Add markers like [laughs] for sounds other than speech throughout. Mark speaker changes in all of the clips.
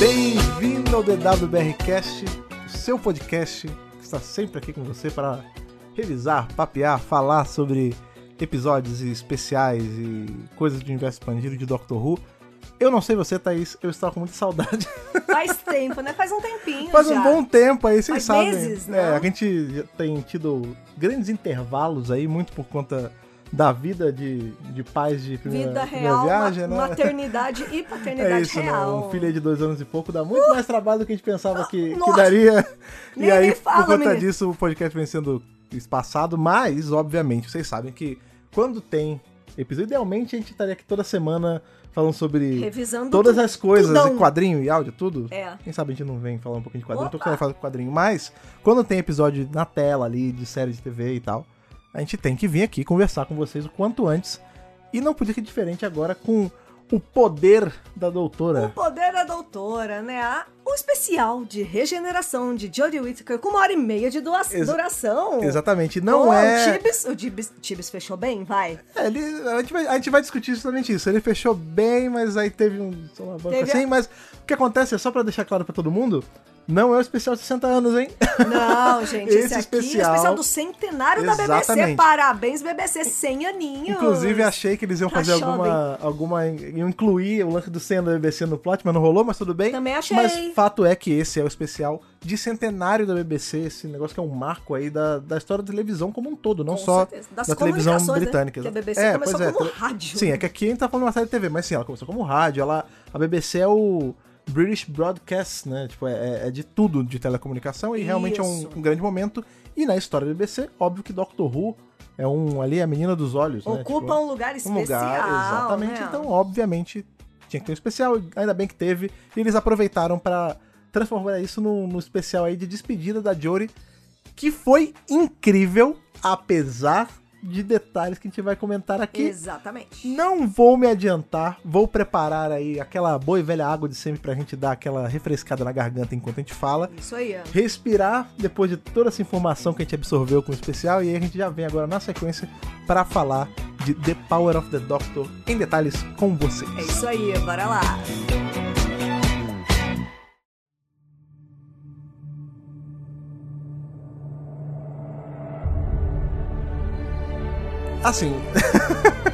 Speaker 1: Bem-vindo ao DWBRcast, o seu podcast que está sempre aqui com você para revisar, papear, falar sobre episódios e especiais e coisas do universo expandido de Doctor Who. Eu não sei você, Thaís, eu estava com muita saudade.
Speaker 2: Faz tempo, né? Faz um tempinho.
Speaker 1: Faz
Speaker 2: já.
Speaker 1: um bom tempo aí, vocês
Speaker 2: Faz
Speaker 1: sabem.
Speaker 2: meses,
Speaker 1: né?
Speaker 2: não?
Speaker 1: a gente já tem tido grandes intervalos aí, muito por conta da vida de, de pais de primeira,
Speaker 2: Vida
Speaker 1: primeira
Speaker 2: real,
Speaker 1: viagem,
Speaker 2: ma-
Speaker 1: né?
Speaker 2: maternidade e paternidade
Speaker 1: [laughs] é isso,
Speaker 2: real.
Speaker 1: né? Um filho de dois anos e pouco dá muito mais trabalho do que a gente pensava que, que
Speaker 2: Nossa! [laughs]
Speaker 1: daria.
Speaker 2: Nem
Speaker 1: e aí,
Speaker 2: me fala,
Speaker 1: por conta
Speaker 2: menino.
Speaker 1: disso, o podcast vem sendo espaçado, mas, obviamente, vocês sabem que quando tem episódio, idealmente a gente estaria aqui toda semana falando sobre
Speaker 2: Revisando
Speaker 1: todas
Speaker 2: tudo.
Speaker 1: as coisas,
Speaker 2: tudão.
Speaker 1: e quadrinho e áudio, tudo.
Speaker 2: É.
Speaker 1: Quem sabe a gente não vem falar um pouquinho de quadrinho, tô
Speaker 2: Opa!
Speaker 1: querendo falar de quadrinho, mas quando tem episódio na tela ali, de série de TV e tal, a gente tem que vir aqui conversar com vocês o quanto antes. E não podia ser diferente agora com o poder da
Speaker 2: O
Speaker 1: doutora.
Speaker 2: poder da doutora, né? Ah, O especial de regeneração de Jodie Whittaker com uma hora e meia de dua-
Speaker 1: Ex-
Speaker 2: duração.
Speaker 1: Exatamente,
Speaker 2: Com
Speaker 1: não
Speaker 2: O
Speaker 1: é.
Speaker 2: Tibbs, o Tibbs, Tibbs fechou bem, vai.
Speaker 1: é, ele- a, gente vai, a gente vai discutir justamente isso. Ele fechou bem, mas aí teve um. sei lá, uma banca
Speaker 2: Teve a-
Speaker 1: assim, mas o que acontece é só pra deixar claro pra todo mundo: não é o especial de 60 anos, hein? [laughs]
Speaker 2: Não, gente, esse,
Speaker 1: Esse
Speaker 2: aqui é
Speaker 1: especial-
Speaker 2: o especial do centenário da
Speaker 1: Exatamente.
Speaker 2: BBC. Parabéns, BBC, 100 aninhos.
Speaker 1: Inclusive, achei que eles iam
Speaker 2: Pra
Speaker 1: fazer alguma, alguma. iam incluir o lance do Senna da BBC no plot, mas não rolou, mas tudo bem.
Speaker 2: Também achei.
Speaker 1: Mas fato é que esse é o especial de centenário da BBC, esse negócio que é um marco aí da, da história da televisão como um todo, não
Speaker 2: Com
Speaker 1: só
Speaker 2: certeza. Das
Speaker 1: da televisão
Speaker 2: comunicações, né?
Speaker 1: britânica.
Speaker 2: Que a BBC
Speaker 1: é,
Speaker 2: começou
Speaker 1: pois é,
Speaker 2: como
Speaker 1: tele-
Speaker 2: rádio.
Speaker 1: Sim, é que aqui a gente tá falando de uma série de TV, mas sim, ela começou como rádio, ela, a BBC é o. British Broadcast, né? Tipo, é, é de tudo de telecomunicação e realmente é um,
Speaker 2: Isso.
Speaker 1: um grande momento. E na história da BBC, óbvio que Doctor Who é um ali a menina dos olhos, né?
Speaker 2: Ocupa
Speaker 1: Tipo,
Speaker 2: um lugar especial.
Speaker 1: um lugar, exatamente.
Speaker 2: né?
Speaker 1: Então, obviamente, tinha que ter um especial, e ainda bem que teve. E eles aproveitaram pra transformar isso num, num especial aí de despedida da Jory, que foi incrível, apesar de detalhes que a gente vai comentar aqui.
Speaker 2: Exatamente.
Speaker 1: Não vou me adiantar, vou preparar aí aquela boa e velha água de sempre pra gente dar aquela refrescada na garganta enquanto a gente fala.
Speaker 2: Isso aí, ó.
Speaker 1: Respirar depois de toda essa informação que a gente absorveu com o especial e aí a gente já vem agora na sequência pra falar de The Power of the Doctor em detalhes com vocês.
Speaker 2: É isso aí, bora lá.
Speaker 1: Assim,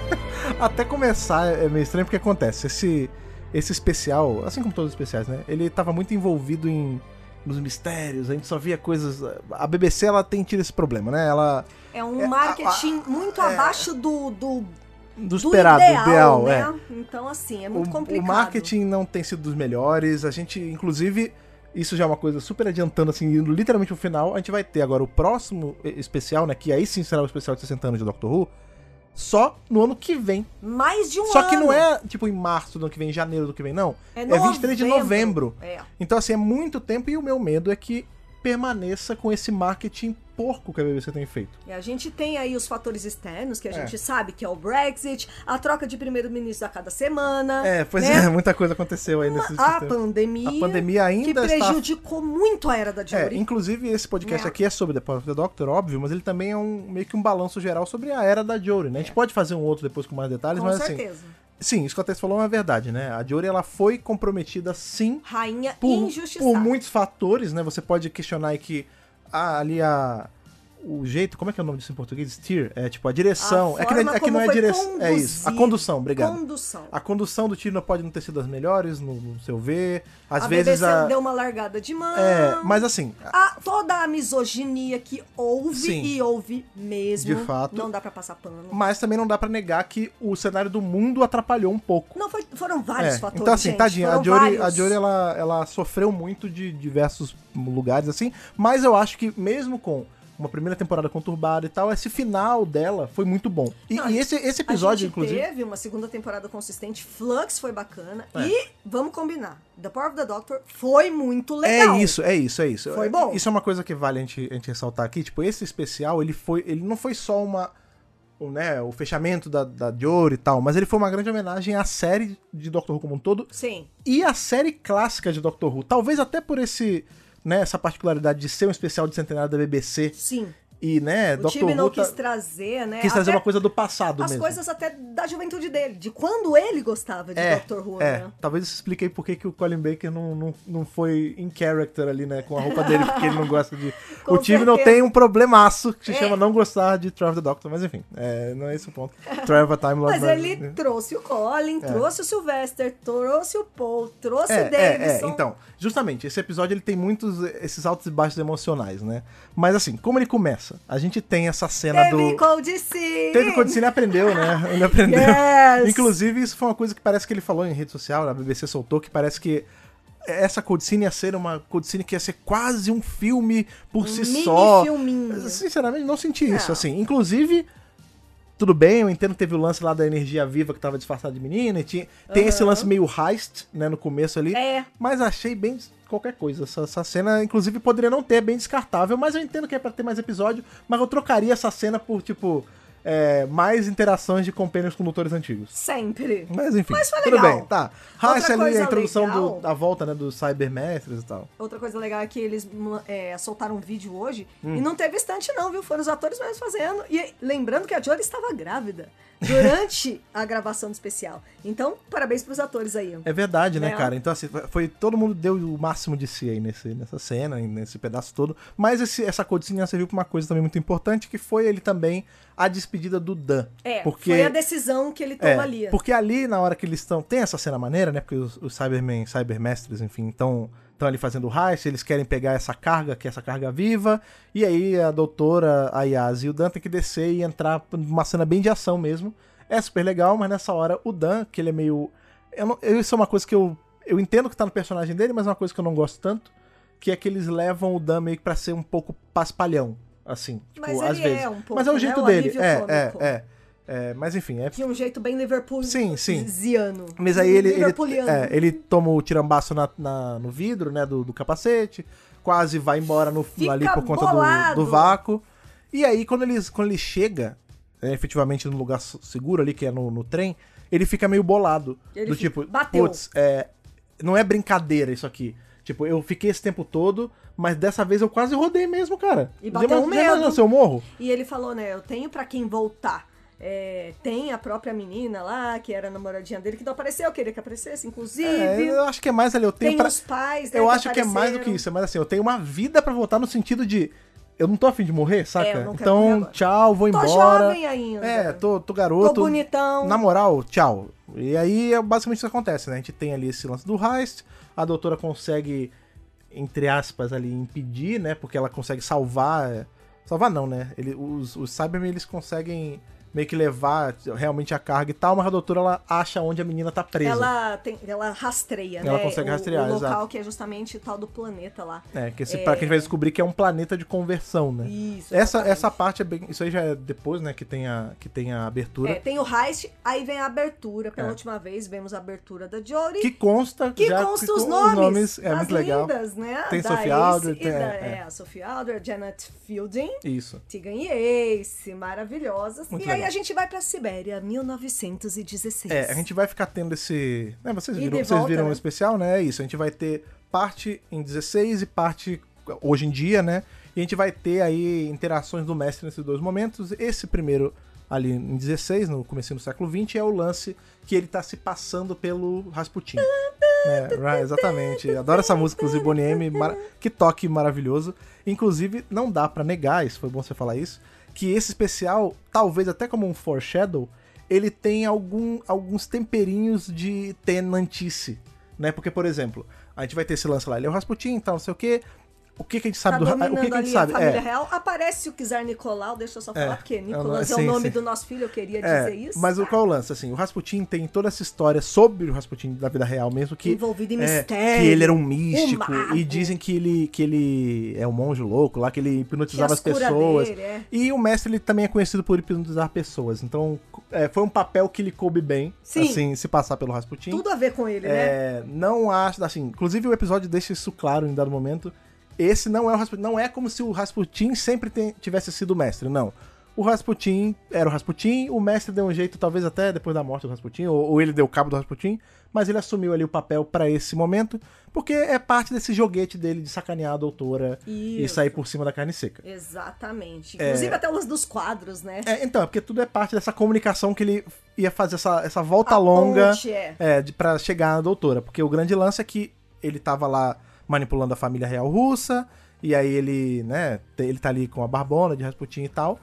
Speaker 1: [laughs] até começar é meio estranho porque acontece. Esse, esse especial, assim como todos os especiais, né? Ele tava muito envolvido em nos mistérios, a gente só via coisas. A BBC ela tem tido esse problema, né? Ela
Speaker 2: É um marketing
Speaker 1: é.
Speaker 2: muito abaixo do, do,
Speaker 1: do
Speaker 2: do
Speaker 1: esperado,
Speaker 2: ideal,
Speaker 1: ideal, é.
Speaker 2: né? Então, assim, é muito
Speaker 1: o,
Speaker 2: complicado.
Speaker 1: o marketing não tem sido dos melhores. A gente, inclusive, isso já é uma coisa super adiantando, assim, indo literalmente o final. A gente vai ter agora o próximo eh, especial, né? Que aí sim será o especial de 60 anos de Doctor Who. Só no ano que vem.
Speaker 2: Mais de um
Speaker 1: Só
Speaker 2: ano.
Speaker 1: que não é, tipo, em março do ano que vem, em janeiro do ano que vem, não. É, 23 de novembro.
Speaker 2: É.
Speaker 1: Então, assim, é muito tempo e o meu medo é que permaneça com esse marketing porco que a BBC tem feito.
Speaker 2: E a gente tem aí os fatores externos, que a
Speaker 1: É.
Speaker 2: gente sabe que é o Brexit, a troca de primeiro-ministro a cada semana.
Speaker 1: É, pois
Speaker 2: né? Ah,
Speaker 1: é, muita coisa aconteceu aí nesse sistema.
Speaker 2: A pandemia,
Speaker 1: A pandemia
Speaker 2: que
Speaker 1: ainda está
Speaker 2: prejudicou muito a era da
Speaker 1: É,
Speaker 2: Jory.
Speaker 1: inclusive esse podcast
Speaker 2: Né?
Speaker 1: aqui é sobre The Power of the Doctor, óbvio, mas ele também é um meio que um balanço geral sobre a era da Jory, né? A gente pode fazer um outro depois com mais detalhes,
Speaker 2: É. com
Speaker 1: mas
Speaker 2: certeza.
Speaker 1: assim, sim, isso que a Tess falou é uma verdade, né? A Jory ela foi comprometida sim
Speaker 2: Rainha
Speaker 1: por,
Speaker 2: injustiçada.
Speaker 1: por muitos fatores, né? Você pode questionar aí que ah, ali a o jeito, como é que é o nome disso em português? Steer, é tipo a direção,
Speaker 2: A
Speaker 1: é que, não-
Speaker 2: forma
Speaker 1: é que não
Speaker 2: como
Speaker 1: é
Speaker 2: foi
Speaker 1: direção, é isso, a
Speaker 2: conduzida.
Speaker 1: condução, obrigado.
Speaker 2: Condução.
Speaker 1: A condução do Tino pode não ter sido das melhores, no, no seu ver. Às
Speaker 2: a
Speaker 1: vezes
Speaker 2: BBC
Speaker 1: a
Speaker 2: deu uma largada de mão.
Speaker 1: é, mas assim,
Speaker 2: A- toda a misoginia que houve
Speaker 1: Sim.
Speaker 2: e houve mesmo.
Speaker 1: De fato.
Speaker 2: Não dá pra passar pano.
Speaker 1: Mas também não dá pra negar que o cenário do mundo atrapalhou um pouco.
Speaker 2: Não, foi- foram vários
Speaker 1: É,
Speaker 2: fatores.
Speaker 1: então assim,
Speaker 2: gente,
Speaker 1: tadinha, a
Speaker 2: foram
Speaker 1: Jory,
Speaker 2: vários.
Speaker 1: a Jory é um ela, ela sofreu muito de diversos lugares assim, mas eu acho que mesmo com uma primeira temporada conturbada e tal, esse final dela foi muito bom. E,
Speaker 2: Não,
Speaker 1: e esse, esse
Speaker 2: A
Speaker 1: episódio,
Speaker 2: gente
Speaker 1: inclusive,
Speaker 2: teve uma segunda temporada consistente, Flux foi bacana.
Speaker 1: É.
Speaker 2: E, vamos combinar, The Power of the Doctor foi muito legal.
Speaker 1: É isso, é isso, é isso.
Speaker 2: Foi bom.
Speaker 1: Isso é uma coisa que vale a gente, a gente ressaltar aqui. Tipo, esse especial, ele foi. Ele não foi só uma. o, né, o fechamento da, da Jory e tal, mas ele foi uma grande homenagem à série de Doctor Who como um todo
Speaker 2: Sim.
Speaker 1: e a série clássica de Doctor Who. Talvez até por esse, né, essa particularidade de ser um especial de centenário da BBC
Speaker 2: Sim.
Speaker 1: E, né,
Speaker 2: O
Speaker 1: Dr.
Speaker 2: time não
Speaker 1: Who tá-
Speaker 2: quis trazer, né?
Speaker 1: quis trazer
Speaker 2: até
Speaker 1: uma coisa do passado
Speaker 2: As
Speaker 1: mesmo.
Speaker 2: coisas até da juventude dele, de quando ele gostava de
Speaker 1: é,
Speaker 2: Dr. Who,
Speaker 1: é.
Speaker 2: né?
Speaker 1: Talvez isso explique aí por que que o Colin Baker não, não, não foi em character ali, né? Com a roupa dele, porque ele
Speaker 2: [laughs]
Speaker 1: não gosta de.
Speaker 2: Com
Speaker 1: o time não
Speaker 2: certeza.
Speaker 1: tem um problemaço que se
Speaker 2: É.
Speaker 1: chama não gostar de Trevor the Doctor, mas enfim, é, não é esse o ponto. Trevor Time Lord. né?
Speaker 2: Mas ele trouxe o Colin, trouxe o Sylvester, trouxe o Paul, trouxe o Davidson.
Speaker 1: É. É, então, justamente, esse episódio ele tem muitos eh, esses altos e baixos emocionais, né? Mas assim, como ele começa? A gente tem essa cena
Speaker 2: Teve
Speaker 1: do.
Speaker 2: Cold Sea.
Speaker 1: Teve quando ele aprendeu, né? [laughs] Ele aprendeu.
Speaker 2: Yes.
Speaker 1: Inclusive, isso foi uma coisa que parece que ele falou em rede social, a BBC soltou, que parece que essa cutscene ia ser uma cutscene que ia ser quase um filme por si
Speaker 2: mini
Speaker 1: só.
Speaker 2: filminho.
Speaker 1: Sinceramente, não senti isso,
Speaker 2: Não.
Speaker 1: assim. Inclusive, tudo bem, eu entendo que teve o lance lá da energia viva que tava disfarçada de menina, e tinha, tem esse lance meio heist, né, no começo ali.
Speaker 2: É.
Speaker 1: Mas achei bem des- qualquer coisa. Essa, essa cena, inclusive, poderia não ter, é bem descartável, mas eu entendo que é pra ter mais episódio, mas eu trocaria essa cena por, tipo, é, mais interações de companions com doutores antigos.
Speaker 2: Sempre.
Speaker 1: Mas enfim,
Speaker 2: Mas foi
Speaker 1: tudo
Speaker 2: legal.
Speaker 1: bem, tá.
Speaker 2: Outra
Speaker 1: Heist ali, a
Speaker 2: coisa
Speaker 1: introdução do-
Speaker 2: legal-
Speaker 1: da volta, né, dos cybermestres e tal.
Speaker 2: Outra coisa legal é que eles hum, é, soltaram um vídeo hoje
Speaker 1: Hum.
Speaker 2: e não teve estante, não, viu? Foram os atores mesmo fazendo. E lembrando que a Jory estava grávida
Speaker 1: [laughs]
Speaker 2: durante a gravação do especial. Então, parabéns pros atores aí.
Speaker 1: É verdade, né,
Speaker 2: Né?
Speaker 1: cara? Então, assim, foi. Todo mundo deu o máximo de si aí nesse, nessa cena, nesse pedaço todo. Mas esse, essa codicina serviu pra uma coisa também muito importante, que foi ele também a despedida do Dan.
Speaker 2: É,
Speaker 1: porque,
Speaker 2: foi a decisão que ele toma
Speaker 1: é,
Speaker 2: ali.
Speaker 1: Porque ali, na hora que eles estão. Tem essa cena maneira, né? Porque os, os Cybermen, Cybermestres, enfim, estão ali fazendo o heist, eles querem pegar essa carga, que é essa carga viva, e aí a doutora, a Yas e o Dan tem que descer e entrar numa cena bem de ação mesmo. É super legal, mas nessa hora o Dan, que ele é meio. Eu não- eu- isso é uma coisa que eu. Eu entendo que tá no personagem dele, mas é uma coisa que eu não gosto tanto. Que é que eles levam o Dan meio que pra ser um pouco paspalhão. Assim. Tipo,
Speaker 2: Mas
Speaker 1: às
Speaker 2: ele é
Speaker 1: vezes.
Speaker 2: um pouco,
Speaker 1: mas é o
Speaker 2: né,
Speaker 1: jeito
Speaker 2: o
Speaker 1: dele.
Speaker 2: alívio
Speaker 1: É, é,
Speaker 2: cômico.
Speaker 1: é, é. Mas enfim, é
Speaker 2: De um jeito bem Liverpool.
Speaker 1: Sim, sim.
Speaker 2: Ziano.
Speaker 1: mas aí ele, ele,
Speaker 2: Liverpooliano.
Speaker 1: é, ele toma o tirambaço na, na- no vidro, né, do, do capacete, quase vai embora no,
Speaker 2: Fica
Speaker 1: ali por conta do,
Speaker 2: bolado.
Speaker 1: do vácuo. E aí, quando ele, quando ele chega, é, efetivamente no lugar se- seguro ali, que é no, no trem, ele fica meio bolado.
Speaker 2: Ele
Speaker 1: do
Speaker 2: fica-
Speaker 1: tipo,
Speaker 2: bateu.
Speaker 1: putz, é, não é brincadeira isso aqui. Tipo, eu fiquei esse tempo todo, mas dessa vez eu quase rodei mesmo, cara.
Speaker 2: E bateu
Speaker 1: Já
Speaker 2: um
Speaker 1: ima- já imagina
Speaker 2: medo.
Speaker 1: se eu morro?
Speaker 2: E ele falou, né, eu tenho pra quem voltar. É, tem a própria menina lá, que era a namoradinha dele, que não apareceu, eu queria que aparecesse, inclusive.
Speaker 1: É, eu acho que é mais ali, eu tenho
Speaker 2: tem
Speaker 1: pra-
Speaker 2: os pais, né,
Speaker 1: Eu acho que é mais do
Speaker 2: apareceram.
Speaker 1: que isso, mas assim, eu tenho uma vida pra voltar no sentido de. Eu não tô afim de morrer, saca?
Speaker 2: É, eu não quero morrer
Speaker 1: então,
Speaker 2: agora.
Speaker 1: tchau, vou
Speaker 2: Tô
Speaker 1: embora.
Speaker 2: jovem ainda.
Speaker 1: É, tô, tô garoto.
Speaker 2: Tô bonitão.
Speaker 1: Na moral, tchau. E aí é basicamente isso que acontece, né? A gente tem ali esse lance do heist, a doutora consegue, entre aspas, ali, impedir, né? Porque ela consegue salvar. é, Salvar não, né? Ele, os, os Cybermen eles conseguem meio que levar realmente a carga e tal, mas a doutora ela acha onde a menina tá presa.
Speaker 2: Ela, tem, ela rastreia,
Speaker 1: Ela
Speaker 2: né?
Speaker 1: consegue
Speaker 2: o,
Speaker 1: rastrear,
Speaker 2: O local
Speaker 1: exato.
Speaker 2: que é justamente o tal do planeta lá.
Speaker 1: É, que esse, pra quem vai descobrir que é um planeta de conversão, né?
Speaker 2: Isso.
Speaker 1: Essa,
Speaker 2: exatamente.
Speaker 1: essa parte é bem. Isso aí já é depois, né? Que tem a, que tem a abertura.
Speaker 2: É, tem o heist, aí vem a abertura. Pela
Speaker 1: É.
Speaker 2: última vez, vemos a abertura da Jory.
Speaker 1: Que consta.
Speaker 2: Que
Speaker 1: já,
Speaker 2: consta
Speaker 1: que
Speaker 2: os
Speaker 1: com-
Speaker 2: nomes,
Speaker 1: É
Speaker 2: das
Speaker 1: muito legal.
Speaker 2: lindas, né?
Speaker 1: Tem
Speaker 2: da
Speaker 1: Sophie
Speaker 2: Ace
Speaker 1: Aldred,
Speaker 2: e
Speaker 1: tem-
Speaker 2: da-
Speaker 1: é,
Speaker 2: é,
Speaker 1: é.
Speaker 2: a Sophie Aldred, Janet Fielding,
Speaker 1: Isso.
Speaker 2: Tegan Yace, maravilhosas.
Speaker 1: Muito
Speaker 2: e aí
Speaker 1: legal.
Speaker 2: a gente vai pra Sibéria, 1916.
Speaker 1: É, a gente vai ficar tendo esse. né, vocês
Speaker 2: E
Speaker 1: viram,
Speaker 2: de
Speaker 1: vocês
Speaker 2: volta,
Speaker 1: viram o
Speaker 2: né?
Speaker 1: especial, né? É isso. A gente vai ter parte em 16 e parte hoje em dia, né? E a gente vai ter aí interações do mestre nesses dois momentos. Esse primeiro, ali em 16, no começo do século 20, é o lance que ele tá se passando pelo Rasputin. É, right, exatamente. Adoro essa música, inclusive, Bonnie M. mara- Que toque maravilhoso. Inclusive, não dá pra negar, isso foi bom você falar isso, que esse especial, talvez até como um foreshadow, ele tem algum, alguns temperinhos de tenantice, né? Porque, por exemplo, a gente vai ter esse lance lá, ele é o Rasputin e tal, não sei o quê. O que, que a gente
Speaker 2: Tá
Speaker 1: sabe do Ra-
Speaker 2: dominando
Speaker 1: O que, que a gente
Speaker 2: ali
Speaker 1: sabe?
Speaker 2: a família
Speaker 1: É,
Speaker 2: real. Aparece o Czar Nicolau, deixa eu só falar, porque
Speaker 1: é o no-
Speaker 2: Nicolas é o
Speaker 1: sim,
Speaker 2: nome
Speaker 1: sim.
Speaker 2: do nosso filho, eu queria
Speaker 1: é,
Speaker 2: dizer isso.
Speaker 1: mas o
Speaker 2: tá?
Speaker 1: qual é o lance? Assim, o Rasputin tem toda essa história sobre o Rasputin da vida real mesmo que
Speaker 2: Envolvido em
Speaker 1: é,
Speaker 2: mistério,
Speaker 1: que ele era um místico
Speaker 2: um mago.
Speaker 1: e dizem que ele que ele é um monge louco lá que ele hipnotizava
Speaker 2: Tinha
Speaker 1: as
Speaker 2: as cura
Speaker 1: pessoas.
Speaker 2: dele, é.
Speaker 1: E o mestre ele também é conhecido por hipnotizar pessoas. Então é, foi um papel que lhe coube bem,
Speaker 2: Sim.
Speaker 1: assim, se passar pelo Rasputin.
Speaker 2: Tudo a ver com ele, né?
Speaker 1: É, não acho, assim, inclusive o episódio deixa isso claro em dado momento. Esse não é o Rasputin, não é como se o Rasputin sempre ten- tivesse sido o mestre, não. O Rasputin era o Rasputin, o mestre deu um jeito, talvez até depois da morte do Rasputin, ou, ou ele deu cabo do Rasputin, mas ele assumiu ali o papel pra esse momento, porque é parte desse joguete dele de sacanear a doutora e
Speaker 2: Isso.
Speaker 1: sair por cima da carne seca.
Speaker 2: Exatamente. Inclusive até o lance dos quadros, né?
Speaker 1: É, então, é porque tudo é parte dessa comunicação que ele ia fazer essa, essa volta
Speaker 2: A
Speaker 1: longa
Speaker 2: ponte, é.
Speaker 1: é, de, pra chegar na doutora. Porque o grande lance é que ele tava lá manipulando a família real russa, e aí ele, né, te- ele tá ali com a Barbona de Rasputin e tal.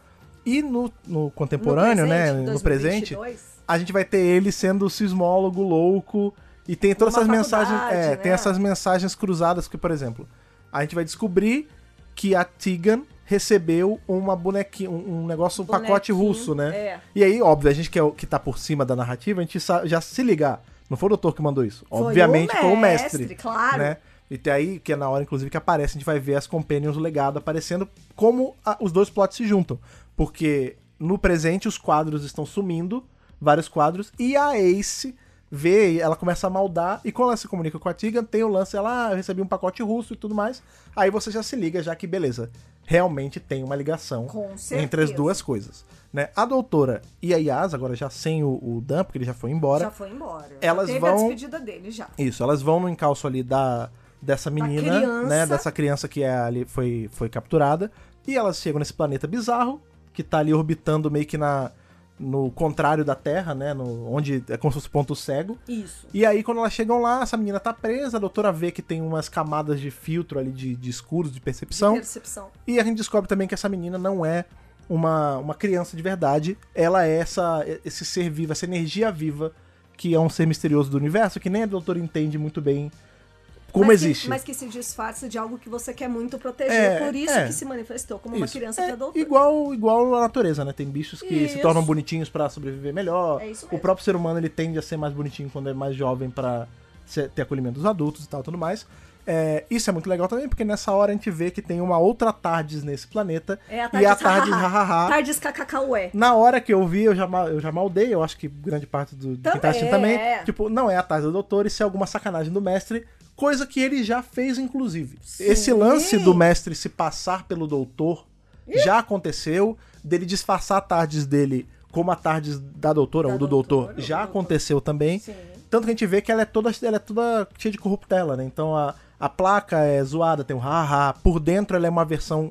Speaker 1: E no, no contemporâneo, né, no presente,
Speaker 2: 2022.
Speaker 1: a gente vai ter ele sendo o sismólogo louco. E tem todas
Speaker 2: Numa
Speaker 1: essas mensagens.
Speaker 2: faculdade,
Speaker 1: É,
Speaker 2: né?
Speaker 1: tem essas mensagens cruzadas que, por exemplo, a gente vai descobrir que a Tigan recebeu uma bonequinha, um, um negócio, um pacote
Speaker 2: Bonequinho,
Speaker 1: russo, né?
Speaker 2: é.
Speaker 1: E aí, óbvio, a gente que, é, o- que tá por cima da narrativa, a gente sa- já se ligar. Não foi o doutor que mandou isso.
Speaker 2: Foi
Speaker 1: Obviamente
Speaker 2: o
Speaker 1: foi o mestre.
Speaker 2: mestre, claro.
Speaker 1: Né? E tem aí, que é na hora, inclusive, que aparece, a gente vai ver as Companions legado aparecendo, como a- os dois plots se juntam. Porque no presente os quadros estão sumindo, vários quadros, e a Ace vê, ela começa a maldar, e quando ela se comunica com a Tigan, tem o lance, ela, ah, eu recebi um pacote russo e tudo mais. Aí você já se liga, já que, beleza, realmente tem uma ligação
Speaker 2: Com
Speaker 1: entre as
Speaker 2: certeza.
Speaker 1: duas coisas. Né? A doutora e a Yas, agora já sem o, o Dan, porque ele já foi embora.
Speaker 2: Já foi embora.
Speaker 1: Elas
Speaker 2: já teve
Speaker 1: vão-
Speaker 2: a despedida dele já.
Speaker 1: Isso, elas vão no encalço ali da dessa menina,
Speaker 2: criança.
Speaker 1: né, dessa criança que é ali foi foi capturada, e elas chegam nesse planeta bizarro que tá ali orbitando meio que na no contrário da Terra, né, no onde é como se fosse ponto cego.
Speaker 2: Isso.
Speaker 1: E aí quando elas chegam lá, essa menina tá presa, a doutora vê que tem umas camadas de filtro ali de, de escuros de percepção,
Speaker 2: Percepção.
Speaker 1: e a gente descobre também que essa menina não é uma, uma criança de verdade. Ela é essa, esse ser vivo, essa energia viva, que é um ser misterioso do universo, que nem a doutora entende muito bem como
Speaker 2: Mas que-
Speaker 1: existe.
Speaker 2: mas que se disfarça de algo que você quer muito proteger.
Speaker 1: É,
Speaker 2: por isso
Speaker 1: é.
Speaker 2: que se manifestou como uma
Speaker 1: Isso.
Speaker 2: criança
Speaker 1: É
Speaker 2: que adotou.
Speaker 1: Igual, igual a natureza, né? Tem bichos que se
Speaker 2: Isso.
Speaker 1: tornam bonitinhos pra sobreviver melhor.
Speaker 2: É isso
Speaker 1: o
Speaker 2: mesmo.
Speaker 1: próprio ser humano ele tende a ser mais bonitinho quando é mais jovem pra ser- ter acolhimento dos adultos e tal, tudo mais. É, isso é muito legal também, porque nessa hora a gente vê que tem uma outra Tardes nesse planeta.
Speaker 2: É a
Speaker 1: e
Speaker 2: Tardes
Speaker 1: a Tardes hahaha.
Speaker 2: [laughs] hahaha. Tardes cacacaué.
Speaker 1: Na hora que eu vi, eu já, ma- eu já maldei, eu acho que grande parte do, de quem tá
Speaker 2: Também,
Speaker 1: assistindo também.
Speaker 2: é.
Speaker 1: Tipo, não é a tarde do doutor, isso é alguma sacanagem do mestre, coisa que ele já fez, inclusive. Esse lance do mestre se passar pelo doutor já aconteceu, dele disfarçar tardes dele como a tardes da doutora
Speaker 2: Da
Speaker 1: ou do doutor,
Speaker 2: doutora, do
Speaker 1: já
Speaker 2: doutor.
Speaker 1: aconteceu também.
Speaker 2: Sim.
Speaker 1: Tanto que a gente vê que ela é toda, ela é toda cheia de corruptela, né? Então a, a placa é zoada, tem um haha. Por dentro ela é uma versão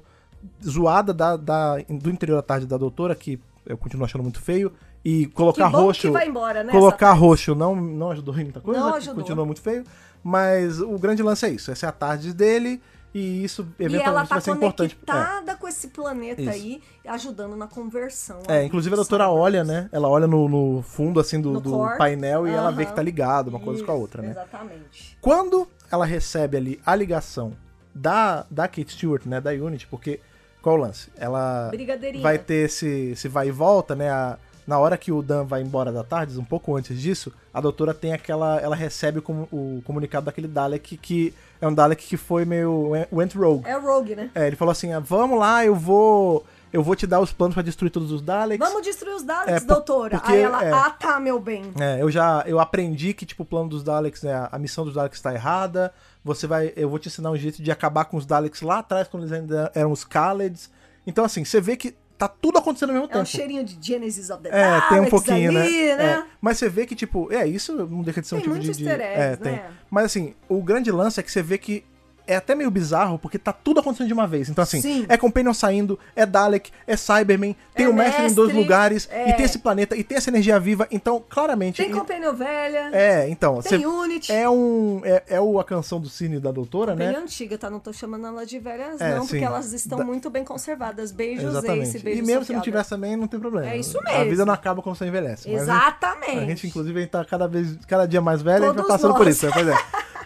Speaker 1: zoada da, da- do interior da tarde da doutora, que eu continuo achando muito feio. E colocar
Speaker 2: que bom
Speaker 1: roxo.
Speaker 2: que vai embora, né?
Speaker 1: Colocar roxo não, não ajudou em muita coisa,
Speaker 2: Não
Speaker 1: né?
Speaker 2: ajudou.
Speaker 1: continuou muito feio. Mas o grande lance é isso. Essa é a tarde dele e isso
Speaker 2: E ela
Speaker 1: eventualmente
Speaker 2: tá
Speaker 1: vai ser importante. É.
Speaker 2: conectada com esse planeta
Speaker 1: Isso.
Speaker 2: aí, ajudando na conversão.
Speaker 1: É, inclusive a doutora olha, né? Ela olha no, no fundo, assim, do,
Speaker 2: No
Speaker 1: do
Speaker 2: core.
Speaker 1: painel e ela vê
Speaker 2: Aham.
Speaker 1: que tá ligado uma coisa com a
Speaker 2: Isso,
Speaker 1: outra, né?
Speaker 2: Exatamente.
Speaker 1: Quando ela recebe ali a ligação da, da Kate Stewart, né, da Unity, porque qual é o lance? Ela
Speaker 2: Brigadeirinha.
Speaker 1: vai ter esse, esse vai e volta, né, a- na hora que o Dan vai embora da tarde, um pouco antes disso, a doutora tem aquela, ela recebe o, com- o comunicado daquele Dalek que é um Dalek que foi meio, went rogue.
Speaker 2: É o Rogue, né?
Speaker 1: É, ele falou assim, ah, vamos lá, eu vou, eu vou te dar os planos pra destruir todos os Daleks.
Speaker 2: Vamos destruir os Daleks,
Speaker 1: É, por-
Speaker 2: doutora.
Speaker 1: porque-
Speaker 2: Aí ela,
Speaker 1: é.
Speaker 2: ah tá, meu bem.
Speaker 1: É, eu já eu aprendi que tipo o plano dos Daleks, né, a- a missão dos Daleks tá errada. Você vai, eu vou te ensinar um jeito de acabar com os Daleks lá atrás quando eles ainda eram os Khaleds. Então assim, você vê que tá tudo acontecendo ao mesmo
Speaker 2: É um
Speaker 1: tempo.
Speaker 2: cheirinho de Genesis of the
Speaker 1: É,
Speaker 2: Daleks
Speaker 1: tem um pouquinho,
Speaker 2: ali,
Speaker 1: né? É, mas você vê que, tipo, é isso, não deixa de ser um
Speaker 2: Tem
Speaker 1: tipo de.
Speaker 2: muitos
Speaker 1: de-
Speaker 2: easter
Speaker 1: é,
Speaker 2: eggs,
Speaker 1: tem.
Speaker 2: né?
Speaker 1: Mas assim, o grande lance é que você vê que é até meio bizarro, porque tá tudo acontecendo de uma vez. Então, assim,
Speaker 2: Sim.
Speaker 1: é Companion saindo, é Dalek, é Cyberman, tem
Speaker 2: É
Speaker 1: o mestre, em dois
Speaker 2: mestre,
Speaker 1: lugares,
Speaker 2: é.
Speaker 1: e tem esse planeta, e tem essa energia viva. Então, claramente.
Speaker 2: Tem
Speaker 1: e-
Speaker 2: Companion Velha,
Speaker 1: é, então.
Speaker 2: tem
Speaker 1: cê-
Speaker 2: Unity.
Speaker 1: É um. É, é o, a canção do Cine da Doutora,
Speaker 2: Bem
Speaker 1: né?
Speaker 2: antiga, tá? Não tô chamando elas de velhas,
Speaker 1: É,
Speaker 2: não,
Speaker 1: sim.
Speaker 2: porque elas estão
Speaker 1: Da-
Speaker 2: muito bem conservadas. Beijos, Ace,
Speaker 1: Exatamente.
Speaker 2: beijos.
Speaker 1: E mesmo se não
Speaker 2: Sofia.
Speaker 1: tivesse também, não tem problema.
Speaker 2: É isso
Speaker 1: A
Speaker 2: mesmo.
Speaker 1: vida não acaba quando você envelhece. mas a gente-
Speaker 2: Exatamente.
Speaker 1: a gente, inclusive, a gente tá cada vez, cada dia mais velho, a gente vai
Speaker 2: Todos
Speaker 1: passando por
Speaker 2: nós.
Speaker 1: isso, né? Pois é.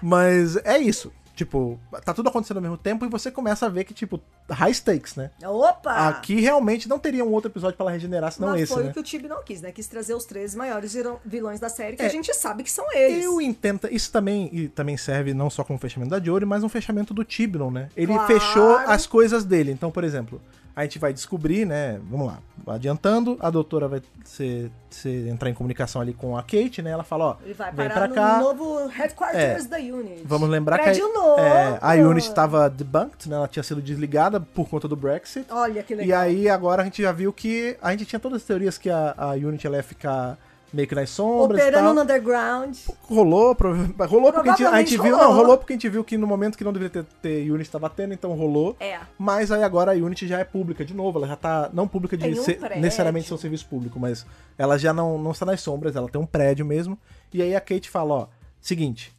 Speaker 1: Mas é isso. Tipo, tá tudo acontecendo ao mesmo tempo e você começa a ver que, tipo, high stakes, né?
Speaker 2: Opa!
Speaker 1: Aqui realmente não teria um outro episódio pra ela regenerar, senão
Speaker 2: Ah. Mas
Speaker 1: esse,
Speaker 2: foi
Speaker 1: né?
Speaker 2: o que o Tibi não quis, né? Quis trazer os três maiores virão- vilões da série, que
Speaker 1: É.
Speaker 2: a gente sabe que são eles.
Speaker 1: Eu entendo. Isso também, e também serve não só como fechamento da Jory, mas um fechamento do Tibnon, né? Ele
Speaker 2: Claro.
Speaker 1: fechou as coisas dele. Então, por exemplo, a gente vai descobrir, né? Vamos lá. adiantando, a doutora vai ser, ser- entrar em comunicação ali com a Kate, né? Ela fala, ó,
Speaker 2: Ele vai
Speaker 1: vem
Speaker 2: parar
Speaker 1: pra
Speaker 2: no
Speaker 1: cá. É.
Speaker 2: novo headquarters da Unit.
Speaker 1: Vamos lembrar que a,
Speaker 2: Prédio novo.
Speaker 1: é, a Unit estava debunked, né? Ela tinha sido desligada por conta do Brexit.
Speaker 2: Olha que
Speaker 1: E
Speaker 2: legal.
Speaker 1: aí agora a gente já viu que a gente tinha todas as teorias que a, a Unity ela ia ficar meio que nas sombras e
Speaker 2: Operando
Speaker 1: tal.
Speaker 2: no underground.
Speaker 1: Rolou, prova- rolou porque a gente, a gente viu,
Speaker 2: Provavelmente
Speaker 1: não,
Speaker 2: rolou.
Speaker 1: rolou porque a gente viu que no momento que não deveria ter, ter Unity estava tendo, então rolou.
Speaker 2: É.
Speaker 1: Mas aí agora a Unity já é pública de novo, ela já tá não pública de
Speaker 2: Tem um
Speaker 1: ser-
Speaker 2: prédio.
Speaker 1: necessariamente seu serviço público, mas ela já não, não está nas sombras, ela tem um prédio mesmo. E aí a Kate fala, ó, seguinte,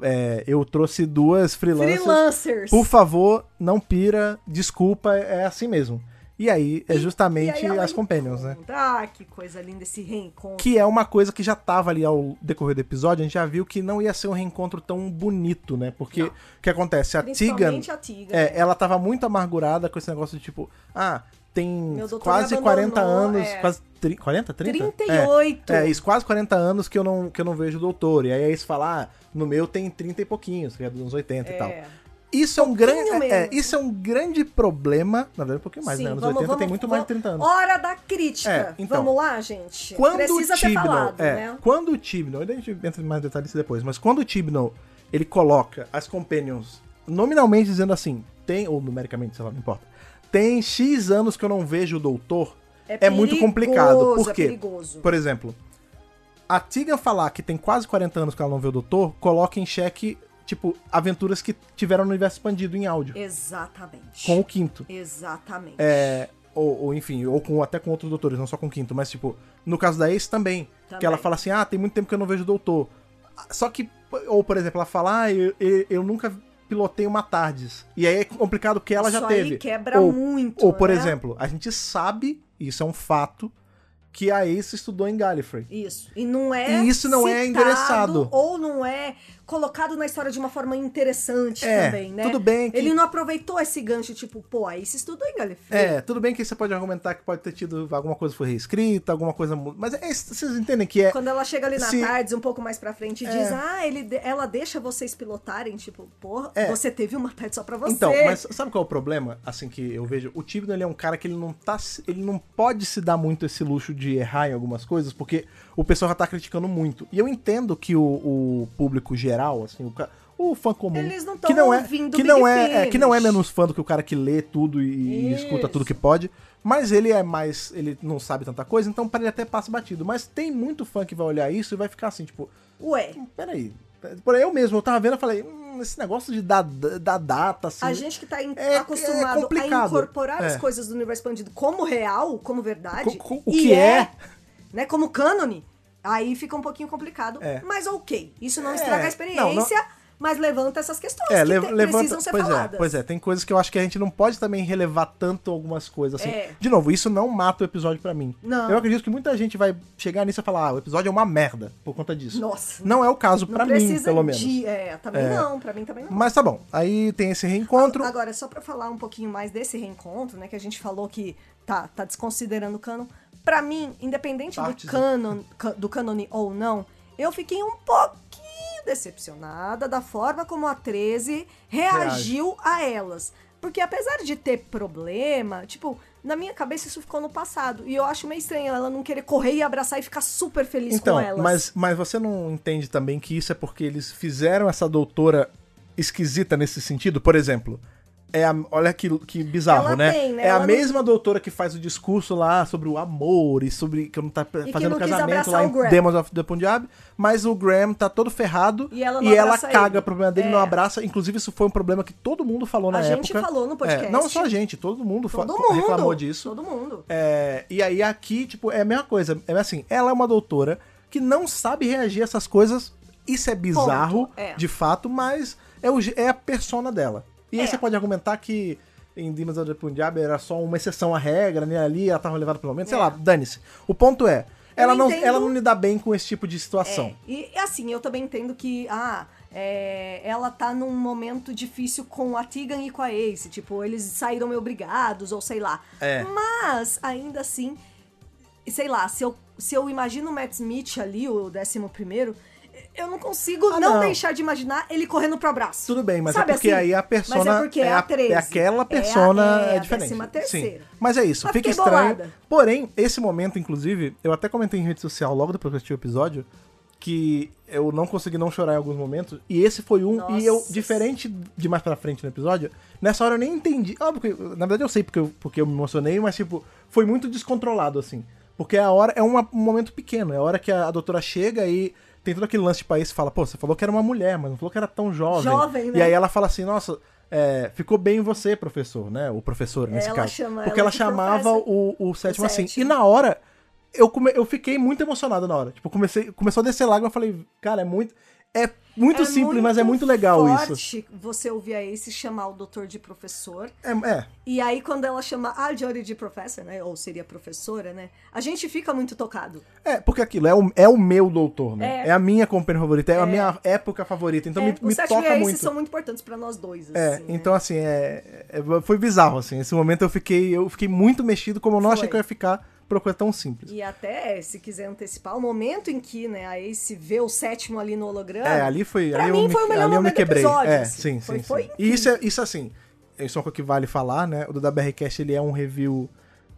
Speaker 1: é, eu trouxe duas freelancers
Speaker 2: Freelancers.
Speaker 1: por favor, não pira, desculpa, é assim mesmo. E aí é justamente
Speaker 2: E aí ela
Speaker 1: as Companions, né?
Speaker 2: encontra. Ah, que coisa linda esse reencontro.
Speaker 1: Que é uma coisa que já tava ali ao decorrer do episódio, a gente já viu que não ia ser um reencontro tão bonito, né? Porque o que acontece? A Tegan,
Speaker 2: Principalmente a Tigan.
Speaker 1: é, ela tava muito amargurada com esse negócio de tipo, ah, tem
Speaker 2: Meu doutor
Speaker 1: quase
Speaker 2: me
Speaker 1: 40
Speaker 2: abandonou,
Speaker 1: anos,
Speaker 2: é.
Speaker 1: quase tri- 40, 30?
Speaker 2: 38.
Speaker 1: É, é, isso, quase 40 anos que eu não, que eu não vejo o doutor. E aí eles falam, ah, no meu tem 30 e pouquinhos, que é dos anos 80 e tal.
Speaker 2: É.
Speaker 1: Isso é um grande,
Speaker 2: Pouquinho
Speaker 1: é,
Speaker 2: menos.
Speaker 1: isso é um grande problema, na verdade um pouquinho mais, né? Anos 80 tem muito mais de 30 anos.
Speaker 2: Hora da crítica.
Speaker 1: É, então.
Speaker 2: vamos lá, gente.
Speaker 1: Quando
Speaker 2: Precisa
Speaker 1: o Tibnall,
Speaker 2: ser falado,
Speaker 1: é,
Speaker 2: né?
Speaker 1: quando o Tibnall, a gente entra em mais detalhes depois, mas quando o Tibnall, ele coloca as companions nominalmente dizendo assim, tem ou numericamente, sei lá, não importa. Tem X anos que eu não vejo o doutor. É, muito complicado,
Speaker 2: perigoso,
Speaker 1: por
Speaker 2: é
Speaker 1: quê?
Speaker 2: perigoso.
Speaker 1: Por exemplo, a Tigan falar que tem quase 40 anos que ela não vê o doutor, coloca em xeque, tipo, aventuras que tiveram no universo expandido em áudio,
Speaker 2: Exatamente.
Speaker 1: com o quinto.
Speaker 2: Exatamente.
Speaker 1: É, ou, ou enfim, ou com, até com outros doutores, não só com o quinto, mas tipo, no caso da Ace também, Que
Speaker 2: Também.
Speaker 1: ela fala assim: ah, tem muito tempo que eu não vejo o doutor. Só que, ou por exemplo, ela fala: ah, eu, eu, eu nunca pilotei uma Tardes. E aí é complicado porque ela já
Speaker 2: Isso
Speaker 1: teve.
Speaker 2: Aí quebra
Speaker 1: ou,
Speaker 2: muito.
Speaker 1: ou, por
Speaker 2: né?
Speaker 1: exemplo, a gente sabe, e isso é um fato, que a Ace estudou em Gallifrey.
Speaker 2: Isso. E não é.
Speaker 1: E isso não é
Speaker 2: citado,
Speaker 1: endereçado.
Speaker 2: Ou não é colocado na história de uma forma interessante
Speaker 1: É,
Speaker 2: também, né?
Speaker 1: tudo bem que-
Speaker 2: Ele não aproveitou esse gancho, tipo, pô, aí se estudou em Galifrey.
Speaker 1: É, tudo bem que você pode argumentar que pode ter tido alguma coisa foi reescrita, alguma coisa. mu- Mas é, vocês entendem que é.
Speaker 2: Quando ela chega ali na
Speaker 1: Se-
Speaker 2: tarde, um pouco mais pra frente, e
Speaker 1: É.
Speaker 2: diz, ah, ele, de- ela deixa vocês pilotarem, tipo, porra,
Speaker 1: É.
Speaker 2: você teve uma tarde só pra você.
Speaker 1: Então, mas sabe qual é o problema? Assim que eu vejo, o Tibnall ele é um cara que ele não tá, se- ele não pode se dar muito esse luxo de errar em algumas coisas, porque o pessoal já tá criticando muito. E eu entendo que o, o público geral, assim, o, ca- o fã comum,
Speaker 2: Eles não
Speaker 1: que
Speaker 2: tão
Speaker 1: não é,
Speaker 2: ouvindo
Speaker 1: que
Speaker 2: o
Speaker 1: não
Speaker 2: Big
Speaker 1: é, é, que não é
Speaker 2: Finish.
Speaker 1: menos fã do que o cara que lê tudo e, e escuta tudo
Speaker 2: Isso.
Speaker 1: que pode, mas ele é mais, ele não sabe tanta coisa, então para ele até passa batido. Mas tem muito fã que vai olhar isso e vai ficar assim, tipo,
Speaker 2: Ué,
Speaker 1: peraí. Por aí eu mesmo, eu tava vendo, eu falei, hum, esse negócio de dar, dar data, assim.
Speaker 2: a gente que tá in-
Speaker 1: É- é
Speaker 2: acostumado a
Speaker 1: complicado.
Speaker 2: incorporar as
Speaker 1: É.
Speaker 2: coisas do universo expandido como real, como
Speaker 1: Co-
Speaker 2: verdade,
Speaker 1: co- o
Speaker 2: e
Speaker 1: que é.
Speaker 2: né, como cânone, aí fica um pouquinho complicado,
Speaker 1: É.
Speaker 2: mas ok. Isso não
Speaker 1: É,
Speaker 2: estraga a
Speaker 1: não, não-
Speaker 2: experiência, mas levanta essas questões
Speaker 1: É,
Speaker 2: que
Speaker 1: le-
Speaker 2: te-
Speaker 1: levanta.
Speaker 2: precisam ser
Speaker 1: pois é,
Speaker 2: faladas.
Speaker 1: pois é, tem coisas que eu acho que a gente não pode também relevar tanto algumas coisas assim.
Speaker 2: É.
Speaker 1: De novo, isso não mata o episódio pra mim.
Speaker 2: Não.
Speaker 1: Eu acredito que muita gente vai chegar nisso e falar: "Ah, o episódio é uma merda" por conta disso.
Speaker 2: Nossa.
Speaker 1: Não é o caso
Speaker 2: Não
Speaker 1: pra mim,
Speaker 2: precisa
Speaker 1: pelo menos.
Speaker 2: de... É, também não, pra mim também não.
Speaker 1: Mas tá bom. Aí tem esse reencontro.
Speaker 2: Agora, só pra falar um pouquinho mais desse reencontro, né? Que a gente falou que tá, tá desconsiderando o canon. Pra mim, independente
Speaker 1: Partes, né?
Speaker 2: do canon, ca- do cânone ou não, eu fiquei um pouquinho decepcionada da forma como a 13 reagiu a elas. Porque apesar de ter problema, tipo, na minha cabeça isso ficou no passado. E eu acho meio estranho ela não querer correr e abraçar e ficar super feliz
Speaker 1: então,
Speaker 2: com elas.
Speaker 1: mas mas você não entende também que isso é porque eles fizeram essa doutora esquisita nesse sentido, por exemplo, é a- olha que, que bizarro,
Speaker 2: Ela
Speaker 1: né?
Speaker 2: tem, né?
Speaker 1: É
Speaker 2: Ela
Speaker 1: a
Speaker 2: não-
Speaker 1: mesma doutora que faz o discurso lá sobre o amor e sobre que não tá
Speaker 2: que
Speaker 1: fazendo
Speaker 2: não quis
Speaker 1: casamento
Speaker 2: abraçar
Speaker 1: lá
Speaker 2: o
Speaker 1: em
Speaker 2: Graham.
Speaker 1: Demons of the Punjab, mas o Graham tá todo ferrado
Speaker 2: E ela não abraça
Speaker 1: caga
Speaker 2: ele.
Speaker 1: o problema dele,
Speaker 2: É.
Speaker 1: não abraça. Inclusive, isso foi um problema que todo mundo falou na
Speaker 2: A
Speaker 1: época.
Speaker 2: gente falou no podcast.
Speaker 1: É, não só a gente, todo mundo, fa-
Speaker 2: todo mundo
Speaker 1: reclamou disso.
Speaker 2: Todo mundo.
Speaker 1: É, e aí aqui, tipo, é a mesma coisa. É assim, ela é uma doutora que não sabe reagir a essas coisas. Isso é bizarro,
Speaker 2: Ponto, é.
Speaker 1: de fato, mas é, o je- é a persona dela. E aí
Speaker 2: É.
Speaker 1: você pode argumentar que em Demons of the Punjab era só uma exceção à regra, né? Ali ela tava levada pelo momento, sei
Speaker 2: É.
Speaker 1: lá, dane-se. O ponto é, ela não,
Speaker 2: entendo-
Speaker 1: ela não lida bem com esse tipo de situação.
Speaker 2: É, e e assim, eu também entendo que, ah, é, ela tá num momento difícil com a Tegan e com a Ace. Tipo, eles saíram meio brigados, ou sei lá.
Speaker 1: É.
Speaker 2: Mas, ainda assim, sei lá, se eu, se eu imagino o Matt Smith ali, o décimo primeiro, eu não consigo
Speaker 1: Ah,
Speaker 2: não,
Speaker 1: não.
Speaker 2: deixar de imaginar ele correndo pro abraço.
Speaker 1: Tudo bem, mas
Speaker 2: Sabe
Speaker 1: é porque
Speaker 2: assim?
Speaker 1: aí a persona.
Speaker 2: Mas é porque é a 13.
Speaker 1: é aquela persona
Speaker 2: É a-
Speaker 1: é,
Speaker 2: é a
Speaker 1: diferente.
Speaker 2: décima terceira.
Speaker 1: Sim. Mas é isso,
Speaker 2: Mas
Speaker 1: fica
Speaker 2: fiquei
Speaker 1: estranho.
Speaker 2: bolada.
Speaker 1: Porém, esse momento, inclusive, eu até comentei em rede social logo depois que eu assisti o episódio. Que eu não consegui não chorar em alguns momentos. E esse foi um.
Speaker 2: Nossa.
Speaker 1: E eu, diferente de mais pra frente no episódio, nessa hora eu nem entendi. Óbvio que. Na verdade eu sei porque eu, porque eu me emocionei, mas, tipo, foi muito descontrolado, assim. Porque a hora. É uma- um momento pequeno. É a hora que a, a doutora chega e tem todo aquele lance de país e fala, pô, você falou que era uma mulher, mas não falou que era tão jovem.
Speaker 2: Jovem, né?
Speaker 1: E aí ela fala assim, nossa, é, ficou bem você, professor, né? O professor, nesse
Speaker 2: Ela
Speaker 1: caso.
Speaker 2: chama
Speaker 1: Porque
Speaker 2: ela
Speaker 1: ela
Speaker 2: de
Speaker 1: chamava
Speaker 2: professor.
Speaker 1: o, o sétimo
Speaker 2: O
Speaker 1: assim.
Speaker 2: sétimo.
Speaker 1: E na hora, eu, come- eu fiquei muito emocionado na hora. Tipo, comecei, começou a descer lágrima, eu falei, cara, é muito... É muito
Speaker 2: É
Speaker 1: simples, mas é muito legal isso.
Speaker 2: forte você ouvir a Ace chamar o doutor de professor.
Speaker 1: É, é.
Speaker 2: E aí, quando ela chama a Jory de professor, né? Ou seria professora, né? A gente fica muito tocado.
Speaker 1: É, porque aquilo é o, é o meu doutor, né? É,
Speaker 2: É.
Speaker 1: a minha companhia favorita, é, a minha época favorita. Então
Speaker 2: É,
Speaker 1: me, me
Speaker 2: os Seth e
Speaker 1: toca
Speaker 2: a Ace
Speaker 1: muito.
Speaker 2: são muito importantes pra nós dois, assim.
Speaker 1: É,
Speaker 2: né?
Speaker 1: então assim, é, é- foi bizarro, assim. Esse momento eu fiquei, eu fiquei muito mexido, como eu não achei
Speaker 2: Foi.
Speaker 1: que eu ia ficar por uma coisa tão simples.
Speaker 2: E até, se quiser antecipar, o momento em que né, a Ace vê o sétimo ali no holograma.
Speaker 1: É, ali foi.
Speaker 2: Ah, Pra
Speaker 1: ali eu
Speaker 2: mim
Speaker 1: me,
Speaker 2: foi o melhor
Speaker 1: ali eu me
Speaker 2: momento do
Speaker 1: quebrei.
Speaker 2: episódio,
Speaker 1: é,
Speaker 2: assim.
Speaker 1: sim,
Speaker 2: Foi-
Speaker 1: sim.
Speaker 2: foi
Speaker 1: sim. E isso, é, isso assim, isso é uma coisa que vale falar, né? O do DaBRCast, ele é um review,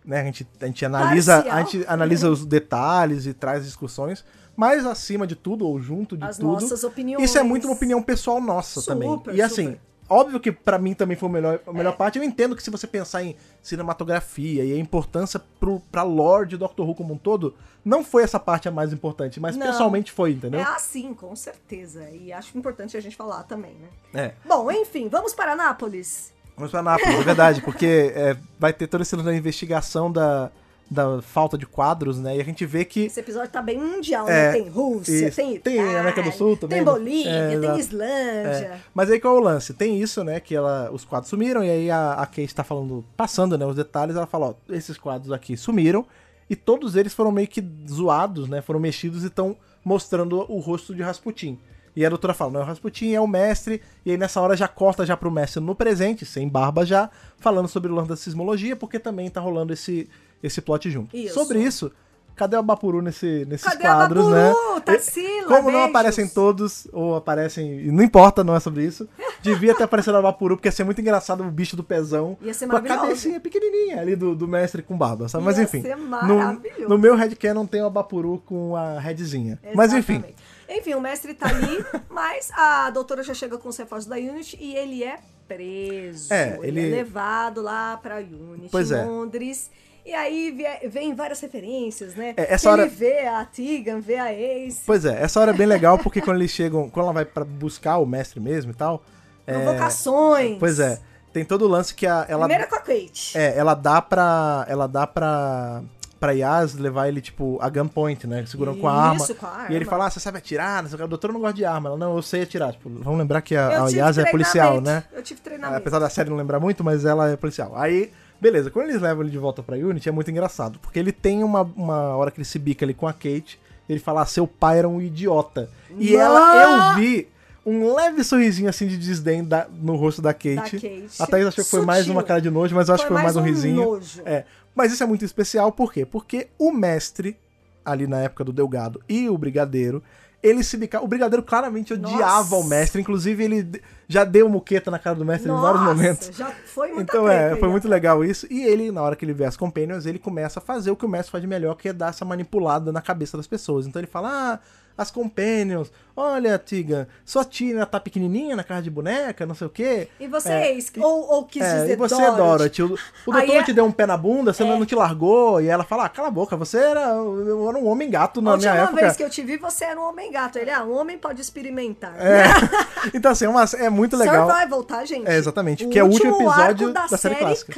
Speaker 1: né? A gente, a gente analisa,
Speaker 2: Parcial.
Speaker 1: a gente analisa os detalhes e traz discussões, mas acima de tudo, ou junto de
Speaker 2: As
Speaker 1: tudo,
Speaker 2: nossas opiniões.
Speaker 1: isso é muito uma opinião pessoal nossa
Speaker 2: Super, É.
Speaker 1: também. E assim,
Speaker 2: super.
Speaker 1: óbvio que pra mim também foi a melhor, a melhor parte. Eu entendo que se você pensar em cinematografia e a importância pro, pra lore de Doctor Who como um todo, não foi essa parte a mais importante, mas
Speaker 2: Não.
Speaker 1: pessoalmente foi, entendeu?
Speaker 2: É assim, com certeza. E acho importante a gente falar também, né?
Speaker 1: É.
Speaker 2: Bom, enfim, vamos para Nápoles.
Speaker 1: Vamos pra Nápoles, é verdade, porque é, vai ter todo esse lance da investigação da, da falta de quadros, né? E a gente vê que.
Speaker 2: Esse episódio tá bem mundial,
Speaker 1: É,
Speaker 2: né? Tem Rússia,
Speaker 1: isso.
Speaker 2: tem
Speaker 1: Tem
Speaker 2: Itália,
Speaker 1: América do Sul também,
Speaker 2: Tem
Speaker 1: né?
Speaker 2: Bolívia,
Speaker 1: É, exato.
Speaker 2: tem Islândia.
Speaker 1: Mas aí qual é o lance? Tem isso, né? Que ela, os quadros sumiram, e aí a, a Kate tá falando, passando, né? Os detalhes, ela fala, ó, esses quadros aqui sumiram, e todos eles foram meio que zoados, né? Foram mexidos e estão mostrando o rosto de Rasputin. E a doutora fala, não é o Rasputin, é o mestre, e aí nessa hora já corta já pro mestre no presente, sem barba já, falando sobre o lance da sismologia, porque também tá rolando esse, esse plot junto.
Speaker 2: Isso.
Speaker 1: Sobre isso, cadê o Bapuru nesse, nesses
Speaker 2: Cadê a
Speaker 1: quadros,
Speaker 2: Baburu?
Speaker 1: né?
Speaker 2: Tarsila,
Speaker 1: Como não
Speaker 2: beijos.
Speaker 1: aparecem todos, ou aparecem. e Não importa, não é sobre isso. Devia ter aparecido a Vapuru, porque ia ser muito engraçado o bicho do pezão.
Speaker 2: Ia ser
Speaker 1: com a
Speaker 2: maravilhoso.
Speaker 1: cabecinha pequenininha ali do, do mestre com barba, sabe? Mas
Speaker 2: Ia
Speaker 1: enfim.
Speaker 2: ser
Speaker 1: no,
Speaker 2: maravilhoso.
Speaker 1: no meu headcanon tem o Abapuru com a headzinha. Mas enfim.
Speaker 2: Exatamente. Enfim, o mestre
Speaker 1: [laughs]
Speaker 2: tá ali, mas a doutora já chega com os reforços da Unity e ele é preso.
Speaker 1: É,
Speaker 2: é
Speaker 1: ele-
Speaker 2: levado lá pra Unity,
Speaker 1: Pois é.
Speaker 2: em Londres. E aí vie- vem várias referências, né?
Speaker 1: É, essa
Speaker 2: Que
Speaker 1: hora-
Speaker 2: Ele vê a Tegan, vê a Ace.
Speaker 1: Pois é, essa hora é bem legal, porque quando eles chegam. Quando ela vai pra buscar o mestre mesmo e tal. É,
Speaker 2: Provocações.
Speaker 1: pois é. Tem todo o lance que a, ela.
Speaker 2: Primeira com a Kate.
Speaker 1: É, ela dá pra. Ela dá pra. Pra Yas levar ele, tipo, a gunpoint, né? Segurando com a arma.
Speaker 2: Isso, com a arma.
Speaker 1: E ele fala, ah, você sabe atirar, não sei o que. O doutor não gosta de arma. Ela, não, eu sei atirar. Tipo, vamos lembrar que a, a Yas é policial, né?
Speaker 2: Eu tive treinamento.
Speaker 1: Apesar da série não lembrar muito, mas ela é policial. Aí, beleza, quando eles levam ele de volta pra Unity, é muito engraçado. Porque ele tem uma, uma hora que ele se bica ali com a Kate, ele fala, ah, seu pai era um idiota. E
Speaker 2: Não!
Speaker 1: ela, eu vi um leve sorrisinho assim de desdém da- no rosto da Kate.
Speaker 2: Da Kate.
Speaker 1: A Thaís achou que foi mais
Speaker 2: Sutil.
Speaker 1: uma cara de nojo, mas eu acho que foi mais, um, risinho.
Speaker 2: nojo.
Speaker 1: É. Mas isso é muito especial, por quê? Porque o mestre, ali na época do Delgado, e o Brigadeiro, eles se bicavam. O Brigadeiro claramente odiava
Speaker 2: Nossa.
Speaker 1: o mestre, inclusive ele d- já deu um muqueta na cara do mestre em vários
Speaker 2: Nossa,
Speaker 1: momentos.
Speaker 2: Já foi muita
Speaker 1: Então é,
Speaker 2: treta
Speaker 1: foi
Speaker 2: aí, né?
Speaker 1: muito legal isso. E ele, na hora que ele vê as Companions, ele começa a fazer o que o mestre faz de melhor, que é dar essa manipulada na cabeça das pessoas. Então ele fala, ah, as Companions, olha, Tigan, sua tia ainda tá pequenininha na casa de boneca, não sei o quê.
Speaker 2: E você,
Speaker 1: É.
Speaker 2: Ace, ou, ou quis
Speaker 1: É,
Speaker 2: dizer
Speaker 1: e você,
Speaker 2: Dorothy.
Speaker 1: Dorothy, o, o doutor
Speaker 2: Aí é-
Speaker 1: te deu um pé na bunda, você não te largou, e ela fala, ah, cala a boca, você era, eu era um homem gato
Speaker 2: A
Speaker 1: na minha
Speaker 2: última
Speaker 1: época.
Speaker 2: vez que eu te vi, você era um homem gato. Ele, ah, um homem pode experimentar. [laughs]
Speaker 1: É. [laughs] Então, assim, é, uma- é muito legal.
Speaker 2: Survival, tá, gente?
Speaker 1: É, exatamente, que é o último episódio
Speaker 2: arco da, série, clássica.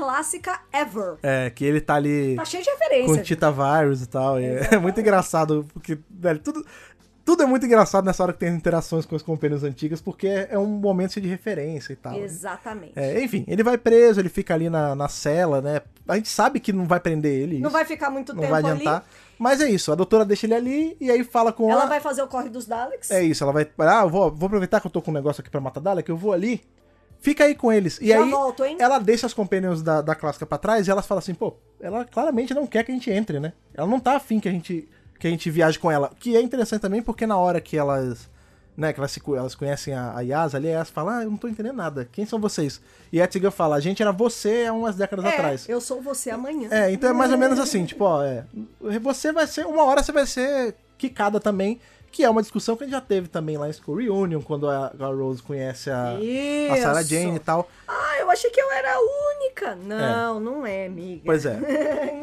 Speaker 2: ever.
Speaker 1: É, que ele tá ali
Speaker 2: Tá cheio de
Speaker 1: com
Speaker 2: referência.
Speaker 1: Tita Virus e tal. e é muito engraçado, porque, velho, tudo. Tudo é muito engraçado nessa hora que tem as interações com as companhias antigas, porque é um momento cheio de referência e tal. né?
Speaker 2: Exatamente.
Speaker 1: É, enfim, ele vai preso, ele fica ali na, na cela, né? A gente sabe que não vai prender ele.
Speaker 2: Não
Speaker 1: isso.
Speaker 2: vai ficar muito
Speaker 1: não
Speaker 2: tempo
Speaker 1: vai adiantar.
Speaker 2: ali.
Speaker 1: Mas é isso, a doutora deixa ele ali e aí fala com
Speaker 2: Ela
Speaker 1: a-
Speaker 2: vai fazer o corre dos Daleks.
Speaker 1: É isso, ela vai. Ah, eu vou, vou aproveitar que eu tô com um negócio aqui pra matar Dalek, eu vou ali. Fica aí com eles. E
Speaker 2: Já
Speaker 1: aí
Speaker 2: volto, hein?
Speaker 1: ela deixa as companions da, da clássica pra trás e elas falam assim, pô, ela claramente não quer que a gente entre, né? Ela não tá afim que a gente que a gente viaje com ela. Que é interessante também porque na hora que elas. Né, que elas, se, co- elas conhecem a, a Yas ali, a Yas fala, ah, eu não tô entendendo nada. Quem são vocês? E a Tigan fala, a gente era você há umas décadas
Speaker 2: É,
Speaker 1: atrás.
Speaker 2: eu sou você amanhã.
Speaker 1: É, então é mais ou menos assim, tipo, ó, é, você vai ser, uma hora você vai ser quicada também, que é uma discussão que a gente já teve também lá em School Reunion, quando a, a Rose conhece a, a
Speaker 2: Isso.
Speaker 1: Sarah Jane e tal.
Speaker 2: Ah, eu achei que eu era a única. Não, não é, amiga.
Speaker 1: Pois é.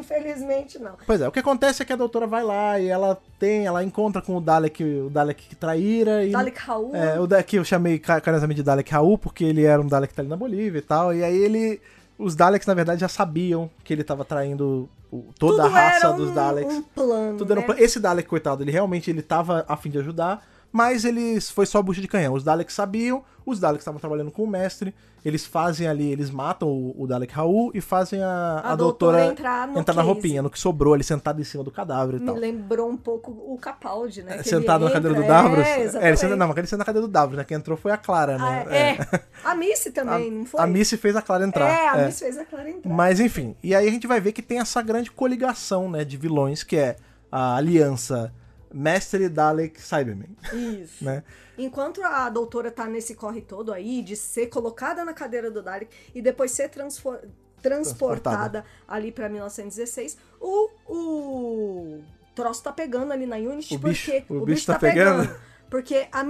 Speaker 2: [laughs] Infelizmente, não.
Speaker 1: Pois é, o que acontece é que a doutora vai lá e ela tem, ela encontra com o Dalek, o Dalek que traíra e...
Speaker 2: Dalek Raul.
Speaker 1: É, o daqui eu chamei ca- carinhosamente de Dalek Raul, porque ele era um Dalek que tá ali na Bolívia e tal. E aí ele. Os Daleks, na verdade, já sabiam que ele tava traindo o- toda a
Speaker 2: Tudo era
Speaker 1: raça
Speaker 2: um-
Speaker 1: dos Daleks.
Speaker 2: Um plano,
Speaker 1: Tudo era um
Speaker 2: né?
Speaker 1: plan- Esse Dalek, coitado, ele realmente ele tava a fim de ajudar, mas ele foi só bucha de canhão. Os Daleks sabiam, os Daleks estavam trabalhando com o mestre, eles fazem ali, eles matam o, o Dalek Raul e fazem a,
Speaker 2: A
Speaker 1: a
Speaker 2: doutora
Speaker 1: doutora,
Speaker 2: entrar no
Speaker 1: na
Speaker 2: case.
Speaker 1: roupinha, no que sobrou ali, sentada em cima do cadáver e
Speaker 2: Me
Speaker 1: tal.
Speaker 2: lembrou um pouco o Capaldi, né?
Speaker 1: É,
Speaker 2: que
Speaker 1: Sentado
Speaker 2: ele
Speaker 1: na cadeira do
Speaker 2: entra-
Speaker 1: Davros?
Speaker 2: É,
Speaker 1: é, ele
Speaker 2: exatamente.
Speaker 1: senta, não, mas ele senta na cadeira do Davros, né? Quem entrou foi a Clara,
Speaker 2: Ah,
Speaker 1: né?
Speaker 2: é. A Missy também, não foi?
Speaker 1: [laughs] A Missy fez a Clara entrar.
Speaker 2: É, a
Speaker 1: é.
Speaker 2: Missy fez a Clara entrar.
Speaker 1: Mas enfim, e aí a gente vai ver que tem essa grande coligação, né, de vilões, que é a aliança Mestre Dalek Cyberman,
Speaker 2: Isso.
Speaker 1: né?
Speaker 2: Enquanto a doutora tá nesse corre todo aí de ser colocada na cadeira do Dalek e depois ser transfor- transportada,
Speaker 1: Transportada.
Speaker 2: ali pra 1916, o, o troço tá pegando ali na Unity
Speaker 1: O
Speaker 2: porque
Speaker 1: bicho- o bicho
Speaker 2: bicho
Speaker 1: tá pegando.
Speaker 2: Porque a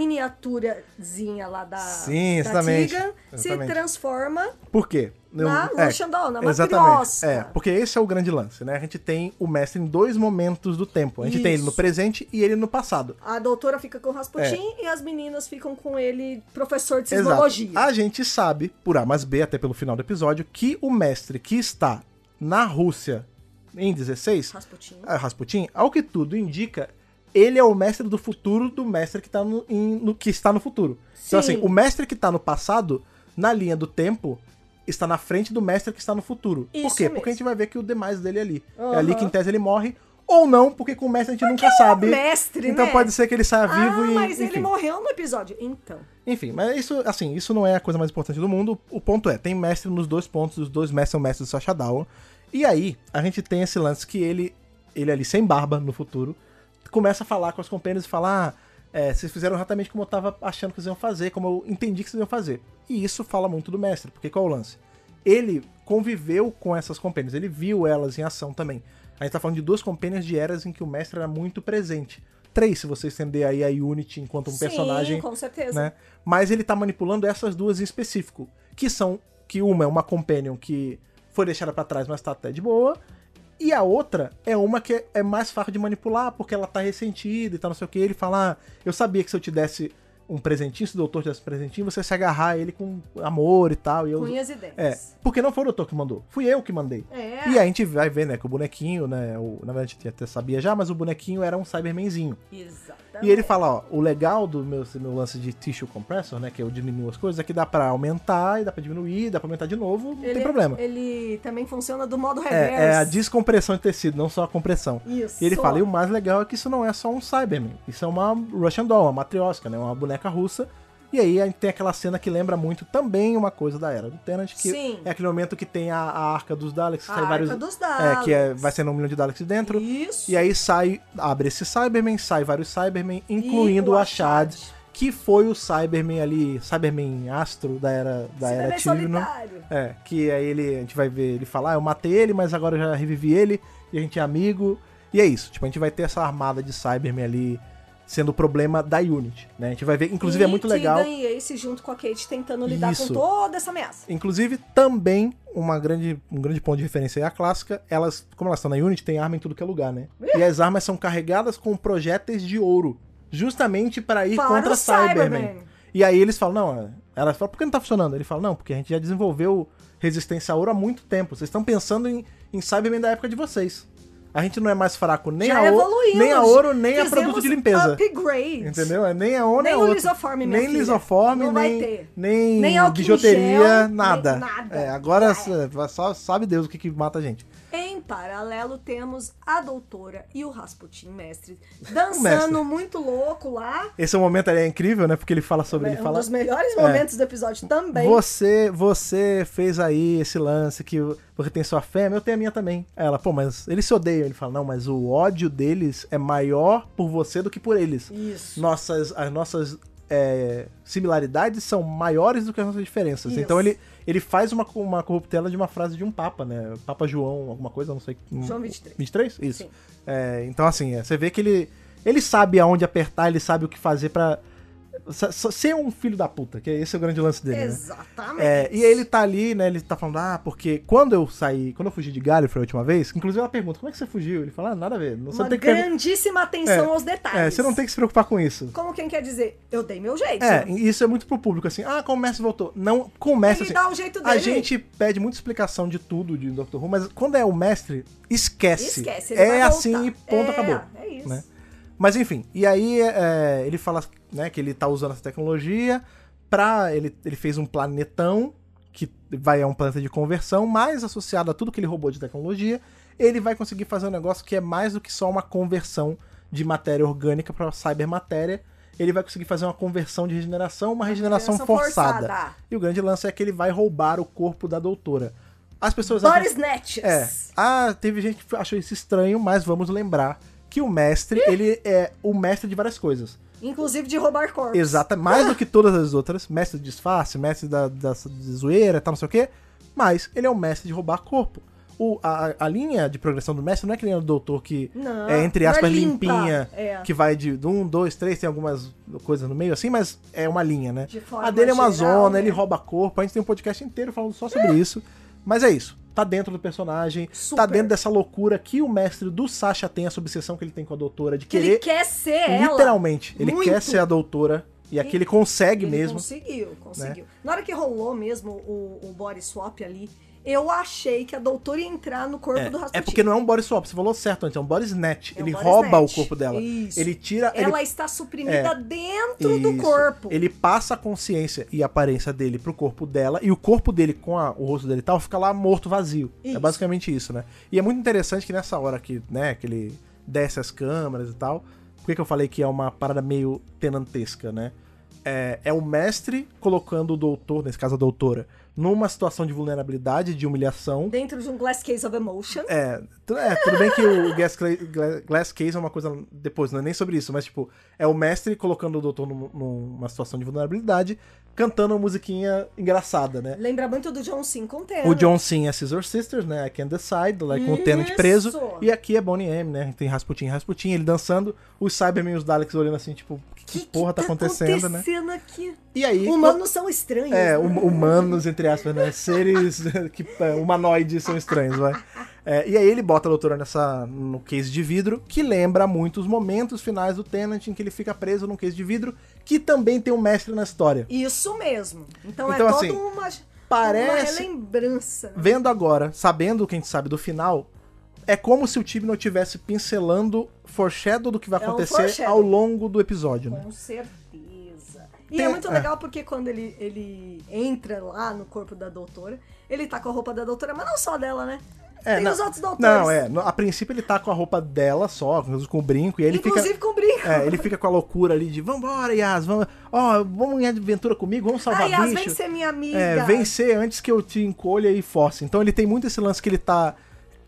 Speaker 2: miniaturazinha lá da,
Speaker 1: Sim,
Speaker 2: da
Speaker 1: exatamente,
Speaker 2: Tegan se
Speaker 1: exatamente.
Speaker 2: transforma
Speaker 1: Por quê?
Speaker 2: na
Speaker 1: é,
Speaker 2: Luxandol, na
Speaker 1: Exatamente.
Speaker 2: matriosca.
Speaker 1: É, porque esse é o grande lance, né? A gente tem o mestre em dois momentos do tempo. A gente tem ele no
Speaker 2: Isso.
Speaker 1: presente e ele no passado.
Speaker 2: A doutora fica com o Rasputin e as meninas ficam com ele, professor de
Speaker 1: É. Exato. Ah,
Speaker 2: sismologia.
Speaker 1: A gente sabe, por A mais B, até pelo final do episódio, que o mestre que está na Rússia em 16,
Speaker 2: Rasputin.
Speaker 1: ah, Rasputin, ao que tudo indica, ele é o mestre do futuro do mestre que, tá no, em- no- que está no futuro. Então,
Speaker 2: Sim.
Speaker 1: assim, o mestre que está no passado, na linha do tempo, está na frente do mestre que está no futuro.
Speaker 2: Isso
Speaker 1: Por quê?
Speaker 2: mesmo.
Speaker 1: Porque a gente vai ver que o demais dele é ali. É
Speaker 2: Aham. é
Speaker 1: ali que, em tese, ele morre. Ou não, porque com o mestre a gente nunca sabe.
Speaker 2: um mestre,
Speaker 1: então
Speaker 2: né?
Speaker 1: pode ser que ele saia vivo
Speaker 2: ah,
Speaker 1: e.
Speaker 2: mas ele
Speaker 1: enfim.
Speaker 2: morreu no episódio. Então.
Speaker 1: Enfim, mas isso, assim, isso não é a coisa mais importante do mundo. O ponto é, tem mestre nos dois pontos, os dois mestres são mestres do Sasha Down. E aí, a gente tem esse lance que ele, ele ali sem barba no futuro, começa a falar com as companheiras e falar: ah, é, vocês fizeram exatamente como eu tava achando que vocês iam fazer, como eu entendi que vocês iam fazer. E isso fala muito do mestre, porque qual é o lance? Ele conviveu com essas companheiras, ele viu elas em ação também. A gente tá falando de duas companheiras de eras em que o mestre era muito presente. Três, se você estender aí a Unity enquanto um personagem
Speaker 2: Sim, com certeza.
Speaker 1: né? Mas ele tá manipulando essas duas em específico, que são que uma é uma companion que foi deixada pra trás, mas tá até de boa, e a outra é uma que é mais fácil de manipular, porque ela tá ressentida e tal, não sei o que. Ele fala: ah, "Eu sabia que se eu te desse um presentinho, se o doutor te desse um presentinho, você ia se agarrar a ele com amor e tal". E eu
Speaker 2: Cunhas e
Speaker 1: é,
Speaker 2: dentes.
Speaker 1: porque não foi o doutor que mandou, fui eu que mandei.
Speaker 2: É.
Speaker 1: E a gente vai ver, né, que o bonequinho, né, o- na verdade a gente até sabia já, mas o bonequinho era um Cybermanzinho.
Speaker 2: Exatamente.
Speaker 1: E ele fala, ó, o legal do meu, meu lance de tissue compressor, né, que eu diminuo as coisas, é que dá pra aumentar e dá pra diminuir, dá pra aumentar de novo, não tem
Speaker 2: Ele- é-
Speaker 1: problema.
Speaker 2: Ele também funciona do
Speaker 1: É,
Speaker 2: modo reverso.
Speaker 1: é a descompressão de tecido, não só a compressão.
Speaker 2: Isso.
Speaker 1: E ele fala, e o mais legal é que isso não é só um Cyberman, isso é uma Russian Doll, uma matrioska, né, uma boneca russa. E aí a gente tem aquela cena que lembra muito também uma coisa da Era do Tenant, que
Speaker 2: Sim.
Speaker 1: é aquele momento que tem a, a arca dos Daleks,
Speaker 2: A
Speaker 1: sai
Speaker 2: arca
Speaker 1: vários...
Speaker 2: dos
Speaker 1: É, que é,
Speaker 2: Daleks.
Speaker 1: vai sendo um milhão de Daleks dentro.
Speaker 2: Isso.
Speaker 1: E aí sai, abre esse Cyberman, sai vários Cybermen, incluindo
Speaker 2: o
Speaker 1: o
Speaker 2: Ashad.
Speaker 1: Ashad, que foi o Cyberman ali, Cyberman Astro da era da era
Speaker 2: Cyberman
Speaker 1: Tivno.
Speaker 2: é solitário.
Speaker 1: É, que aí ele, a gente vai ver ele falar, "Ah, eu matei ele, mas agora eu já revivi ele e a gente é amigo. E é isso, tipo, a gente vai ter essa armada de Cybermen ali sendo o problema da Unity, né? A gente vai ver, inclusive é
Speaker 2: E
Speaker 1: muito
Speaker 2: Tegan
Speaker 1: legal.
Speaker 2: E Ace junto com a Kate tentando lidar
Speaker 1: Isso.
Speaker 2: com toda essa ameaça.
Speaker 1: Inclusive, também uma grande, um grande ponto de referência aí é a clássica. Elas, como elas estão na Unity, tem arma em tudo que é lugar, né? E as armas são carregadas com projéteis de ouro. Justamente para ir
Speaker 2: Para
Speaker 1: contra
Speaker 2: o
Speaker 1: Cyberman.
Speaker 2: Cyberman.
Speaker 1: E aí eles falam, não, elas falam, por que não tá funcionando? Ele fala, não, porque a gente já desenvolveu resistência a ouro há muito tempo. Vocês estão pensando em, em Cyberman da época de vocês. A gente não é mais fraco nem,
Speaker 2: Já
Speaker 1: a, ouro,
Speaker 2: evoluímos.
Speaker 1: nem a ouro, nem a
Speaker 2: Fizemos
Speaker 1: produto de limpeza.
Speaker 2: Upgrade.
Speaker 1: Entendeu? É nem a ONU,
Speaker 2: Nem
Speaker 1: é
Speaker 2: o
Speaker 1: outro.
Speaker 2: lisoforme, minha
Speaker 1: Nem
Speaker 2: filha.
Speaker 1: lisoforme,
Speaker 2: Não vai
Speaker 1: nem,
Speaker 2: ter.
Speaker 1: nem,
Speaker 2: Nem álcool em
Speaker 1: bijuteria,
Speaker 2: gel, nem
Speaker 1: nada.
Speaker 2: nada. É.
Speaker 1: É, agora só sabe Deus o que, que mata a gente.
Speaker 2: Em Em paralelo, temos a doutora e o Rasputin
Speaker 1: [laughs]
Speaker 2: mestre dançando
Speaker 1: mestre.
Speaker 2: muito louco lá.
Speaker 1: Esse momento ali é incrível, né? Porque ele fala sobre ele
Speaker 2: um
Speaker 1: fala.
Speaker 2: dos melhores momentos do episódio também.
Speaker 1: Você, você fez aí esse lance que você tem sua fêmea, eu tenho a minha também. Aí ela, pô, mas eles se odeiam. Ele fala, não, mas o ódio deles é maior por você do que por eles.
Speaker 2: Isso.
Speaker 1: Nossas, as nossas é, similaridades são maiores do que as nossas diferenças.
Speaker 2: Isso.
Speaker 1: Então ele, ele faz uma, uma corruptela de uma frase de um papa, né? Papa João, alguma coisa, não sei.
Speaker 2: João 23.
Speaker 1: 23? Isso.
Speaker 2: Sim.
Speaker 1: É, então, assim, é, você vê que ele, ele sabe aonde apertar, ele sabe o que fazer pra sa- sa- ser um filho da puta, que esse é o grande lance dele, né?
Speaker 2: Exatamente.
Speaker 1: É, e ele tá ali, né? Ele tá falando, ah, porque quando eu saí, quando eu fugi de Gallifrey a última vez, inclusive ela pergunta, como é que você fugiu? Ele fala, ah, nada a ver. Você,
Speaker 2: Uma
Speaker 1: não tem, que,
Speaker 2: grandíssima atenção
Speaker 1: É,
Speaker 2: aos detalhes.
Speaker 1: é, você não tem que se preocupar com isso.
Speaker 2: Como quem quer dizer, eu dei meu jeito.
Speaker 1: É, e isso é muito pro público, assim, ah, como o Messi voltou. Não, com o Messi,
Speaker 2: Ele
Speaker 1: assim,
Speaker 2: dá o jeito dele.
Speaker 1: a gente pede muita explicação de tudo de Doctor Who, mas quando é o mestre, esquece.
Speaker 2: Esquece, ele vai
Speaker 1: é
Speaker 2: voltar.
Speaker 1: assim e ponto,
Speaker 2: É,
Speaker 1: acabou.
Speaker 2: É isso.
Speaker 1: né? Mas enfim, e aí é, ele fala né, que ele tá usando essa tecnologia pra. Ele, ele fez um planetão que vai a um planeta de conversão, mas associado a tudo que ele roubou de tecnologia, ele vai conseguir fazer um negócio que é mais do que só uma conversão de matéria orgânica pra cybermatéria. Ele vai conseguir fazer uma conversão de regeneração, uma regeneração,
Speaker 2: Regeneração
Speaker 1: forçada. E o grande lance é que ele vai roubar o corpo da doutora. As pessoas acham-
Speaker 2: Body snatches.
Speaker 1: é. Ah, teve gente que achou isso estranho, mas vamos lembrar que o mestre, ele é o mestre de várias coisas.
Speaker 2: Inclusive de roubar corpos.
Speaker 1: Exata, mais do que todas as outras. Mestre de disfarce, mestre da, da, de zoeira, tal, não sei o quê. Mas ele é o mestre de roubar corpo. O, a, a linha de progressão do mestre não é que nem a do doutor que
Speaker 2: Não,
Speaker 1: é, entre
Speaker 2: não é
Speaker 1: aspas,
Speaker 2: limpa,
Speaker 1: limpinha,
Speaker 2: é.
Speaker 1: que vai de 1, 2, 3, tem algumas coisas no meio assim, mas é uma linha, né?
Speaker 2: De forma
Speaker 1: A dele é uma
Speaker 2: geral,
Speaker 1: zona,
Speaker 2: né? Hum.
Speaker 1: ele rouba corpo, a gente tem um podcast inteiro falando só sobre isso. Mas é isso. Tá dentro do personagem,
Speaker 2: Super.
Speaker 1: tá dentro dessa loucura que o mestre do Sasha tem, essa obsessão que ele tem com a doutora, de
Speaker 2: Que
Speaker 1: querer.
Speaker 2: ele quer ser É ela.
Speaker 1: literalmente, ele
Speaker 2: Muito.
Speaker 1: quer ser a doutora. E aqui ele consegue
Speaker 2: Ele
Speaker 1: mesmo. né?
Speaker 2: conseguiu, conseguiu. Na hora que rolou mesmo o, o body swap ali, eu achei que a doutora ia entrar no corpo do
Speaker 1: É,
Speaker 2: Rasputin.
Speaker 1: é porque não é um body swap, você falou certo antes, é um body snatch.
Speaker 2: É um
Speaker 1: ele
Speaker 2: body
Speaker 1: rouba
Speaker 2: snatch.
Speaker 1: o corpo dela.
Speaker 2: Isso.
Speaker 1: Ele tira. ele
Speaker 2: Ela um está suprimida
Speaker 1: É.
Speaker 2: dentro do
Speaker 1: Isso.
Speaker 2: corpo.
Speaker 1: Ele passa a consciência e a aparência dele pro corpo dela, e o corpo dele com a- o rosto dele e tal fica lá morto, vazio. É
Speaker 2: Isso.
Speaker 1: basicamente isso, né? E é muito interessante que nessa hora que, né, que ele desce as câmeras e tal, por que, que eu falei que é uma parada meio tenantesca, né? É, é o mestre colocando o doutor, nesse caso a doutora, numa situação de vulnerabilidade, de humilhação.
Speaker 2: Dentro de um glass case of emotion.
Speaker 1: É, tu- é, tudo bem que o Glass, Cla- Gla- Glass Case é uma coisa depois, não é nem sobre isso, mas tipo, é o mestre colocando o doutor num- numa situação de vulnerabilidade, cantando uma musiquinha engraçada, né?
Speaker 2: Lembra muito do John Sim com
Speaker 1: O John Sim é Scissor Sisters, né? I Can Decide, lá com o Tenant
Speaker 2: Isso!
Speaker 1: preso. E aqui é Bonnie M, né? Tem Rasputin, Rasputin, ele dançando, os Cybermen e os Daleks olhando assim, tipo, que, que porra tá, acontecendo, né?
Speaker 2: acontecendo aqui?
Speaker 1: E aí.
Speaker 2: Humanos são estranhos.
Speaker 1: É,
Speaker 2: né?
Speaker 1: hum- humanos, entre aspas, né? Seres [laughs] que, é, humanoides são estranhos, vai. É, e aí ele bota a doutora nessa, no case de vidro, que lembra muito os momentos finais do Tenant em que ele fica preso num case de vidro, que também tem um mestre na história.
Speaker 2: Isso mesmo.
Speaker 1: Então,
Speaker 2: Então, é toda
Speaker 1: assim,
Speaker 2: uma,
Speaker 1: parece-
Speaker 2: uma relembrança. né?
Speaker 1: Vendo agora, sabendo o que a gente sabe do final, é como se o time não estivesse pincelando foreshadow do que vai
Speaker 2: É um
Speaker 1: acontecer
Speaker 2: foreshadow.
Speaker 1: ao longo do episódio, né?
Speaker 2: Com certeza. E
Speaker 1: Tem-
Speaker 2: é muito
Speaker 1: é.
Speaker 2: legal porque quando ele, ele entra lá no corpo da doutora, ele tá com a roupa da doutora, mas não só dela, né?
Speaker 1: É,
Speaker 2: Tem
Speaker 1: não-
Speaker 2: os outros doutores.
Speaker 1: Não, é. no- A princípio ele tá com a roupa dela só, com o brinco, e aí ele fica.
Speaker 2: Inclusive com brinco.
Speaker 1: É, ele fica com a loucura ali de vambora, Yas, vamos, ó, vamos em aventura comigo, vamos salvar
Speaker 2: Ai, Yas,
Speaker 1: bicho.
Speaker 2: vem ser minha amiga.
Speaker 1: É, vencer antes que eu te encolha e force. Então ele tem muito esse lance que ele tá.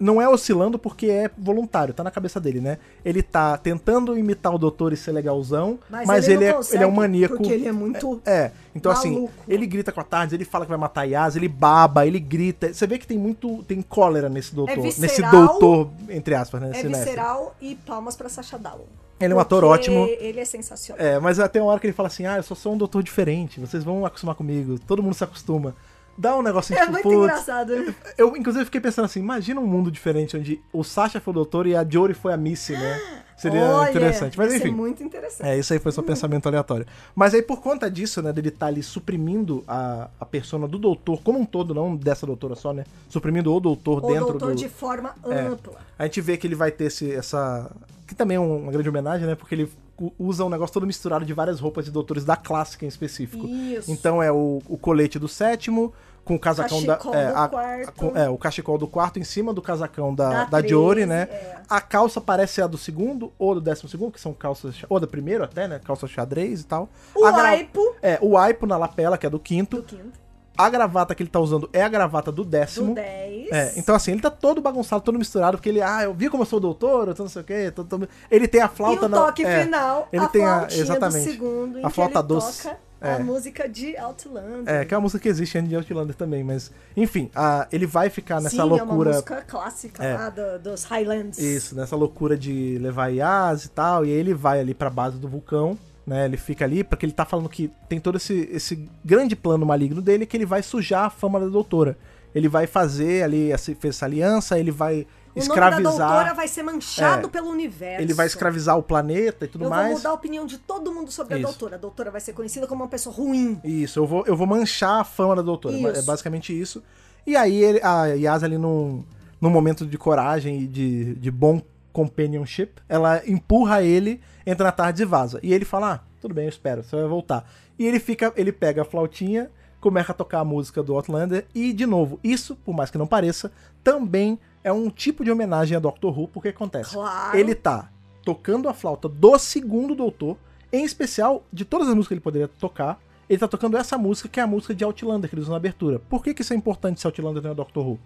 Speaker 1: Não é oscilando porque é voluntário, tá na cabeça dele, né? Ele tá tentando imitar o doutor e ser legalzão, mas, ele,
Speaker 2: não
Speaker 1: é,
Speaker 2: consegue,
Speaker 1: ele é um maníaco.
Speaker 2: Porque ele é muito.
Speaker 1: É, então assim,
Speaker 2: Maluco.
Speaker 1: ele grita com a tarde, ele fala que vai matar Yas, ele baba, ele grita. Você vê que tem muito. tem cólera nesse doutor. nesse
Speaker 2: É visceral.
Speaker 1: doutor, entre aspas, né?
Speaker 2: É,
Speaker 1: Nesse mestre.
Speaker 2: visceral e palmas pra Sacha Dallon.
Speaker 1: Ele é um ator
Speaker 2: Porque
Speaker 1: ótimo.
Speaker 2: Ele é sensacional.
Speaker 1: É, mas até uma hora que ele fala assim: ah, eu só sou um doutor diferente, vocês vão acostumar comigo, todo mundo se acostuma. Dá um negócio
Speaker 2: É,
Speaker 1: tipo,
Speaker 2: muito
Speaker 1: putz.
Speaker 2: engraçado. né?
Speaker 1: Eu, inclusive, fiquei pensando assim: imagina um mundo diferente onde o Sasha foi o doutor e a Jory foi a Missy, né? Seria
Speaker 2: Olha,
Speaker 1: interessante. Mas
Speaker 2: isso
Speaker 1: enfim.
Speaker 2: é muito Hum. interessante.
Speaker 1: É, isso aí foi só pensamento aleatório. Mas aí, por conta disso, né, dele estar ali suprimindo a, a persona do doutor como um todo, não dessa doutora só, né? Suprimindo o doutor
Speaker 2: o
Speaker 1: dentro
Speaker 2: doutor
Speaker 1: do. É.
Speaker 2: de forma ampla.
Speaker 1: A gente vê que ele vai ter esse, essa. Que também é uma grande homenagem, né? Porque ele u- usa um negócio todo misturado de várias roupas de doutores da clássica em específico.
Speaker 2: Isso.
Speaker 1: Então é o, o colete do sétimo, com o casacão da.
Speaker 2: Cachecol
Speaker 1: É,
Speaker 2: do
Speaker 1: a- a-
Speaker 2: quarto.
Speaker 1: com- é, o cachecol do quarto em cima do casacão da,
Speaker 2: Da
Speaker 1: da Jory,
Speaker 2: 13,
Speaker 1: né?
Speaker 2: é.
Speaker 1: A calça parece a do segundo ou do décimo segundo, que são calças. cha- Ou da primeira até, né? Calça xadrez e tal.
Speaker 2: O
Speaker 1: A gra-
Speaker 2: aipo
Speaker 1: É, o aipo na lapela, que é do quinto.
Speaker 2: do quinto,
Speaker 1: A gravata que ele tá usando é a gravata do
Speaker 2: do
Speaker 1: décimo.
Speaker 2: 10.
Speaker 1: É, então assim, ele tá todo bagunçado, todo misturado, porque ele, ah, eu vi como eu sou doutor, eu tô não sei o quê, tô- tô- ele tem a
Speaker 2: e
Speaker 1: flauta
Speaker 2: o
Speaker 1: na-
Speaker 2: toque
Speaker 1: é,
Speaker 2: final,
Speaker 1: ele
Speaker 2: a
Speaker 1: tem a-
Speaker 2: flautinha
Speaker 1: exatamente.
Speaker 2: do segundo, em
Speaker 1: A
Speaker 2: que
Speaker 1: flauta
Speaker 2: ele
Speaker 1: doce,
Speaker 2: toca
Speaker 1: é.
Speaker 2: a música de Outlander.
Speaker 1: É, que é uma música que existe em Outlander também, mas enfim, a- ele vai ficar nessa
Speaker 2: Sim,
Speaker 1: loucura
Speaker 2: é uma música clássica
Speaker 1: É.
Speaker 2: lá do- dos Highlands.
Speaker 1: Isso, nessa loucura de levar IAs e tal, e aí ele vai ali pra base do vulcão, né? Ele fica ali, porque ele tá falando que tem todo esse, esse grande plano maligno dele que ele vai sujar a fama da doutora. Ele vai fazer ali, essa, fez essa aliança, ele vai
Speaker 2: O nome da doutora
Speaker 1: escravizar.
Speaker 2: vai ser manchado
Speaker 1: É.
Speaker 2: pelo universo.
Speaker 1: Ele vai escravizar o planeta e tudo
Speaker 2: Eu vou
Speaker 1: mais.
Speaker 2: mudar a opinião de todo mundo sobre
Speaker 1: Isso.
Speaker 2: a doutora. A doutora vai ser conhecida como uma pessoa ruim.
Speaker 1: Isso, eu vou, eu vou manchar a fama da doutora.
Speaker 2: Isso.
Speaker 1: É basicamente isso. E aí ele- a Yas ali num, num momento de coragem e de, de bom companionship, ela empurra ele, entra na tarde e vaza. E ele fala: ah, tudo bem, eu espero, você vai voltar. E ele fica, ele pega a flautinha, começa a tocar a música do Outlander, e, de novo, isso, por mais que não pareça, também é um tipo de homenagem a Doctor Who, porque acontece.
Speaker 2: Claro.
Speaker 1: Ele tá tocando a flauta do segundo doutor, em especial de todas as músicas que ele poderia tocar. Ele tá tocando essa música, que é a música de Outlander que eles usam na abertura. Por que, que isso é importante se Outlander não é Doctor Who?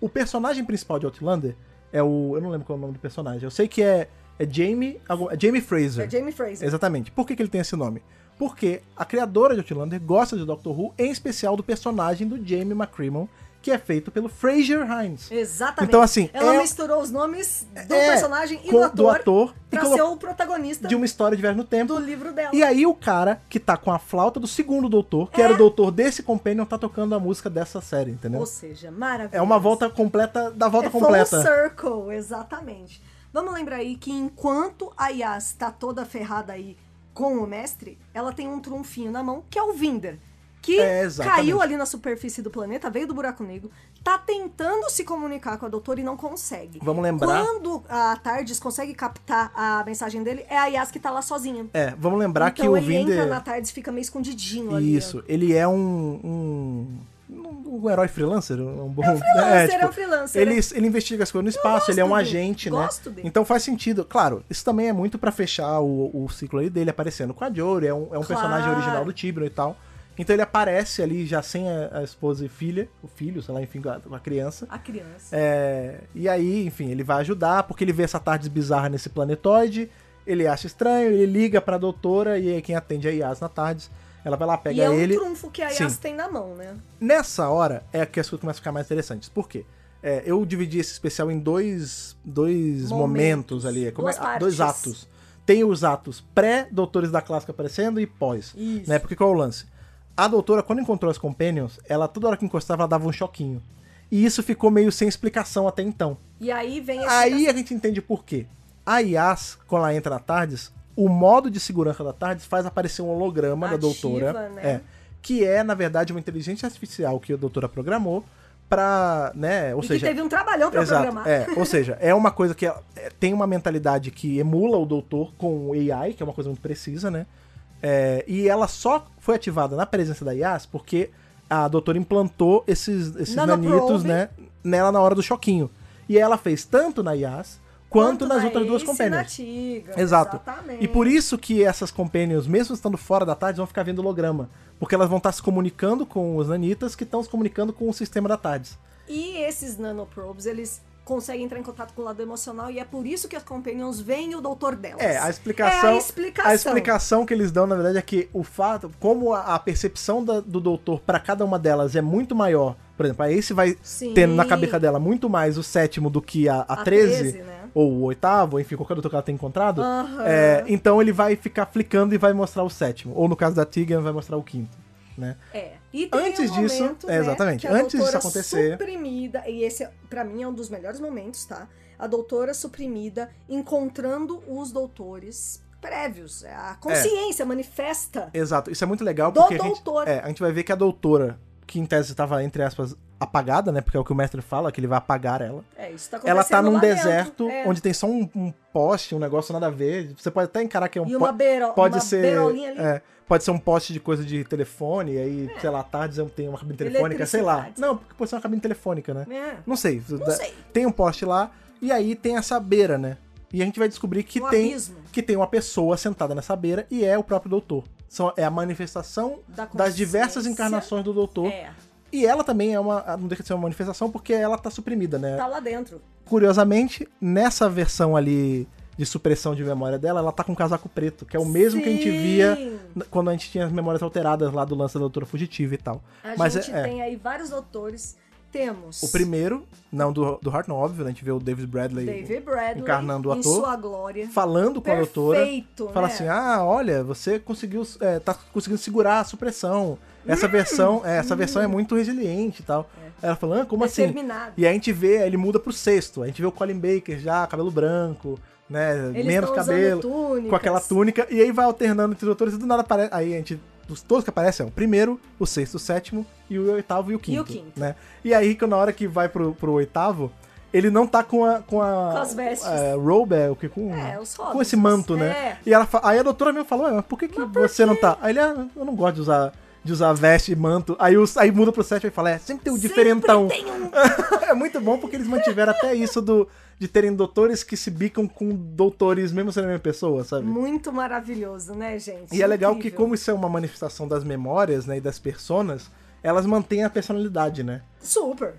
Speaker 1: O personagem principal de Outlander é o. Eu não lembro qual é o nome do personagem. Eu sei que é, é Jamie. algum- É Jamie Fraser.
Speaker 2: É Jamie Fraser.
Speaker 1: Exatamente. Por que, que ele tem esse nome? Porque a criadora de Outlander gosta de Doctor Who, em especial do personagem do Jamie McCrimmon, que é feito pelo Fraser Hines.
Speaker 2: Exatamente.
Speaker 1: Então, assim,
Speaker 2: Ela
Speaker 1: é-
Speaker 2: misturou os nomes do
Speaker 1: É,
Speaker 2: personagem e
Speaker 1: com-
Speaker 2: do ator,
Speaker 1: e
Speaker 2: pra
Speaker 1: colocou
Speaker 2: ser o protagonista
Speaker 1: de uma história de viagem no tempo.
Speaker 2: do livro dela.
Speaker 1: E é aí o cara que tá com a flauta do segundo doutor, que
Speaker 2: É.
Speaker 1: era o doutor desse companion, tá tocando a música dessa série, entendeu?
Speaker 2: Ou seja, maravilhoso.
Speaker 1: É uma volta completa da volta
Speaker 2: é Full
Speaker 1: completa.
Speaker 2: circle, exatamente. Vamos lembrar aí que enquanto a Yas tá toda ferrada aí com o mestre, ela tem um trunfinho na mão, que é o Vinder. Que
Speaker 1: É, exatamente.
Speaker 2: caiu ali na superfície do planeta, veio do buraco negro, tá tentando se comunicar com a doutora e não consegue.
Speaker 1: Vamos lembrar-
Speaker 2: Quando a Tardes consegue captar a mensagem dele, é a Yas que tá lá sozinha.
Speaker 1: É, vamos lembrar
Speaker 2: então
Speaker 1: que o
Speaker 2: ele entra
Speaker 1: Vinder.
Speaker 2: na Tardes e fica meio escondidinho ali. ó.
Speaker 1: Isso, ele é um. um... um- um herói freelancer? Um bom. [laughs] É,
Speaker 2: freelancer, é um freelancer,
Speaker 1: Ele, ele investiga as coisas no espaço, ele é um
Speaker 2: gosto dele,
Speaker 1: agente, né?
Speaker 2: gosto dele.
Speaker 1: Então faz sentido. Claro, isso também é muito pra fechar o, o ciclo ali dele aparecendo com a Jory, é um, é um personagem
Speaker 2: Claro.
Speaker 1: original do Tibro e tal. Então ele aparece ali já sem a, a esposa e filha, o filho, sei lá, enfim, com a- com a criança.
Speaker 2: A criança.
Speaker 1: É, e aí, enfim, ele vai ajudar, porque ele vê essa tarde bizarra nesse planetoide, ele acha estranho, ele liga pra doutora, e aí quem atende é a Yas na tarde, ela vai lá, pega
Speaker 2: e é um
Speaker 1: ele.
Speaker 2: trunfo que a
Speaker 1: Sim.
Speaker 2: Yas tem na mão, né?
Speaker 1: Nessa hora é que as coisas começam a ficar mais interessantes. Por quê? É, eu dividi esse especial em dois, dois
Speaker 2: Momentos.
Speaker 1: momentos ali. é Como é?
Speaker 2: Duas
Speaker 1: ah, dois
Speaker 2: partes.
Speaker 1: atos. Tem os atos pré-Doutores da Clássica aparecendo e pós.
Speaker 2: Isso.
Speaker 1: Né? Porque qual é o lance? A doutora, quando encontrou as Companions, ela toda hora que encostava, ela dava um choquinho. E isso ficou meio sem explicação até então.
Speaker 2: E aí vem a
Speaker 1: Aí a gente entende por quê. A Yas, quando ela entra na TARDIS, o modo de segurança da TARDIS faz aparecer um holograma da
Speaker 2: Ativa,
Speaker 1: doutora.
Speaker 2: né?
Speaker 1: É, que é, na verdade, uma inteligência artificial que a doutora programou pra, né, ou
Speaker 2: e
Speaker 1: seja...
Speaker 2: que teve um trabalhão pra
Speaker 1: Exato,
Speaker 2: programar.
Speaker 1: é, ou seja, é uma coisa que ela- é, tem uma mentalidade que emula o doutor com o AI, que é uma coisa muito precisa, né? É, e ela só foi ativada na presença da Yas porque a doutora implantou esses, esses
Speaker 2: Nanoprobe.
Speaker 1: nanitos, né, nela na hora do choquinho. E ela fez tanto na Yas quanto, nas
Speaker 2: na
Speaker 1: outras duas
Speaker 2: Ace e na
Speaker 1: companions.
Speaker 2: Tiga,
Speaker 1: Exato.
Speaker 2: Exatamente.
Speaker 1: E por isso que essas companions, mesmo estando fora da TARDIS, vão ficar vendo holograma. Porque elas vão estar se comunicando com os nanitas que estão se comunicando com o sistema da TARDIS.
Speaker 2: E esses nanoprobes, eles conseguem entrar em contato com o lado emocional e é por isso que as companions veem o doutor delas.
Speaker 1: É, a explicação.
Speaker 2: É a explicação.
Speaker 1: a explicação que eles dão, na verdade, é que o fato. Como a, a percepção da- do doutor pra cada uma delas é muito maior. Por exemplo, a Ace vai
Speaker 2: Sim.
Speaker 1: tendo na cabeça dela muito mais o sétimo do que a, a,
Speaker 2: A
Speaker 1: 13,
Speaker 2: 13, né?
Speaker 1: ou o oitavo, enfim, qualquer doutor que ela tenha encontrado.
Speaker 2: Aham.
Speaker 1: é, então ele vai ficar flicando e vai mostrar o sétimo. Ou no caso da Tegan, vai mostrar o quinto. Né?
Speaker 2: É. E tem
Speaker 1: Antes
Speaker 2: um
Speaker 1: disso-
Speaker 2: momento,
Speaker 1: é,
Speaker 2: né,
Speaker 1: exatamente.
Speaker 2: que a
Speaker 1: Antes disso
Speaker 2: doutora
Speaker 1: acontecer-
Speaker 2: Suprimida, e esse pra mim é um dos melhores momentos, tá? A doutora suprimida encontrando os doutores prévios. É A consciência manifesta
Speaker 1: Exato, isso é muito legal
Speaker 2: Do
Speaker 1: porque a gente,
Speaker 2: doutor.
Speaker 1: é, a gente vai ver que a doutora, que em tese estava, entre aspas, apagada, né? Porque é o que o mestre fala, que ele vai apagar ela.
Speaker 2: É, isso tá acontecendo
Speaker 1: Ela tá num
Speaker 2: lá dentro.
Speaker 1: deserto
Speaker 2: É.
Speaker 1: onde tem só um, um poste, um negócio nada a ver. Você pode até encarar que é um
Speaker 2: E
Speaker 1: po-
Speaker 2: uma, beiro,
Speaker 1: pode
Speaker 2: uma
Speaker 1: ser-
Speaker 2: beirolinha ali. É.
Speaker 1: é, pode ser um poste de coisa de telefone, e aí, sei lá, à tarde tem uma cabine telefônica, sei lá.
Speaker 2: Eletricidade.
Speaker 1: Não, porque pode ser uma cabine telefônica, né?
Speaker 2: né?
Speaker 1: Não sei.
Speaker 2: Não sei.
Speaker 1: Tem um poste lá, e aí tem essa beira, né? E a gente vai descobrir que
Speaker 2: Um
Speaker 1: tem
Speaker 2: abismo.
Speaker 1: que tem uma pessoa sentada nessa beira e é o próprio doutor. São, é a manifestação
Speaker 2: Da
Speaker 1: das diversas
Speaker 2: consciência.
Speaker 1: encarnações do doutor.
Speaker 2: É,
Speaker 1: E ela também é uma. Não deixa de ser uma manifestação porque ela tá suprimida, né?
Speaker 2: tá lá dentro.
Speaker 1: Curiosamente, nessa versão ali de supressão de memória dela, ela tá com um casaco preto, que é o mesmo que a gente
Speaker 2: Sim.
Speaker 1: via n- quando a gente tinha as memórias alteradas lá do lance da doutora fugitiva e tal.
Speaker 2: A
Speaker 1: Mas
Speaker 2: gente
Speaker 1: é, é.
Speaker 2: tem aí vários doutores. Temos
Speaker 1: O primeiro, não do, do Hartnell, óbvio, né? a gente vê o David Bradley
Speaker 2: David Bradley
Speaker 1: encarnando o
Speaker 2: em
Speaker 1: ator.
Speaker 2: sua glória.
Speaker 1: falando com a doutora.
Speaker 2: Perfeito,
Speaker 1: Fala
Speaker 2: né?
Speaker 1: assim: ah, olha, você conseguiu. É, tá conseguindo segurar a supressão. Essa
Speaker 2: Hum!
Speaker 1: versão, é, essa versão é muito resiliente e tal.
Speaker 2: É.
Speaker 1: Ela fala, ah, como assim?
Speaker 2: Determinado.
Speaker 1: E aí a gente vê, aí ele muda pro sexto. A gente vê o Colin Baker já, cabelo branco, né?
Speaker 2: Eles
Speaker 1: menos
Speaker 2: tão usando
Speaker 1: cabelo.
Speaker 2: túnicas.
Speaker 1: Com aquela túnica. E aí vai alternando entre os doutores e do nada aparece. Aí a gente. Os todos que aparecem são o primeiro, o sexto, o sétimo, e o oitavo e o quinto.
Speaker 2: quinto.
Speaker 1: Né? E aí, que na hora que vai pro, pro oitavo, ele não tá com a. Com, a,
Speaker 2: Com as vestes.
Speaker 1: é, robe, é, o que? Com,
Speaker 2: É, os
Speaker 1: com esse
Speaker 2: hobbits,
Speaker 1: manto,
Speaker 2: é.
Speaker 1: né? E ela fa- Aí a doutora mesmo falou, "Ué, mas por que, que você não tá? Aí ele, ah, eu não gosto de usar, de usar veste e manto. Aí, os, aí muda pro sétimo e fala, é, sempre tem o diferentão.
Speaker 2: Sempre tem um
Speaker 1: [laughs] é muito bom porque eles mantiveram até isso do, de terem doutores que se bicam com doutores, mesmo sendo a mesma pessoa, sabe?
Speaker 2: muito maravilhoso, né, gente?
Speaker 1: E é legal que,
Speaker 2: Incrível.
Speaker 1: como isso é uma manifestação das memórias, né, e das personas, elas mantêm a personalidade, né?
Speaker 2: Super.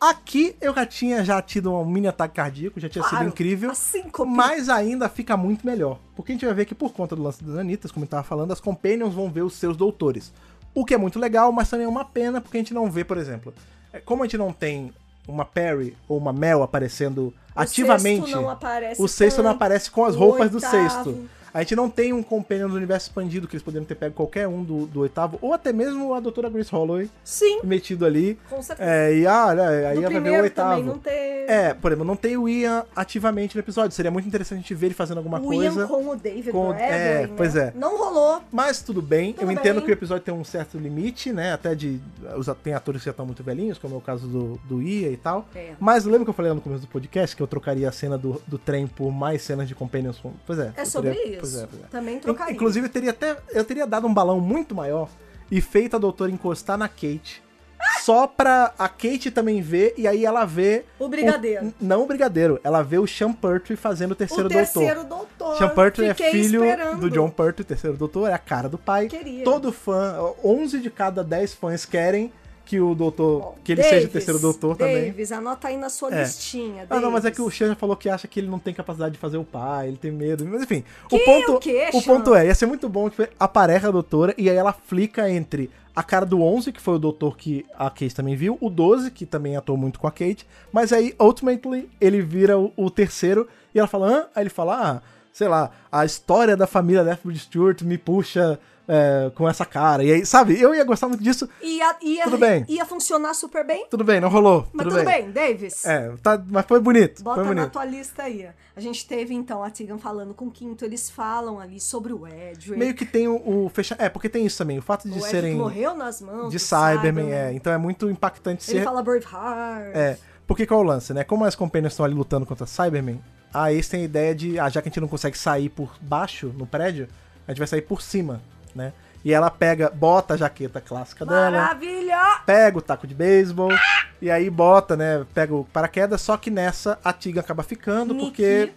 Speaker 1: Aqui eu já tinha já tido um mini ataque cardíaco, já tinha
Speaker 2: Claro,
Speaker 1: sido incrível.
Speaker 2: Assim como.
Speaker 1: Mas ainda fica muito melhor. Porque a gente vai ver que por conta do lance das Anitas, como eu tava falando, as Companions vão ver os seus doutores. O que é muito legal, mas também é uma pena, porque a gente não vê, por exemplo. é, Como a gente não tem uma Perry ou uma Mel aparecendo ativamente.
Speaker 2: sexto não aparece
Speaker 1: o sexto não
Speaker 2: tanto,
Speaker 1: aparece com as
Speaker 2: o
Speaker 1: roupas do
Speaker 2: oitavo.
Speaker 1: sexto. A gente não tem um Companion do universo expandido, que eles poderiam ter pego qualquer um do, do oitavo, ou até mesmo a Doutora Grace Holloway
Speaker 2: Sim,
Speaker 1: metido ali.
Speaker 2: com certeza.
Speaker 1: É, e ah, olha, aí
Speaker 2: no
Speaker 1: ela vai ver o
Speaker 2: primeiro
Speaker 1: oitavo.
Speaker 2: também não ter.
Speaker 1: É, por exemplo, não tem o Ian ativamente no episódio. Seria muito interessante a gente ver ele fazendo alguma
Speaker 2: o
Speaker 1: coisa.
Speaker 2: Ian com o David
Speaker 1: com-
Speaker 2: Bradley,
Speaker 1: é,
Speaker 2: né?
Speaker 1: pois é.
Speaker 2: Não rolou.
Speaker 1: Mas tudo bem,
Speaker 2: Tudo
Speaker 1: eu entendo
Speaker 2: bem.
Speaker 1: que o episódio tem um certo limite, né? Até de. os- Tem atores que já estão muito velhinhos, como é o caso do, do Ia e tal.
Speaker 2: É.
Speaker 1: Mas lembra que eu falei lá no começo do podcast que eu trocaria a cena do, do trem por mais cenas de Companions? com- Pois é.
Speaker 2: É
Speaker 1: eu
Speaker 2: sobre
Speaker 1: teria-
Speaker 2: isso.
Speaker 1: Pois é, pois é.
Speaker 2: Também trocaria.
Speaker 1: Inclusive, eu teria até. Eu teria dado um balão muito maior e feito a doutora encostar na Kate. Só pra a Kate também ver, e aí ela vê.
Speaker 2: O brigadeiro.
Speaker 1: o- não o brigadeiro, ela vê o Sean Pertwee fazendo o terceiro,
Speaker 2: o terceiro
Speaker 1: doutor.
Speaker 2: doutor.
Speaker 1: Sean Pertwee é
Speaker 2: Fiquei
Speaker 1: filho
Speaker 2: esperando.
Speaker 1: do John Pertwee, terceiro doutor, é a cara do pai.
Speaker 2: Queria.
Speaker 1: Todo fã, 11 de cada 10 fãs querem que o doutor,
Speaker 2: Bom,
Speaker 1: que ele seja o
Speaker 2: Davis,
Speaker 1: terceiro doutor também.
Speaker 2: Davis, anota aí na sua
Speaker 1: É.
Speaker 2: listinha.
Speaker 1: Ah, não, mas é
Speaker 2: Davis.
Speaker 1: que o Sean já falou que acha que ele não tem capacidade de fazer o pai, ele tem medo. Mas enfim, o
Speaker 2: Que
Speaker 1: ponto,
Speaker 2: é o quê,
Speaker 1: o
Speaker 2: Sean?
Speaker 1: ponto é, ia ser muito bom que aparece a doutora e aí ela flica entre a cara do 11, que foi o doutor que a Kate também viu, o 12, que também atuou muito com a Kate, mas aí, ultimately, ele vira o, o terceiro e ela fala, hã? Aí ele fala, ah, sei lá, a história da família Lethbridge Stewart me puxa é, com essa cara. E aí, sabe, eu ia gostar muito disso.
Speaker 2: Ia, ia,
Speaker 1: Tudo bem.
Speaker 2: ia funcionar super bem,
Speaker 1: Tudo bem, não rolou.
Speaker 2: mas tudo, bem. Davis.
Speaker 1: É, tá, mas foi bonito,
Speaker 2: Bota
Speaker 1: foi um
Speaker 2: na
Speaker 1: bonito.
Speaker 2: tua lista aí. A gente teve, então, a Tegan falando com o Quinto. Eles falam ali sobre o Edric.
Speaker 1: Meio que tem o, o fecha... É, porque tem isso também. O fato de
Speaker 2: o Edric
Speaker 1: serem
Speaker 2: morreu nas mãos
Speaker 1: de
Speaker 2: do
Speaker 1: Cybermen, é. Então é muito impactante
Speaker 2: Ele
Speaker 1: ser.
Speaker 2: fala Braveheart.
Speaker 1: É. Porque qual é o lance, né? Como as companhias estão ali lutando contra Cybermen, a Ace tem a ideia de. Ah, já que a gente não consegue sair por baixo no prédio, a gente vai sair por cima, né? E ela pega, bota a jaqueta clássica dela
Speaker 2: Maravilha!
Speaker 1: pega o taco de beisebol e aí bota, né? Pega o paraquedas, só que nessa a Tiga acaba ficando
Speaker 2: Niki.
Speaker 1: porque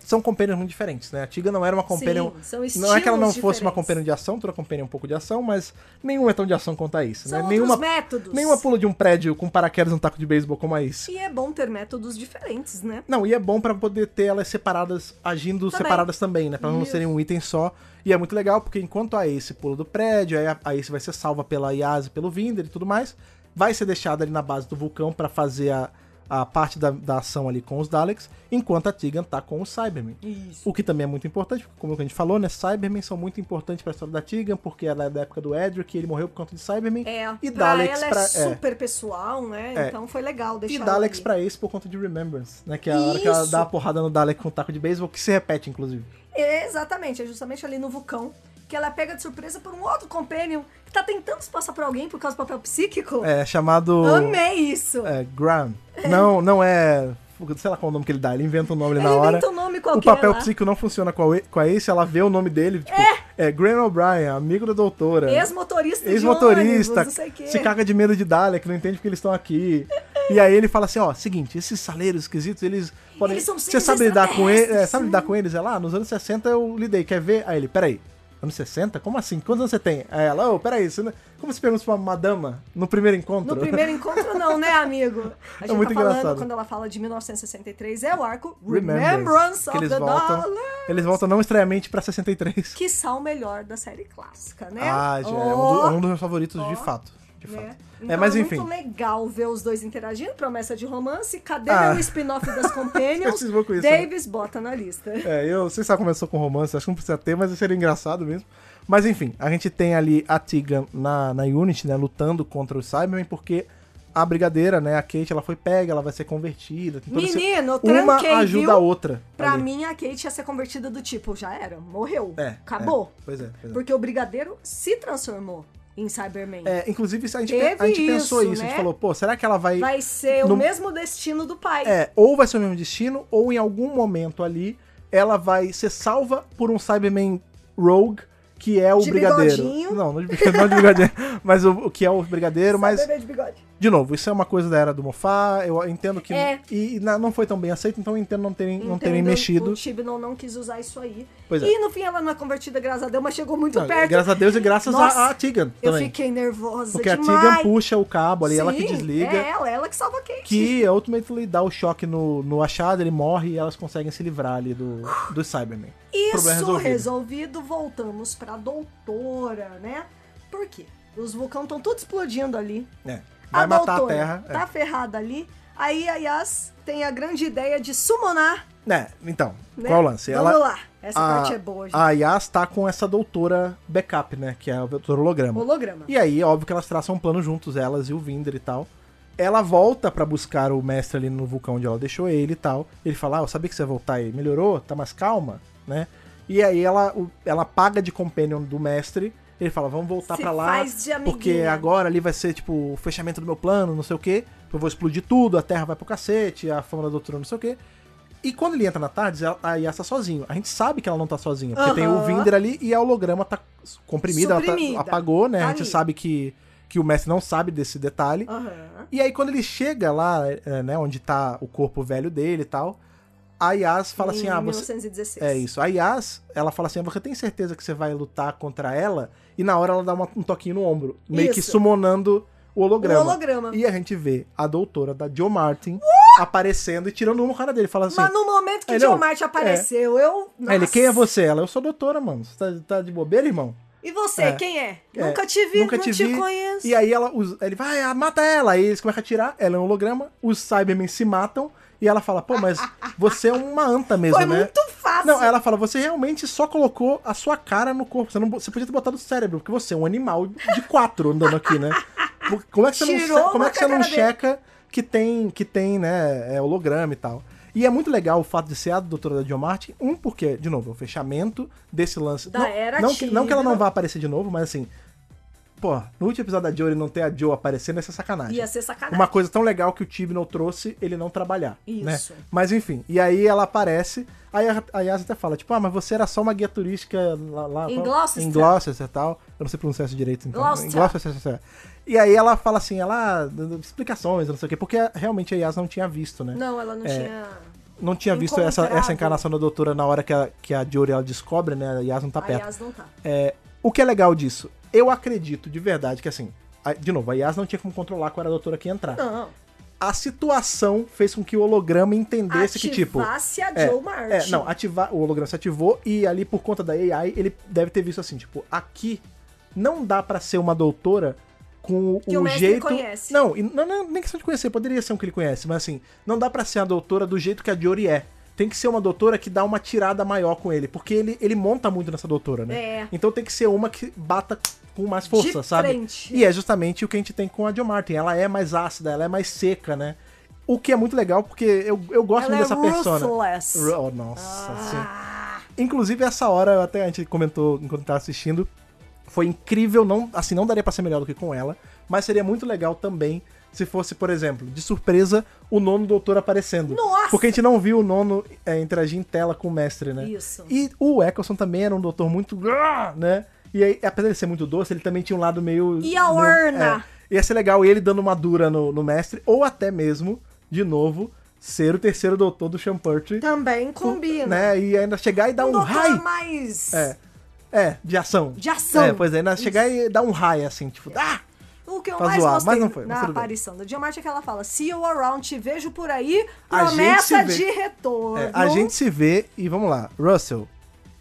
Speaker 1: são companions muito diferentes, né? A Tiga não era uma companion.
Speaker 2: são
Speaker 1: não é que ela não
Speaker 2: estilos
Speaker 1: fosse uma
Speaker 2: diferentes.
Speaker 1: companion de ação, toda companion é um pouco de ação, mas nenhum é tão de ação quanto a isso,
Speaker 2: São
Speaker 1: né?
Speaker 2: outros
Speaker 1: Nenhuma,
Speaker 2: métodos.
Speaker 1: nenhuma pula de um prédio com paraquedas e um taco de beisebol como a isso.
Speaker 2: E é bom ter métodos diferentes, né?
Speaker 1: Não, e é bom pra poder ter elas separadas, agindo
Speaker 2: Também.
Speaker 1: separadas também, né? Pra não
Speaker 2: Isso.
Speaker 1: serem um item só. E é muito legal, porque enquanto a Ace pula do prédio, aí a- a Ace vai ser salva pela Yaz, pelo Vinder e tudo mais, vai ser deixada ali na base do vulcão pra fazer a, a parte da, da ação ali com os Daleks, enquanto a Tegan tá com o Cybermen.
Speaker 2: Isso.
Speaker 1: O que também é muito importante, porque como a gente falou, né? Cybermen são muito importantes pra história da Tegan, porque ela é da época do Edric, e ele morreu por conta de Cybermen.
Speaker 2: É,
Speaker 1: e
Speaker 2: pra
Speaker 1: Daleks
Speaker 2: ela
Speaker 1: pra-
Speaker 2: é
Speaker 1: é.
Speaker 2: super pessoal, né?
Speaker 1: É.
Speaker 2: Então foi legal deixar
Speaker 1: E
Speaker 2: ela
Speaker 1: Daleks
Speaker 2: ali.
Speaker 1: pra Ace por conta de Remembrance, né? Que é a hora que ela
Speaker 2: Isso.
Speaker 1: dá um a porrada no Dalek com o taco de beisebol, que se repete, inclusive.
Speaker 2: É, Exatamente, é justamente ali no vulcão que que ela é pega de surpresa por um outro companion que tá tentando se passar por alguém por causa do papel psíquico.
Speaker 1: É chamado.
Speaker 2: Amei isso!
Speaker 1: É, Graham. Não, não é. Sei lá qual é o nome que ele dá, ele inventa um nome ali
Speaker 2: Ele
Speaker 1: na hora.
Speaker 2: inventa um nome
Speaker 1: O
Speaker 2: qualquer
Speaker 1: papel
Speaker 2: lá.
Speaker 1: psíquico não funciona com a, com a Ace, ela vê o nome dele, tipo, é, Graham O'Brien, amigo da doutora.
Speaker 2: Ex-motorista de
Speaker 1: É. Ex-motorista,
Speaker 2: ônibus, não sei o quê.
Speaker 1: se caga de medo de Dália, que não entende porque eles estão aqui. E aí ele fala assim, ó, seguinte, esses saleiros esquisitos, eles podem...
Speaker 2: Eles são
Speaker 1: Você
Speaker 2: seres
Speaker 1: sabe lidar com eles?
Speaker 2: extraterrestres,
Speaker 1: sabe lidar com eles? Ela, ah, nos anos 60 eu lidei, quer ver? Aí ele, peraí, anos 60? Como assim? Quantos anos você tem? Aí ela, ô, peraí, você não- é-" como você pergunta pra uma madama no primeiro encontro?
Speaker 2: No primeiro encontro, não, né, amigo? A
Speaker 1: É
Speaker 2: gente
Speaker 1: muito
Speaker 2: tá falando,
Speaker 1: engraçado.
Speaker 2: quando ela fala de 1963, é o arco
Speaker 1: [laughs] Remembrance,
Speaker 2: Remembrance
Speaker 1: que
Speaker 2: of
Speaker 1: eles
Speaker 2: the
Speaker 1: voltam,
Speaker 2: Dollar.
Speaker 1: Eles voltam não estranhamente pra 63.
Speaker 2: Que sal melhor da série clássica, né?
Speaker 1: Ah, já, é um,
Speaker 2: Ó,
Speaker 1: do- é um dos meus favoritos, de
Speaker 2: Ó.
Speaker 1: fato. De fato.
Speaker 2: né?
Speaker 1: é,
Speaker 2: Então
Speaker 1: mas
Speaker 2: é
Speaker 1: enfim.
Speaker 2: muito legal ver os dois interagindo, promessa de romance. Cadê
Speaker 1: Ah.
Speaker 2: meu
Speaker 1: [laughs]
Speaker 2: spin-off das Companions?
Speaker 1: Vocês vão com isso, né?
Speaker 2: Davis bota na lista.
Speaker 1: É, eu, vocês sabem como eu sou com romance, acho que não precisa ter, mas seria engraçado mesmo. Mas enfim, a gente tem ali a Tegan na, na Unity, né, lutando contra o Cybermen, porque a brigadeira, né, a Kate, ela foi pega, ela vai ser convertida. tem todo esse-
Speaker 2: Menino, eu
Speaker 1: Uma
Speaker 2: tranquei,
Speaker 1: ajuda
Speaker 2: viu?
Speaker 1: a outra.
Speaker 2: Pra
Speaker 1: ali.
Speaker 2: mim, a Kate ia ser convertida do tipo, já era, morreu,
Speaker 1: É,
Speaker 2: acabou.
Speaker 1: é, pois é, pois é.
Speaker 2: Porque o Brigadeiro se transformou em Cyberman.
Speaker 1: É, inclusive, isso a gente,
Speaker 2: Teve
Speaker 1: a gente pensou
Speaker 2: isso,
Speaker 1: isso, a gente
Speaker 2: né?
Speaker 1: falou, pô, será que ela vai...
Speaker 2: Vai ser
Speaker 1: no-
Speaker 2: o mesmo destino do pai.
Speaker 1: É, ou vai ser o mesmo destino, ou em algum momento ali, ela vai ser salva por um Cyberman Rogue, que é o
Speaker 2: De
Speaker 1: Brigadeiro.
Speaker 2: bigodinho.
Speaker 1: Não, não de, bigodinho, [laughs] não de Brigadeiro, mas o, o que é o Brigadeiro,
Speaker 2: Só
Speaker 1: mas...
Speaker 2: bebê de bigode.
Speaker 1: De novo, isso é uma coisa da era do Mofá, eu entendo que.
Speaker 2: É.
Speaker 1: E na- não foi tão bem aceito, então eu entendo não terem, não terem
Speaker 2: Entendo,
Speaker 1: mexido.
Speaker 2: O Chibnall não quis usar isso aí.
Speaker 1: Pois é.
Speaker 2: E no fim ela não é convertida, graças a Deus, mas chegou muito
Speaker 1: Não,
Speaker 2: perto.
Speaker 1: graças a Deus e graças
Speaker 2: Nossa,
Speaker 1: a, a Tegan
Speaker 2: Eu
Speaker 1: também.
Speaker 2: fiquei nervosa
Speaker 1: Porque a
Speaker 2: demais.
Speaker 1: Tegan puxa o cabo Tipo, ali, ela que
Speaker 2: Sim,
Speaker 1: desliga.
Speaker 2: É ela, ela que salva a Kate.
Speaker 1: Que ultimately dá o choque no, no achado, ele morre e elas conseguem se livrar ali do, do Cyberman.
Speaker 2: Isso
Speaker 1: Problema é
Speaker 2: resolvido.
Speaker 1: resolvido.
Speaker 2: voltamos pra doutora, né? Por quê? Os vulcão estão tudo explodindo ali.
Speaker 1: É. Vai
Speaker 2: a
Speaker 1: matar a
Speaker 2: doutora
Speaker 1: Terra. É.
Speaker 2: tá ferrada ali. Aí a Yas tem a grande ideia de summonar,
Speaker 1: É. É, então,
Speaker 2: né?
Speaker 1: qual o lance?
Speaker 2: Vamos
Speaker 1: Ela,
Speaker 2: lá. Essa parte é boa, gente.
Speaker 1: a Yas tá com essa doutora backup, né? Que é a doutora holograma.
Speaker 2: Holograma.
Speaker 1: E aí, óbvio que elas traçam um plano juntos, elas e o Vinder e tal. Ela volta pra buscar o mestre ali no vulcão onde ela deixou ele e tal. Ele fala: Ah, eu sabia que você ia voltar aí. Melhorou? Tá mais calma? Né? E aí ela, o- ela paga de companion do mestre. Ele fala: Vamos voltar
Speaker 2: Se
Speaker 1: pra lá.
Speaker 2: faz de amiguinha.
Speaker 1: porque agora ali vai ser tipo o fechamento do meu plano, não sei o quê. Eu vou explodir tudo, a terra vai pro cacete, a fama da doutora, não sei o quê. E quando ele entra na tarde, ela- a Yas tá sozinho. A gente sabe que ela não tá sozinha. Porque tem o
Speaker 2: Aham.
Speaker 1: Vinder ali e a holograma tá comprimida, ela
Speaker 2: Suprimida.
Speaker 1: tá, apagou, né? A gente
Speaker 2: Ali.
Speaker 1: sabe que, que o mestre não sabe desse detalhe.
Speaker 2: Aham.
Speaker 1: E aí, quando ele chega lá, é, né, onde tá o corpo velho dele e tal, a Yas fala assim:
Speaker 2: em
Speaker 1: ah, você.
Speaker 2: 1916.
Speaker 1: É isso. A Yas, ela fala assim: ah, você tem certeza que você vai lutar contra ela? E na hora ela dá uma- um toquinho no ombro, meio que
Speaker 2: Isso.
Speaker 1: summonando o holograma.
Speaker 2: O holograma.
Speaker 1: E a gente vê a doutora da Joe Martin aparecendo e tirando um cara dele. Fala assim:
Speaker 2: Mas no momento que
Speaker 1: Ele, ó,
Speaker 2: John Marte apareceu, eu.
Speaker 1: Aí ele,
Speaker 2: Nossa.
Speaker 1: quem é você? Ela, eu sou doutora, mano. Você tá, tá de bobeira, irmão?
Speaker 2: E você,
Speaker 1: É.
Speaker 2: quem é?
Speaker 1: É,
Speaker 2: Nunca te vi,
Speaker 1: nunca
Speaker 2: não
Speaker 1: te
Speaker 2: te,
Speaker 1: vi.
Speaker 2: conheço.
Speaker 1: E aí ela usa- ele vai, ah, mata ela. Aí eles começam a atirar, ela é um holograma, os Cybermen se matam. E ela fala, pô,
Speaker 2: [laughs]
Speaker 1: mas você é uma anta mesmo,
Speaker 2: Foi
Speaker 1: né?
Speaker 2: muito fácil.
Speaker 1: Não, ela fala, você realmente só colocou a sua cara no corpo. Você, não, bo- você podia ter botado o cérebro, porque você é um animal de quatro andando aqui, né? Por- Como é que você
Speaker 2: Tirou
Speaker 1: não, como é
Speaker 2: uma
Speaker 1: que você não
Speaker 2: cara dele.
Speaker 1: checa que tem, que tem, né, é, holograma e tal? E é muito legal o fato de ser a doutora da John Martin. Um, porque, de novo, é o fechamento desse lance.
Speaker 2: Da
Speaker 1: não,
Speaker 2: era
Speaker 1: não, que, não que ela não
Speaker 2: Tira.
Speaker 1: vá aparecer de novo, mas assim. Pô, no último episódio da Jory não ter a Joe aparecendo, essa é sacanagem.
Speaker 2: Ia ser sacanagem.
Speaker 1: Uma coisa tão legal que o Tibnall trouxe, ele não trabalhar. né?
Speaker 2: Isso.
Speaker 1: Mas enfim, e aí ela aparece, aí a, a Yas até fala, tipo, ah, mas você era só uma guia turística lá... lá
Speaker 2: Em
Speaker 1: qual-
Speaker 2: Gloucester.
Speaker 1: Em Gloucester e tal. Eu não sei pronunciar isso direito, então.
Speaker 2: Gloucester.
Speaker 1: Em Gloucester. Gloucester. E aí ela fala assim, ela... ah, d- d- Explicações, não sei o quê, porque realmente a Yas não tinha visto, né?
Speaker 2: Não, ela não
Speaker 1: É.
Speaker 2: tinha.
Speaker 1: Não tinha visto essa,
Speaker 2: Encontrado.
Speaker 1: essa encarnação da doutora na hora que a, que a Jory, ela descobre, né? A Yas não tá
Speaker 2: a
Speaker 1: perto.
Speaker 2: Yas não tá.
Speaker 1: É, o que é legal disso? Eu acredito de verdade que, assim, a- de novo, a Yas não tinha como controlar qual era a doutora que ia entrar.
Speaker 2: Não.
Speaker 1: A situação fez com que o holograma entendesse que, tipo.
Speaker 2: Ativasse a
Speaker 1: É,
Speaker 2: Joe Marte.
Speaker 1: É, não, ativar, o holograma se ativou e ali por conta da AI, ele deve ter visto assim, tipo, aqui não dá pra ser uma doutora com
Speaker 2: Que o mestre
Speaker 1: jeito.
Speaker 2: conhece.
Speaker 1: Não, e não, não, nem questão de conhecer, poderia ser um que ele conhece, mas assim, não dá pra ser a doutora do jeito que a Diori é. Tem que ser uma doutora que dá uma tirada maior com ele, porque ele, ele monta muito nessa doutora, né?
Speaker 2: É.
Speaker 1: Então tem que ser uma que bata com mais força,
Speaker 2: De
Speaker 1: sabe?
Speaker 2: frente.
Speaker 1: E é justamente o que a gente tem com a John Martin. Ela é mais ácida, ela é mais seca, né? O que é muito legal, porque eu, eu gosto
Speaker 2: Ela
Speaker 1: muito
Speaker 2: é
Speaker 1: dessa persona.
Speaker 2: ruthless.
Speaker 1: Ru- Oh, nossa, sim.
Speaker 2: Ah,
Speaker 1: Inclusive, essa hora, até a gente comentou enquanto tava assistindo, foi incrível, não, assim, não daria pra ser melhor do que com ela, mas seria muito legal também se fosse, por exemplo, de surpresa, o nono doutor aparecendo.
Speaker 2: Nossa!
Speaker 1: Porque a gente não viu o nono é, interagir em tela com o mestre, né?
Speaker 2: Isso.
Speaker 1: E o Eccleston também era um doutor muito, "Ah", né? E aí, apesar de ser muito doce, ele também tinha um lado meio...
Speaker 2: E a
Speaker 1: meio-
Speaker 2: Orna?
Speaker 1: é. Ia ser legal ele dando uma dura no, no mestre, ou até mesmo, de novo, ser o terceiro doutor do Champurty.
Speaker 2: Também combina. É
Speaker 1: Né? E ainda chegar e dar um
Speaker 2: doutor
Speaker 1: raio.
Speaker 2: mais.
Speaker 1: É. É, de ação.
Speaker 2: De ação. É.
Speaker 1: É, pois é, ainda chegar e dar um raio assim, tipo, ah!
Speaker 2: O que eu
Speaker 1: Pra
Speaker 2: mais
Speaker 1: zoar,
Speaker 2: gostei
Speaker 1: mas não foi, mas
Speaker 2: na
Speaker 1: tudo bem.
Speaker 2: aparição do Diamante é que ela fala: See you around, te vejo por aí,
Speaker 1: A gente se
Speaker 2: promessa
Speaker 1: vê."
Speaker 2: de retorno.
Speaker 1: É, a gente se vê e vamos lá, Russell.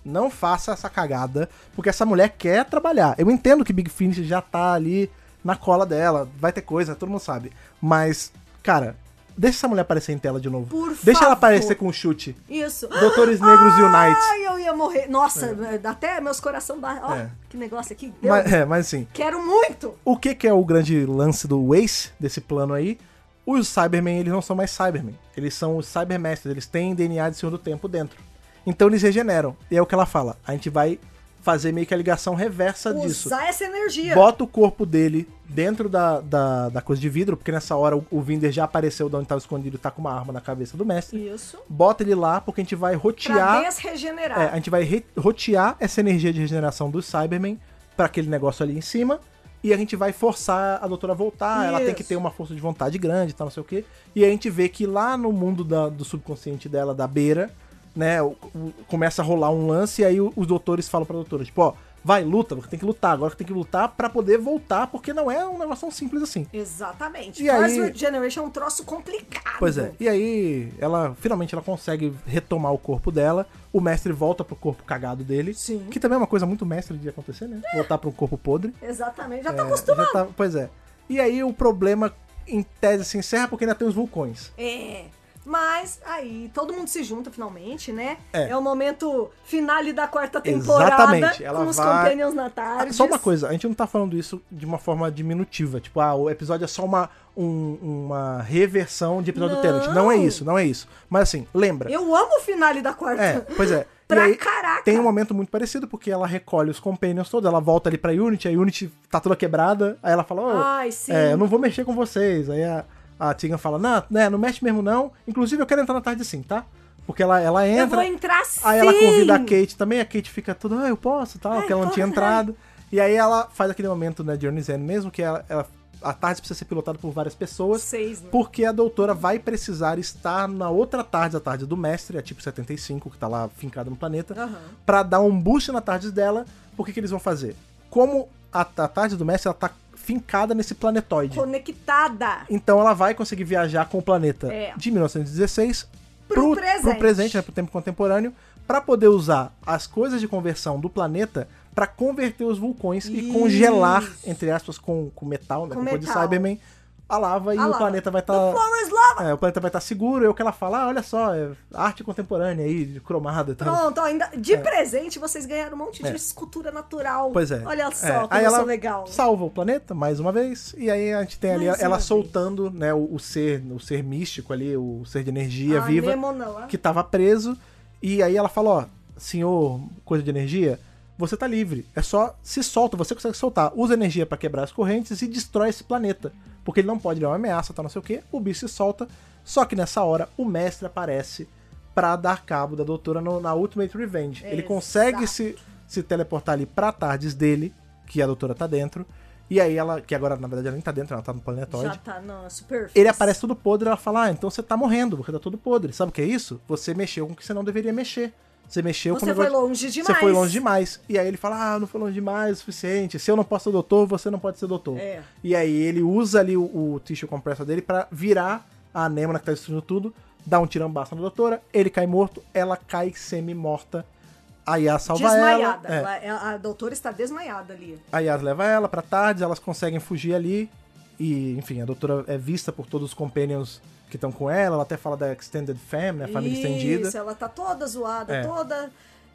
Speaker 1: Não faça essa cagada, porque essa mulher quer trabalhar. Eu entendo que Big Finish já tá ali na cola dela, vai ter coisa, todo mundo sabe. Mas, cara, deixa essa mulher aparecer em tela de novo.
Speaker 2: Por
Speaker 1: deixa ela
Speaker 2: favor.
Speaker 1: aparecer com o chute.
Speaker 2: Isso.
Speaker 1: Doutores Negros Unite.
Speaker 2: Ai, eu ia morrer. Nossa, dá até meus coração ba... Ó,
Speaker 1: É.
Speaker 2: que negócio aqui. Deus,
Speaker 1: Mas, é, mas assim,
Speaker 2: Quero muito.
Speaker 1: o que, que é o grande lance do Waze, desse plano aí? Os Cybermen, eles não são mais Cybermen. Eles são os Cybermasters, eles têm DNA de Senhor do Tempo dentro. Então eles regeneram. E é o que ela fala. A gente vai fazer meio que a ligação reversa disso.
Speaker 2: Usar essa energia.
Speaker 1: Bota o corpo dele dentro da, da, da coisa de vidro, porque nessa hora o, o Vinder já apareceu de onde estava escondido e tá com uma arma na cabeça do mestre.
Speaker 2: Isso.
Speaker 1: Bota ele lá, porque a gente vai
Speaker 2: Pra
Speaker 1: rotear.
Speaker 2: desregenerar.
Speaker 1: É, a gente vai re- rotear essa energia de regeneração dos Cybermen pra aquele negócio ali em cima. E a gente vai forçar a doutora a voltar. Ela tem
Speaker 2: Isso.
Speaker 1: que ter uma força de vontade grande, tal, não sei o quê. E a gente vê que lá no mundo da- do subconsciente dela, da beira, né? o- o- começa a rolar um lance e aí o- os doutores falam pra doutora, tipo, ó, vai, luta, porque tem que lutar, agora que tem que lutar pra poder voltar, porque não é um negócio tão simples assim.
Speaker 2: Exatamente.
Speaker 1: E aí-
Speaker 2: Fast Regeneration é um troço complicado.
Speaker 1: Pois é. E aí, ela finalmente ela consegue retomar o corpo dela. O mestre volta pro corpo cagado dele.
Speaker 2: Sim.
Speaker 1: Que também é uma coisa muito mestre de acontecer, né? Voltar pro corpo podre.
Speaker 2: Exatamente. Já tá
Speaker 1: É,
Speaker 2: acostumado.
Speaker 1: já tá- pois é. E aí o problema, em tese, se encerra porque ainda tem os vulcões.
Speaker 2: É. Mas aí todo mundo se junta finalmente, né?
Speaker 1: É.
Speaker 2: É, o momento finale da quarta temporada
Speaker 1: Exatamente, ela
Speaker 2: com os
Speaker 1: vai-
Speaker 2: Companions Natários.
Speaker 1: Só uma coisa, a gente não tá falando isso de uma forma diminutiva. Tipo, ah, o episódio é só uma, um- uma reversão de episódio
Speaker 2: Não.
Speaker 1: Tenant. Não é isso, não é isso. Mas assim, lembra.
Speaker 2: Eu amo o finale da quarta.
Speaker 1: É, pois
Speaker 2: [laughs]
Speaker 1: é. E
Speaker 2: Pra
Speaker 1: aí,
Speaker 2: caraca.
Speaker 1: Tem um momento muito parecido, porque ela recolhe os companions todos, ela volta ali pra Unity, a Unity tá toda quebrada, aí ela fala, ô,
Speaker 2: Ai, sim.
Speaker 1: é, eu não vou mexer com vocês. Aí a, a Tegan fala, não, né, não mexe mesmo não, inclusive eu quero entrar na tarde sim, tá? Porque ela, ela
Speaker 2: Eu vou
Speaker 1: entra,
Speaker 2: entrar sim.
Speaker 1: aí ela convida a Kate também, a Kate fica toda, ah, eu posso, tal, porque ela não
Speaker 2: posso,
Speaker 1: tinha
Speaker 2: ai.
Speaker 1: entrado. E aí ela faz aquele momento, né, de Onizen mesmo, que ela, ela- a tarde precisa ser pilotada por várias pessoas,
Speaker 2: Vocês, né?
Speaker 1: porque a doutora vai precisar estar na outra tarde, a tarde do mestre, a tipo 75, que tá lá fincada no planeta, pra
Speaker 2: Aham.
Speaker 1: dar um boost na tarde dela. Por que, que eles vão fazer? Como a, a tarde do mestre ela tá fincada nesse planetoide.
Speaker 2: Conectada.
Speaker 1: Então ela vai conseguir viajar com o planeta
Speaker 2: É.
Speaker 1: de 1916
Speaker 2: Pro presente.
Speaker 1: pro presente, né, pro tempo contemporâneo, pra poder usar as coisas de conversão do planeta pra converter os vulcões e
Speaker 2: Isso.
Speaker 1: congelar, entre aspas, com, com metal, né, com,
Speaker 2: Com
Speaker 1: coisa de
Speaker 2: metal.
Speaker 1: Cyberman, a lava e
Speaker 2: A
Speaker 1: o
Speaker 2: lava.
Speaker 1: planeta vai tá- estar
Speaker 2: The floor is lava.
Speaker 1: é, o planeta vai estar seguro, é o que ela fala, ah, olha só, é arte contemporânea aí, de cromada e tal.
Speaker 2: Pronto, ó, ainda de presente vocês ganharam um monte de escultura natural.
Speaker 1: É. Pois é.
Speaker 2: Olha só,
Speaker 1: é.
Speaker 2: como
Speaker 1: aí
Speaker 2: eu
Speaker 1: ela
Speaker 2: sou legal.
Speaker 1: salva o planeta mais uma vez, e aí a gente tem ali
Speaker 2: Mais
Speaker 1: ela
Speaker 2: uma
Speaker 1: soltando, né, o, o ser, o ser místico ali, o ser de energia
Speaker 2: Ah,
Speaker 1: viva,
Speaker 2: Nemo não, ah.
Speaker 1: que tava preso, e aí ela fala, ó, senhor, coisa de energia, você tá livre, é só se solta, você consegue soltar, usa energia pra quebrar as correntes e destrói esse planeta, porque ele não pode, ele é uma ameaça, tá não sei o quê, o bicho se solta, só que nessa hora o mestre aparece pra dar cabo da doutora no- na Ultimate Revenge. Ele consegue se, se teleportar ali pra tardes dele, que a doutora tá dentro, e aí ela, que agora na verdade ela nem tá dentro, ela tá no planetoide.
Speaker 2: Já tá, não, é super
Speaker 1: Ele aparece todo podre, ela fala: Ah, então você tá morrendo, você tá todo podre. Sabe o que é isso? Você mexeu com o que você não deveria mexer. Você mexeu com
Speaker 2: Você
Speaker 1: o
Speaker 2: foi
Speaker 1: negócio-
Speaker 2: longe demais.
Speaker 1: Você foi longe demais. E aí ele fala: Ah, não foi longe demais o suficiente. Se eu não posso ser doutor, você não pode ser doutor.
Speaker 2: É.
Speaker 1: E aí ele usa ali o, o tissue compressor dele pra virar a anêmona que tá destruindo tudo, dá um tirambaço na doutora, ele cai morto, ela cai semi-morta. A Yas salva
Speaker 2: Desmaiada.
Speaker 1: ela. É.
Speaker 2: Ela- ela- a doutora está desmaiada ali.
Speaker 1: A Yas leva ela pra tarde, elas conseguem fugir ali. E, enfim, a doutora é vista por todos os companions que estão com ela. Ela até fala da Extended Family, a família
Speaker 2: Isso,
Speaker 1: estendida.
Speaker 2: ela tá toda zoada,
Speaker 1: É.
Speaker 2: toda.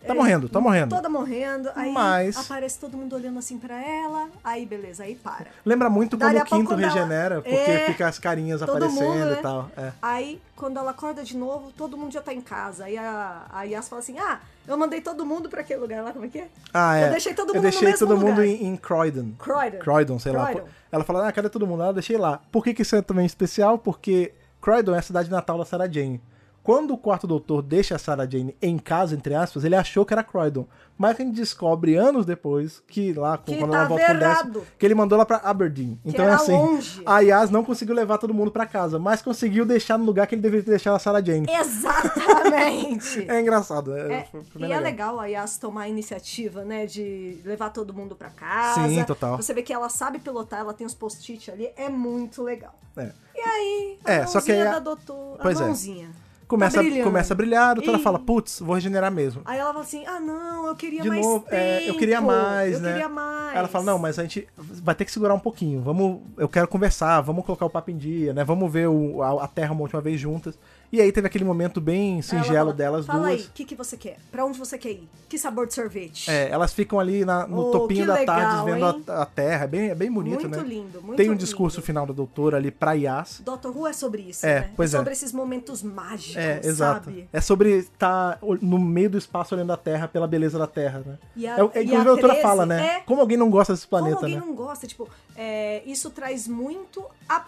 Speaker 1: Tá
Speaker 2: é,
Speaker 1: morrendo, tá morrendo.
Speaker 2: Toda morrendo. Aí
Speaker 1: Mas-
Speaker 2: aparece todo mundo olhando assim pra ela. Aí beleza, aí para.
Speaker 1: Lembra muito quando
Speaker 2: Dali
Speaker 1: o
Speaker 2: a pouco
Speaker 1: quinto
Speaker 2: quando ela-
Speaker 1: regenera, porque
Speaker 2: É,
Speaker 1: fica as carinhas
Speaker 2: todo
Speaker 1: aparecendo
Speaker 2: mundo,
Speaker 1: e
Speaker 2: né?
Speaker 1: tal. É.
Speaker 2: Aí, quando ela acorda de novo, todo mundo já tá em casa. Aí a, a Yas fala assim: Ah, Eu mandei todo mundo pra aquele lugar lá, como é que é?
Speaker 1: Ah, é.
Speaker 2: Eu deixei todo mundo
Speaker 1: Eu
Speaker 2: no
Speaker 1: deixei
Speaker 2: mesmo
Speaker 1: todo mundo
Speaker 2: lugar.
Speaker 1: em, em Croydon.
Speaker 2: Croydon.
Speaker 1: Croydon, sei lá.
Speaker 2: Croydon.
Speaker 1: Pô, Ela falou, ah, cadê todo mundo? Ah, Eu deixei lá. Por que, que isso é também especial? Porque Croydon é a cidade natal da Sarah Jane. Quando o quarto doutor deixa a Sarah Jane em casa, entre aspas, ele achou que era Croydon. Mas a gente descobre anos depois que lá,
Speaker 2: Que
Speaker 1: quando ela
Speaker 2: tava
Speaker 1: volta com o décimo,
Speaker 2: errado.
Speaker 1: que ele mandou lá pra Aberdeen. então é
Speaker 2: era
Speaker 1: assim,
Speaker 2: longe.
Speaker 1: a Yas não conseguiu levar todo mundo pra casa, mas conseguiu deixar no lugar que ele deveria ter deixado a Sarah Jane. [laughs]
Speaker 2: Exatamente!
Speaker 1: É engraçado. É,
Speaker 2: É,
Speaker 1: foi- foi
Speaker 2: e
Speaker 1: bem
Speaker 2: é
Speaker 1: legal.
Speaker 2: legal a Yas tomar a iniciativa, né? De levar todo mundo pra casa.
Speaker 1: Sim, total.
Speaker 2: Você vê que ela sabe pilotar, ela tem os post-it ali. É muito legal.
Speaker 1: É.
Speaker 2: E aí, a
Speaker 1: É,
Speaker 2: mãozinha
Speaker 1: só que aí a-
Speaker 2: da doutora...
Speaker 1: Pois é.
Speaker 2: a mãozinha.
Speaker 1: Começa,
Speaker 2: tá brilhando.
Speaker 1: começa a brilhar, a doutora
Speaker 2: Ih.
Speaker 1: fala, putz, vou regenerar mesmo.
Speaker 2: Aí ela fala assim, ah, não, eu queria
Speaker 1: De
Speaker 2: mais
Speaker 1: novo, é, eu queria
Speaker 2: tempo,
Speaker 1: mais,
Speaker 2: eu
Speaker 1: né?
Speaker 2: queria mais.
Speaker 1: Ela fala, não, mas a gente vai ter que segurar um pouquinho. Vamos, eu quero conversar, vamos colocar o papo em dia, né? Vamos ver o- a, a Terra uma última vez juntas. E aí teve aquele momento bem
Speaker 2: Aí ela
Speaker 1: singelo
Speaker 2: fala,
Speaker 1: delas
Speaker 2: fala
Speaker 1: duas.
Speaker 2: aí, o que, que você quer? Pra onde você quer ir? Que sabor de sorvete?
Speaker 1: É, elas ficam ali na- no
Speaker 2: Oh,
Speaker 1: topinho
Speaker 2: que
Speaker 1: da
Speaker 2: legal,
Speaker 1: tarde
Speaker 2: hein?
Speaker 1: vendo a, a Terra. É bem, é bem bonito,
Speaker 2: Muito
Speaker 1: né?
Speaker 2: lindo, muito
Speaker 1: Tem um
Speaker 2: lindo.
Speaker 1: discurso final da doutora ali pra Yas.
Speaker 2: Doctor Who é sobre isso,
Speaker 1: É,
Speaker 2: né?
Speaker 1: pois é.
Speaker 2: sobre esses momentos mágicos,
Speaker 1: É,
Speaker 2: sabe?
Speaker 1: exato. É sobre estar ol- no meio do espaço olhando a Terra pela beleza da Terra, né?
Speaker 2: E a-
Speaker 1: é, o-
Speaker 2: e a
Speaker 1: inclusive a doutora
Speaker 2: 13
Speaker 1: fala, né?
Speaker 2: é-
Speaker 1: Como alguém não gosta desse
Speaker 2: Como
Speaker 1: planeta,
Speaker 2: alguém
Speaker 1: né?
Speaker 2: não gosta, tipo, é, isso traz muito a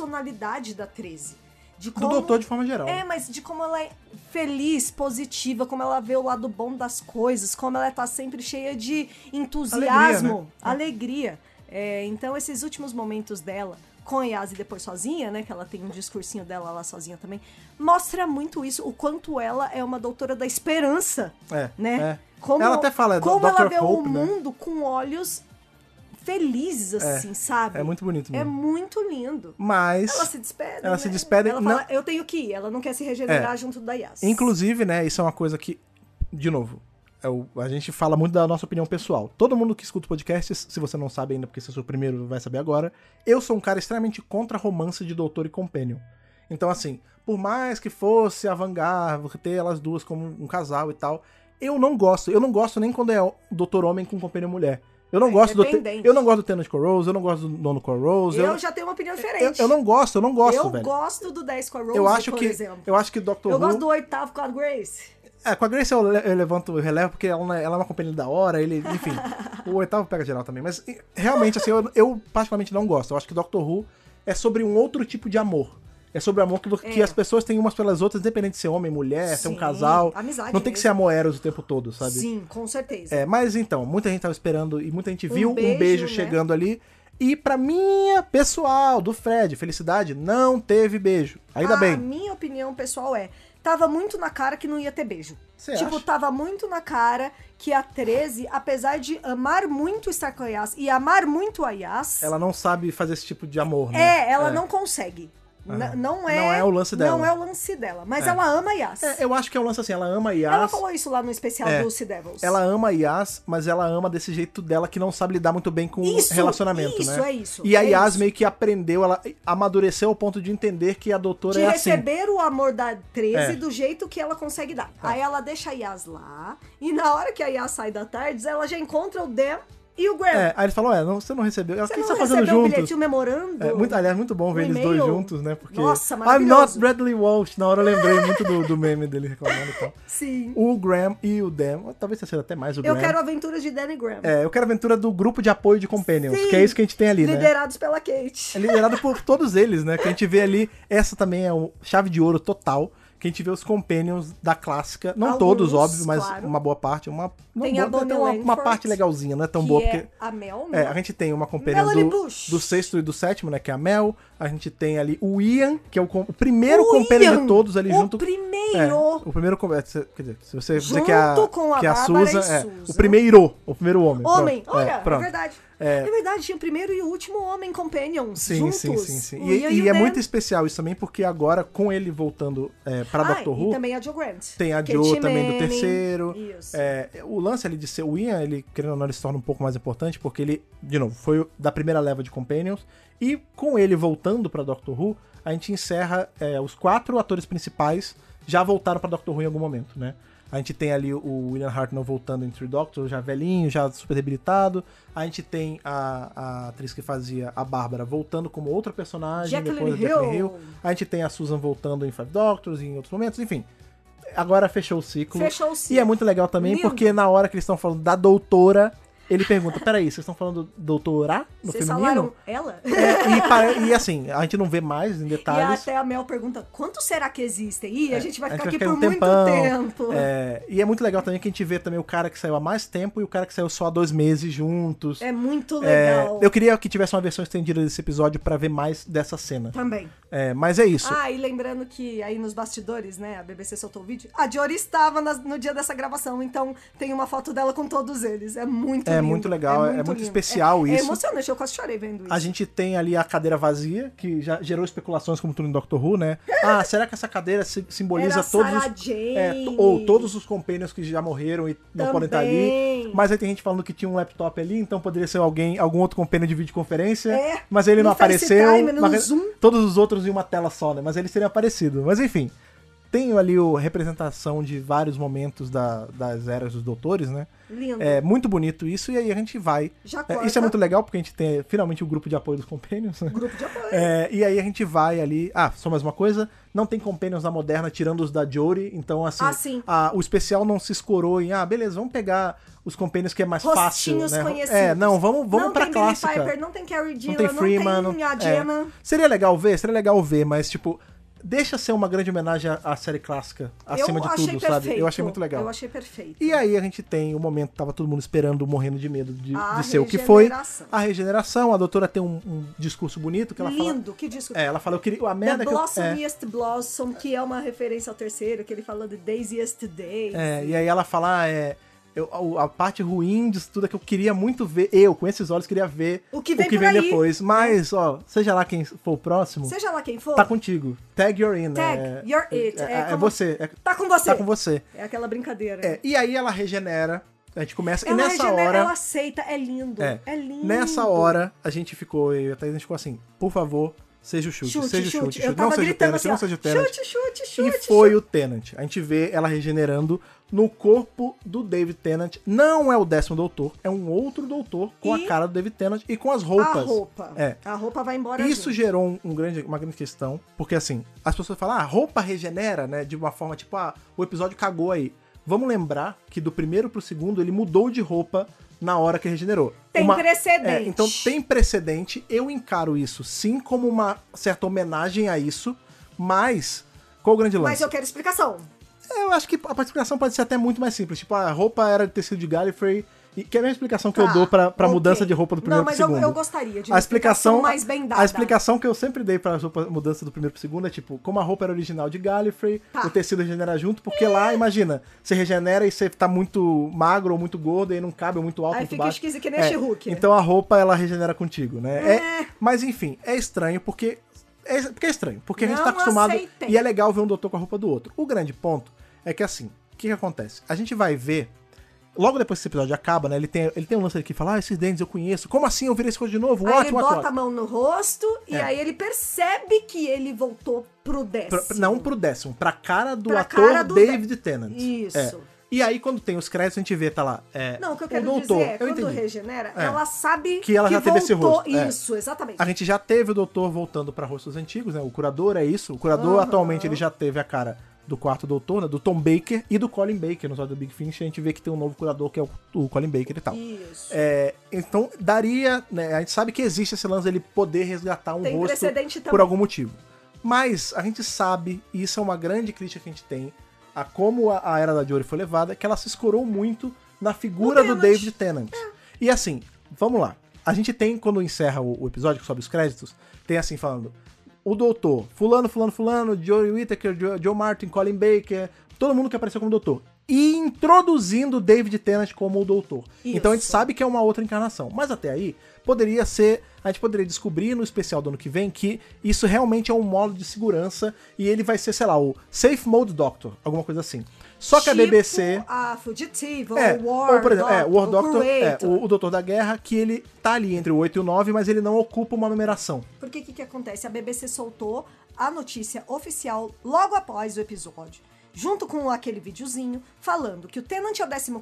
Speaker 2: personalidade da 13. De como,
Speaker 1: Do doutor de forma geral.
Speaker 2: É, mas de como ela é feliz, positiva, como ela vê o lado bom das coisas, como ela tá sempre cheia de
Speaker 1: né?
Speaker 2: entusiasmo, alegria. É, então, esses últimos momentos dela com Yas e depois sozinha, né? Que ela tem um discursinho dela lá sozinha também, mostra muito isso, o quanto ela é uma doutora da esperança.
Speaker 1: É, é.
Speaker 2: né?
Speaker 1: Ela até fala, é
Speaker 2: como
Speaker 1: Dr.
Speaker 2: ela vê o
Speaker 1: Hope, né?
Speaker 2: mundo com olhos felizes, assim, sabe?
Speaker 1: É muito bonito
Speaker 2: É
Speaker 1: mesmo.
Speaker 2: muito lindo.
Speaker 1: Mas.
Speaker 2: Ela se despede.
Speaker 1: Ela
Speaker 2: né?
Speaker 1: se despede,
Speaker 2: Ela
Speaker 1: não-
Speaker 2: fala, eu tenho que ir. Ela não quer se regenerar
Speaker 1: É.
Speaker 2: junto da Yas.
Speaker 1: Inclusive, né, isso é uma coisa que, de novo, é o- a gente fala muito da nossa opinião pessoal. Todo mundo que escuta podcasts, se você não sabe ainda, porque se é seu primeiro, vai saber agora. Eu sou um cara extremamente contra romance de Doutor e Companion. Então, assim, por mais que fosse a Vanguard, ter elas duas como um casal e tal, eu não gosto. Eu não gosto nem quando é o Doutor Homem com Companion Mulher. Eu não
Speaker 2: É,
Speaker 1: gosto do. te-
Speaker 2: dependente.
Speaker 1: Eu não gosto do Tenant Corrose, eu não gosto do Nono Corrose.
Speaker 2: Eu, já tenho uma
Speaker 1: eu,
Speaker 2: opinião diferente.
Speaker 1: eu não gosto, eu não gosto,
Speaker 2: Eu
Speaker 1: velho.
Speaker 2: gosto do 10 com a Rose,
Speaker 1: eu acho
Speaker 2: por
Speaker 1: que
Speaker 2: exemplo.
Speaker 1: eu acho que Dr.
Speaker 2: Eu,
Speaker 1: Who
Speaker 2: gosto do oitavo com a Grace.
Speaker 1: é, com a Grace eu, le- eu levanto e relevo, porque ela, não é- ela é uma companhia da hora, ele, enfim. o oitavo pega geral também. Mas e, realmente, assim, eu, eu particularmente não gosto. Eu acho que Doctor Who é sobre um outro tipo de amor. É sobre amor que, vo- que
Speaker 2: É.
Speaker 1: as pessoas têm umas pelas outras, independente de ser homem, mulher, ser um
Speaker 2: Sim,
Speaker 1: casal.
Speaker 2: amizade
Speaker 1: não tem que
Speaker 2: mesmo.
Speaker 1: ser amor eros o tempo todo, sabe?
Speaker 2: Sim, com certeza.
Speaker 1: É, mas então, muita gente tava esperando e muita gente viu um beijo,
Speaker 2: beijo, né?
Speaker 1: chegando ali. E pra minha pessoal, do Fred, felicidade, não teve beijo. Ainda
Speaker 2: a
Speaker 1: bem.
Speaker 2: minha opinião pessoal é: tava muito na cara que não ia ter beijo.
Speaker 1: Cê
Speaker 2: tipo,
Speaker 1: acha?
Speaker 2: tava muito na cara que a 13, apesar de amar muito estar com a Yas e amar muito a Yas,
Speaker 1: Ela não sabe fazer esse tipo de amor, né?
Speaker 2: é, ela não consegue. N- Não é,
Speaker 1: Não é o lance dela.
Speaker 2: Não é o lance dela. Mas
Speaker 1: É.
Speaker 2: ela ama a Yas.
Speaker 1: É, eu acho que é um lance assim, ela ama Yas.
Speaker 2: Ela falou isso lá no especial
Speaker 1: É.
Speaker 2: do Sea Devils.
Speaker 1: Ela ama Yas, mas ela ama desse jeito dela que não sabe lidar muito bem com
Speaker 2: Isso,
Speaker 1: relacionamento,
Speaker 2: isso,
Speaker 1: né?
Speaker 2: é isso,
Speaker 1: E a
Speaker 2: é
Speaker 1: Yas
Speaker 2: isso.
Speaker 1: meio que aprendeu, ela amadureceu ao ponto de entender que a doutora
Speaker 2: de
Speaker 1: é assim.
Speaker 2: receber o amor da
Speaker 1: É.
Speaker 2: 13 do jeito que ela consegue dar. Aí ela deixa a Yas lá, e na hora que a Yas sai da tarde, ela já encontra o Dan e o Graham.
Speaker 1: É, aí ele falou, é, não, você não recebeu. Ela, o
Speaker 2: Você
Speaker 1: que que
Speaker 2: não
Speaker 1: você tá fazendo
Speaker 2: recebeu o
Speaker 1: juntos?
Speaker 2: bilhetinho memorando?
Speaker 1: É, muito, aliás, muito bom ver
Speaker 2: Um
Speaker 1: eles dois
Speaker 2: e-mail?
Speaker 1: juntos, né? Porque.
Speaker 2: Nossa,
Speaker 1: I'm not
Speaker 2: maravilhoso.
Speaker 1: Bradley Walsh. Na hora eu lembrei muito do, do meme dele reclamando e tal.
Speaker 2: Sim.
Speaker 1: O Graham e o Dan. ou Talvez tenha sido até mais o
Speaker 2: Eu
Speaker 1: Graham.
Speaker 2: quero aventuras de Danny Graham.
Speaker 1: É, eu quero a aventura do grupo de apoio de Companions, que é isso que a gente tem ali, né?
Speaker 2: Liderados pela
Speaker 1: É
Speaker 2: Kate.
Speaker 1: liderado por todos eles, né? Que a gente vê ali, essa também é o chave de ouro total. Que a gente vê os companions da clássica. Não
Speaker 2: Alguns,
Speaker 1: todos, óbvio, mas
Speaker 2: claro.
Speaker 1: uma boa parte. Uma, não
Speaker 2: Tem
Speaker 1: boa,
Speaker 2: a Bonnie
Speaker 1: tem uma, uma
Speaker 2: Langford,
Speaker 1: parte legalzinha, não é tão
Speaker 2: que
Speaker 1: boa,
Speaker 2: é
Speaker 1: porque.
Speaker 2: a Mel,
Speaker 1: É,
Speaker 2: né?
Speaker 1: a gente tem uma companion
Speaker 2: Melanie
Speaker 1: do,
Speaker 2: Bush.
Speaker 1: do sexto e do sétimo, né? Que é a Mel. A gente tem ali o Ian, que é o, com- o primeiro
Speaker 2: O
Speaker 1: companion
Speaker 2: Ian,
Speaker 1: de todos ali
Speaker 2: o
Speaker 1: junto. É,
Speaker 2: primeiro.
Speaker 1: o primeiro. com- é, se- Quer dizer, se você dizer que é a,
Speaker 2: Junto com a
Speaker 1: que a
Speaker 2: Bárbara e
Speaker 1: Susan. é, o
Speaker 2: Susan.
Speaker 1: primeiro. O primeiro homem. pronto.
Speaker 2: Homem,
Speaker 1: É,
Speaker 2: olha, é,
Speaker 1: pronto.
Speaker 2: verdade.
Speaker 1: É.
Speaker 2: É. verdade, tinha o primeiro e o último homem companions
Speaker 1: Sim,
Speaker 2: juntos.
Speaker 1: sim, sim, sim.
Speaker 2: O
Speaker 1: E,
Speaker 2: Ian
Speaker 1: e
Speaker 2: o
Speaker 1: é
Speaker 2: Dan.
Speaker 1: muito especial isso também, porque agora, com ele voltando é, pra
Speaker 2: Ah,
Speaker 1: Doctor
Speaker 2: e
Speaker 1: Who,
Speaker 2: também a Joe Grant.
Speaker 1: tem a
Speaker 2: Kate
Speaker 1: Joe também do
Speaker 2: é Manning.
Speaker 1: terceiro.
Speaker 2: Isso.
Speaker 1: É, o lance ali de ser o Ian, ele, querendo ou não, ele se torna um pouco mais importante, porque ele, de novo, foi o- da primeira leva de Companions. E com ele voltando pra Doctor Who, a gente encerra é, os quatro atores principais já voltaram pra Doctor Who em algum momento, né? A gente tem ali o William Hartnell voltando em Three Doctor, já velhinho, já super debilitado. A gente tem a, a atriz que fazia a Bárbara voltando como outra personagem,
Speaker 2: Jacqueline
Speaker 1: depois a Jacqueline
Speaker 2: Hill.
Speaker 1: Hill. A gente tem a Susan voltando em Five Doctors e em outros momentos, enfim. agora fechou o ciclo.
Speaker 2: Fechou o ciclo.
Speaker 1: E é muito legal também,
Speaker 2: Lindo.
Speaker 1: porque na hora que eles estão falando da doutora, ele pergunta: peraí, vocês estão falando doutorá no
Speaker 2: Vocês
Speaker 1: feminino?
Speaker 2: falaram ela? [laughs]
Speaker 1: É, e, pare- e assim, a gente não vê mais em
Speaker 2: E
Speaker 1: detalhes.
Speaker 2: até a Mel pergunta, quanto será que existem? Ih, a gente vai
Speaker 1: A gente vai
Speaker 2: ficar aqui
Speaker 1: ficar
Speaker 2: por
Speaker 1: um
Speaker 2: muito
Speaker 1: tempão.
Speaker 2: tempo.
Speaker 1: É, e é muito legal também que a gente vê também o cara que saiu há mais tempo e o cara que saiu só há dois meses juntos.
Speaker 2: É, muito
Speaker 1: É,
Speaker 2: legal.
Speaker 1: eu queria que tivesse uma versão estendida desse episódio pra ver mais dessa cena.
Speaker 2: Também.
Speaker 1: É, mas é isso.
Speaker 2: Ah, e lembrando que aí nos bastidores, né, a BBC soltou o vídeo, a Diori estava nas- no dia dessa gravação, então tem uma foto dela com todos eles. É muito
Speaker 1: É
Speaker 2: lindo,
Speaker 1: muito legal, é muito especial
Speaker 2: É- É
Speaker 1: isso.
Speaker 2: emocionante, eu quase chorei vendo isso.
Speaker 1: A gente tem ali a cadeira vazia, que já gerou especulações como tudo em Doctor Who, né? Ah, será que essa cadeira si- simboliza
Speaker 2: Era a
Speaker 1: todos
Speaker 2: Sarah
Speaker 1: os. é,
Speaker 2: Jane.
Speaker 1: to- ou todos os companions que já morreram e não podem estar ali.
Speaker 2: Também.
Speaker 1: Mas aí tem gente falando que tinha um laptop ali, então poderia ser alguém, algum outro companion de videoconferência.
Speaker 2: É,
Speaker 1: mas ele
Speaker 2: no
Speaker 1: não apareceu.
Speaker 2: FaceTime, no
Speaker 1: mas-
Speaker 2: Zoom.
Speaker 1: Todos os outros em uma tela só, né? Mas eles teriam aparecido. Mas enfim. Tem ali a representação de vários momentos da- das eras dos doutores, né?
Speaker 2: Lindo.
Speaker 1: É muito bonito isso, e aí a gente vai.
Speaker 2: Já
Speaker 1: É,
Speaker 2: corta.
Speaker 1: isso é muito legal, porque a gente tem finalmente o grupo de apoio dos Companions. né?
Speaker 2: Grupo de apoio.
Speaker 1: É, e aí a gente vai ali. Ah, só mais uma coisa: não tem Companions na moderna tirando os da Jory, então assim.
Speaker 2: Ah, sim.
Speaker 1: a- o especial não se escorou em, ah, beleza, vamos pegar os Companions que é mais
Speaker 2: Rostinhos
Speaker 1: fácil. Né?
Speaker 2: conhecidos.
Speaker 1: É, não, vamos, vamos
Speaker 2: não
Speaker 1: pra
Speaker 2: tem
Speaker 1: clássica.
Speaker 2: Billy Piper, não tem Carrie
Speaker 1: Não
Speaker 2: Dillon,
Speaker 1: tem Freeman.
Speaker 2: não tem a
Speaker 1: é.
Speaker 2: Jenna.
Speaker 1: Seria legal ver, seria legal ver, mas tipo, deixa ser uma grande homenagem à à série clássica, acima
Speaker 2: eu
Speaker 1: de
Speaker 2: achei
Speaker 1: tudo,
Speaker 2: perfeito.
Speaker 1: sabe? Eu achei muito legal.
Speaker 2: Eu achei perfeito.
Speaker 1: E aí a gente tem o momento que tava todo mundo esperando, morrendo de medo de,
Speaker 2: A
Speaker 1: de ser o que foi.
Speaker 2: regeneração.
Speaker 1: A regeneração. A doutora tem um, um discurso bonito que ela fala.
Speaker 2: Lindo, que disco.
Speaker 1: É, ela fala, eu queria. A
Speaker 2: The
Speaker 1: merda que eu,
Speaker 2: Blossom
Speaker 1: é,
Speaker 2: East Blossom, que é uma referência ao terceiro, que ele fala de Days Yesterday.
Speaker 1: é, e aí ela fala, ah, é. eu- a, a parte ruim disso tudo é que eu queria muito ver, eu, com esses olhos, queria ver
Speaker 2: O que vem por aí. É.
Speaker 1: depois. Mas, ó, seja lá quem for o próximo,
Speaker 2: Seja lá quem for,
Speaker 1: tá contigo. Tag you're in.
Speaker 2: Tag,
Speaker 1: é,
Speaker 2: you're it.
Speaker 1: É,
Speaker 2: É
Speaker 1: é
Speaker 2: como-
Speaker 1: você. é-
Speaker 2: tá com você.
Speaker 1: Tá com você.
Speaker 2: É aquela brincadeira.
Speaker 1: É, e aí ela regenera. A gente começa.
Speaker 2: Ela
Speaker 1: e nessa
Speaker 2: regenera,
Speaker 1: hora.
Speaker 2: ela aceita, é lindo. É, lindo.
Speaker 1: Nessa hora, a gente ficou, eu e a Thaís, a gente ficou assim, por favor, seja o chute,
Speaker 2: chute,
Speaker 1: seja o
Speaker 2: chute.
Speaker 1: chute,
Speaker 2: Eu
Speaker 1: chute.
Speaker 2: tava
Speaker 1: não seja o
Speaker 2: gritando
Speaker 1: Tenant,
Speaker 2: assim,
Speaker 1: não
Speaker 2: ó,
Speaker 1: seja o Tenant.
Speaker 2: Chute, chute, chute.
Speaker 1: E foi o Tenant. A gente vê ela regenerando no corpo do David Tennant. Não é o décimo doutor, é um outro doutor com
Speaker 2: E-
Speaker 1: a cara do David Tennant e com as
Speaker 2: A
Speaker 1: roupas.
Speaker 2: roupa.
Speaker 1: É.
Speaker 2: A roupa vai embora.
Speaker 1: Isso
Speaker 2: junto.
Speaker 1: gerou um, um grande, uma grande questão, porque assim, as pessoas falam, ah, roupa regenera, né? De uma forma tipo, ah, o episódio cagou aí. Vamos lembrar que do primeiro pro segundo ele mudou de roupa na hora que regenerou.
Speaker 2: Tem
Speaker 1: Uma-
Speaker 2: precedente.
Speaker 1: É, então tem precedente, eu encaro isso sim como uma certa homenagem a isso, mas qual o grande lance?
Speaker 2: Mas eu quero explicação.
Speaker 1: É, Eu acho que a participação pode ser até muito mais simples. Tipo, a roupa era de tecido de Gallifrey. E que é a mesma explicação que eu
Speaker 2: Tá,
Speaker 1: dou pra, pra
Speaker 2: ok.
Speaker 1: mudança de roupa do
Speaker 2: Não,
Speaker 1: primeiro
Speaker 2: mas
Speaker 1: pro
Speaker 2: eu-
Speaker 1: segundo.
Speaker 2: eu gostaria de uma
Speaker 1: a explicação
Speaker 2: explicação mais bem dada.
Speaker 1: A explicação que eu sempre dei pra roupa- mudança do primeiro pro segundo é tipo, como a roupa era original de Gallifrey,
Speaker 2: Tá.
Speaker 1: o tecido regenera junto, porque lá, imagina, você regenera e você tá muito magro ou muito gordo e aí não cabe, ou muito alto,
Speaker 2: Aí
Speaker 1: muito
Speaker 2: fica
Speaker 1: baixo.
Speaker 2: esquisito que nem She-Hulk. né?
Speaker 1: Então a roupa, ela regenera contigo, né?
Speaker 2: É.
Speaker 1: mas enfim, é estranho porque... É, porque é estranho, porque a gente
Speaker 2: Não
Speaker 1: tá acostumado...
Speaker 2: aceitei.
Speaker 1: E é legal ver um doutor com a roupa do outro. O grande ponto é que assim, o que, que acontece? A gente vai ver. Logo depois que esse episódio acaba, né? Ele tem, ele tem um lance aqui que fala: Ah, esses dentes eu conheço. Como assim eu virei esse coisa de novo?
Speaker 2: Aí ele
Speaker 1: Ótimo,
Speaker 2: bota
Speaker 1: ótimo.
Speaker 2: a mão no rosto e
Speaker 1: É.
Speaker 2: aí ele percebe que ele voltou pro décimo.
Speaker 1: Pra- pra- não pro décimo, pra cara do
Speaker 2: Pra
Speaker 1: ator
Speaker 2: cara do
Speaker 1: David Tennant.
Speaker 2: Isso.
Speaker 1: É. E aí, quando tem os créditos, a gente vê, tá lá. É,
Speaker 2: Não, o que eu quero
Speaker 1: doutor,
Speaker 2: dizer é,
Speaker 1: eu
Speaker 2: quando
Speaker 1: entendi.
Speaker 2: regenera,
Speaker 1: É.
Speaker 2: ela sabe
Speaker 1: Que ela já teve
Speaker 2: voltou
Speaker 1: esse rosto, é.
Speaker 2: Isso, exatamente.
Speaker 1: A gente já teve o doutor voltando pra rostos antigos, né? O curador é isso. O curador,
Speaker 2: Aham.
Speaker 1: atualmente, ele já teve a cara do quarto doutor, né? Do Tom Baker e do Colin Baker. No episódio do Big Finish, a gente vê que tem um novo curador, que é o, o Colin Baker e tal.
Speaker 2: Isso.
Speaker 1: É, então daria, né, a gente sabe que existe esse lance dele poder resgatar um
Speaker 2: Tem
Speaker 1: rosto
Speaker 2: precedente também.
Speaker 1: por algum motivo. Mas a gente sabe, e isso é uma grande crítica que a gente tem, a como a, a era da Jory foi levada, que ela se escorou muito na figura
Speaker 2: No
Speaker 1: do
Speaker 2: Tennant.
Speaker 1: David Tennant. E assim, vamos lá. A gente tem, quando encerra o, o episódio, que sobe os créditos, tem assim falando, o doutor, fulano, fulano, fulano, Joey Whittaker, Joe, Joe Martin, Colin Baker, todo mundo que apareceu como doutor. E introduzindo David Tennant como o doutor.
Speaker 2: Isso.
Speaker 1: Então a gente sabe que é uma outra encarnação. Mas até aí, poderia ser. A gente poderia descobrir no especial do ano que vem que isso realmente é um modo de segurança e ele vai ser, sei lá, o Safe Mode Doctor, alguma coisa assim. Só que a
Speaker 2: Tipo
Speaker 1: BBC.
Speaker 2: A Fugitive,
Speaker 1: É,
Speaker 2: ou War,
Speaker 1: ou, por exemplo, é, o War Doctor, é,
Speaker 2: Curator.
Speaker 1: o, o Doutor da Guerra, que ele tá ali entre o 8 e o 9, mas ele não ocupa uma numeração.
Speaker 2: Porque o que, que acontece? A BBC soltou a notícia oficial logo após o episódio junto com aquele videozinho, falando que o Tenant é o 14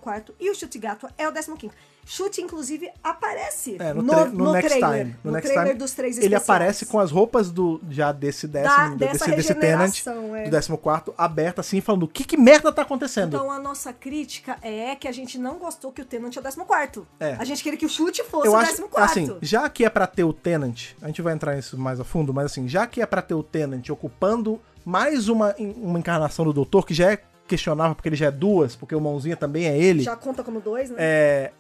Speaker 2: e o Chute Gato é o 15. Chute, inclusive, aparece
Speaker 1: É,
Speaker 2: no,
Speaker 1: no, tra-
Speaker 2: no
Speaker 1: no Next
Speaker 2: trailer.
Speaker 1: Time.
Speaker 2: No,
Speaker 1: Next
Speaker 2: trailer
Speaker 1: Time,
Speaker 2: dos três
Speaker 1: Ele
Speaker 2: especiais.
Speaker 1: aparece com as roupas do já desse décimo,
Speaker 2: Da- dessa
Speaker 1: desse, desse Tenant,
Speaker 2: regeneração, é.
Speaker 1: do décimo quarto, aberta assim, falando o que que merda tá acontecendo.
Speaker 2: Então a nossa crítica é que a gente não gostou que o Tenant é o 14.
Speaker 1: É.
Speaker 2: A gente queria que o chute fosse
Speaker 1: eu
Speaker 2: o
Speaker 1: acho,
Speaker 2: 14.
Speaker 1: assim, já que é pra ter o Tenant, a gente vai entrar nisso mais a fundo, mas assim, já que é pra ter o Tenant ocupando mais uma, uma encarnação do Doutor, que já é questionável porque ele já é duas, porque o Mãozinha também é ele.
Speaker 2: Já conta como dois, né?
Speaker 1: É,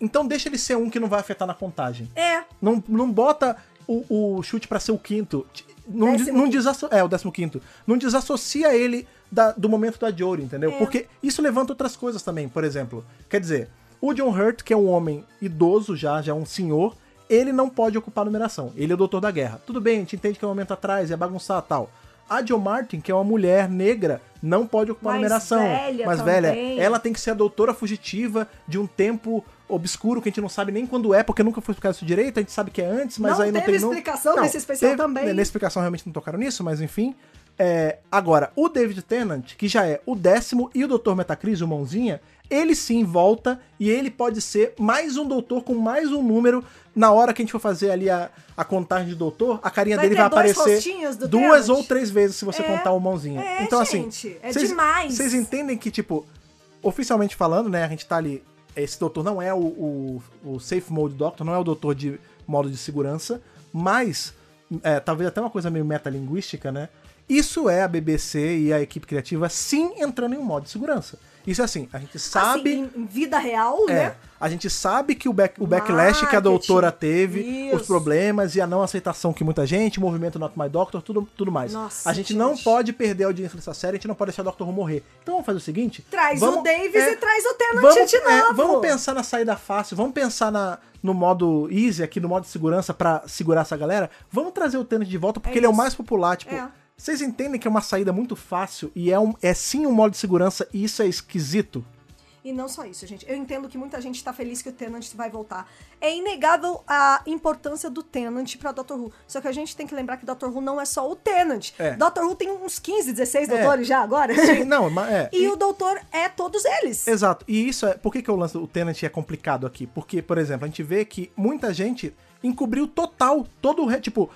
Speaker 1: então deixa ele ser um que não vai afetar na contagem.
Speaker 2: É,
Speaker 1: Não, não bota o, o chute pra ser o quinto. T- Não, des-
Speaker 2: Décimo
Speaker 1: não desasso- é, o décimo quinto. Não desassocia ele da- do momento da Jory, entendeu? Porque isso levanta outras coisas também, por exemplo. Quer dizer, o John Hurt, que é um homem idoso já, já é um senhor, ele não pode ocupar a numeração. Ele é o doutor da guerra. Tudo bem, a gente entende que é um momento atrás, é bagunçar tal. A Jo Martin, que é uma mulher negra, não pode ocupar a
Speaker 2: Mais
Speaker 1: numeração.
Speaker 2: velha
Speaker 1: mas velha,
Speaker 2: também.
Speaker 1: ela tem que ser a doutora fugitiva de um tempo obscuro que a gente não sabe nem quando é, porque nunca foi explicado isso direito, a gente sabe que é antes, mas
Speaker 2: Não
Speaker 1: aí não
Speaker 2: teve
Speaker 1: tem... nu-
Speaker 2: explicação nesse especial também.
Speaker 1: Nessa explicação realmente não tocaram nisso, mas enfim. É, agora, o David Tennant, que já é o décimo, e o Dr. Metacris, o Mãozinha, ele sim volta e ele pode ser mais um doutor com mais um número. Na hora que a gente for fazer ali a, a contagem de doutor, a carinha
Speaker 2: Vai
Speaker 1: dele
Speaker 2: ter
Speaker 1: vai
Speaker 2: dois
Speaker 1: aparecer
Speaker 2: rostinhos do
Speaker 1: duas
Speaker 2: Tennant.
Speaker 1: ou três vezes se você contar o Mãozinha.
Speaker 2: é,
Speaker 1: então, assim,
Speaker 2: gente, é demais.
Speaker 1: Vocês entendem que, tipo, oficialmente falando, né? A gente tá ali. Esse doutor não é o, o, o Safe Mode Doctor, não é o doutor de modo de segurança, mas é, talvez até uma coisa meio metalinguística, né? Isso é a BBC e a equipe criativa sim entrando em um modo de segurança. Isso é assim, a gente sabe.
Speaker 2: assim, em, em vida real,
Speaker 1: É,
Speaker 2: né?
Speaker 1: a gente sabe que o, back- o backlash que a
Speaker 2: Marketing,
Speaker 1: doutora teve, os
Speaker 2: isso.
Speaker 1: problemas e a não aceitação que muita gente, movimento Not My Doctor, tudo, tudo mais.
Speaker 2: Nossa,
Speaker 1: a gente, não
Speaker 2: gente.
Speaker 1: pode perder a audiência dessa série, a gente não pode deixar o Doctor Who morrer. Então vamos fazer o seguinte:
Speaker 2: Traz
Speaker 1: vamos-
Speaker 2: o Davis
Speaker 1: é,
Speaker 2: e traz o Tenant
Speaker 1: Vamos,
Speaker 2: de
Speaker 1: é,
Speaker 2: novo.
Speaker 1: vamos pensar na saída fácil, vamos pensar na, no modo easy aqui, no modo de segurança pra segurar essa galera. Vamos trazer o Tênis de volta, porque
Speaker 2: É
Speaker 1: ele é o
Speaker 2: isso.
Speaker 1: mais popular. Tipo,
Speaker 2: É.
Speaker 1: vocês entendem que é uma saída muito fácil e é, um, é sim um modo de segurança e isso é esquisito?
Speaker 2: E não só isso, gente. Eu entendo que muita gente tá feliz que o Tenant vai voltar. É inegável a importância do Tenant pra Doctor Who. Só que a gente tem que lembrar que Doctor Who não é só o Tenant.
Speaker 1: É.
Speaker 2: Doctor Who tem uns 15, 16 doutores já agora.
Speaker 1: Sim, não, mas é.
Speaker 2: E, o doutor é todos eles.
Speaker 1: Exato. E isso é. Por que, que eu lanço o Tenant é complicado aqui? Porque, por exemplo, a gente vê que muita gente encobriu total todo o. re- Tipo,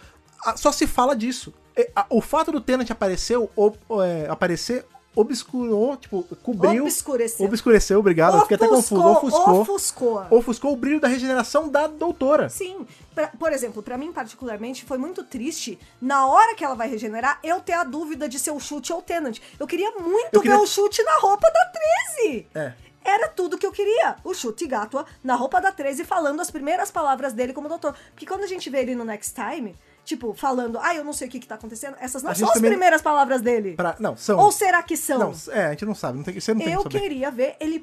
Speaker 1: a- só se fala disso. E, a- o fato do Tenant apareceu, ob- é, aparecer obscurou, tipo, cobriu.
Speaker 2: Obscureceu.
Speaker 1: Obscureceu, obrigado. Eu fiquei até confuso. Ofuscou.
Speaker 2: ofuscou.
Speaker 1: Ofuscou o brilho da regeneração da doutora.
Speaker 2: Sim. Pra- por exemplo, pra mim particularmente foi muito triste na hora que ela vai regenerar eu ter a dúvida de ser o chute ou o Tenant. Eu queria muito
Speaker 1: Eu queria-
Speaker 2: ver o chute na roupa da 13.
Speaker 1: É.
Speaker 2: Era tudo que eu queria. O chute Gatua na roupa da 13 falando as primeiras palavras dele como doutor. Porque quando a gente vê ele no Next Time, tipo, falando, ah, eu não sei o que que tá acontecendo, essas não
Speaker 1: A gente
Speaker 2: são as
Speaker 1: também-
Speaker 2: primeiras palavras dele.
Speaker 1: Pra- não, são.
Speaker 2: Ou será que são?
Speaker 1: Não, é, a gente não sabe. Não tem, você não tem
Speaker 2: Eu
Speaker 1: que saber.
Speaker 2: queria ver ele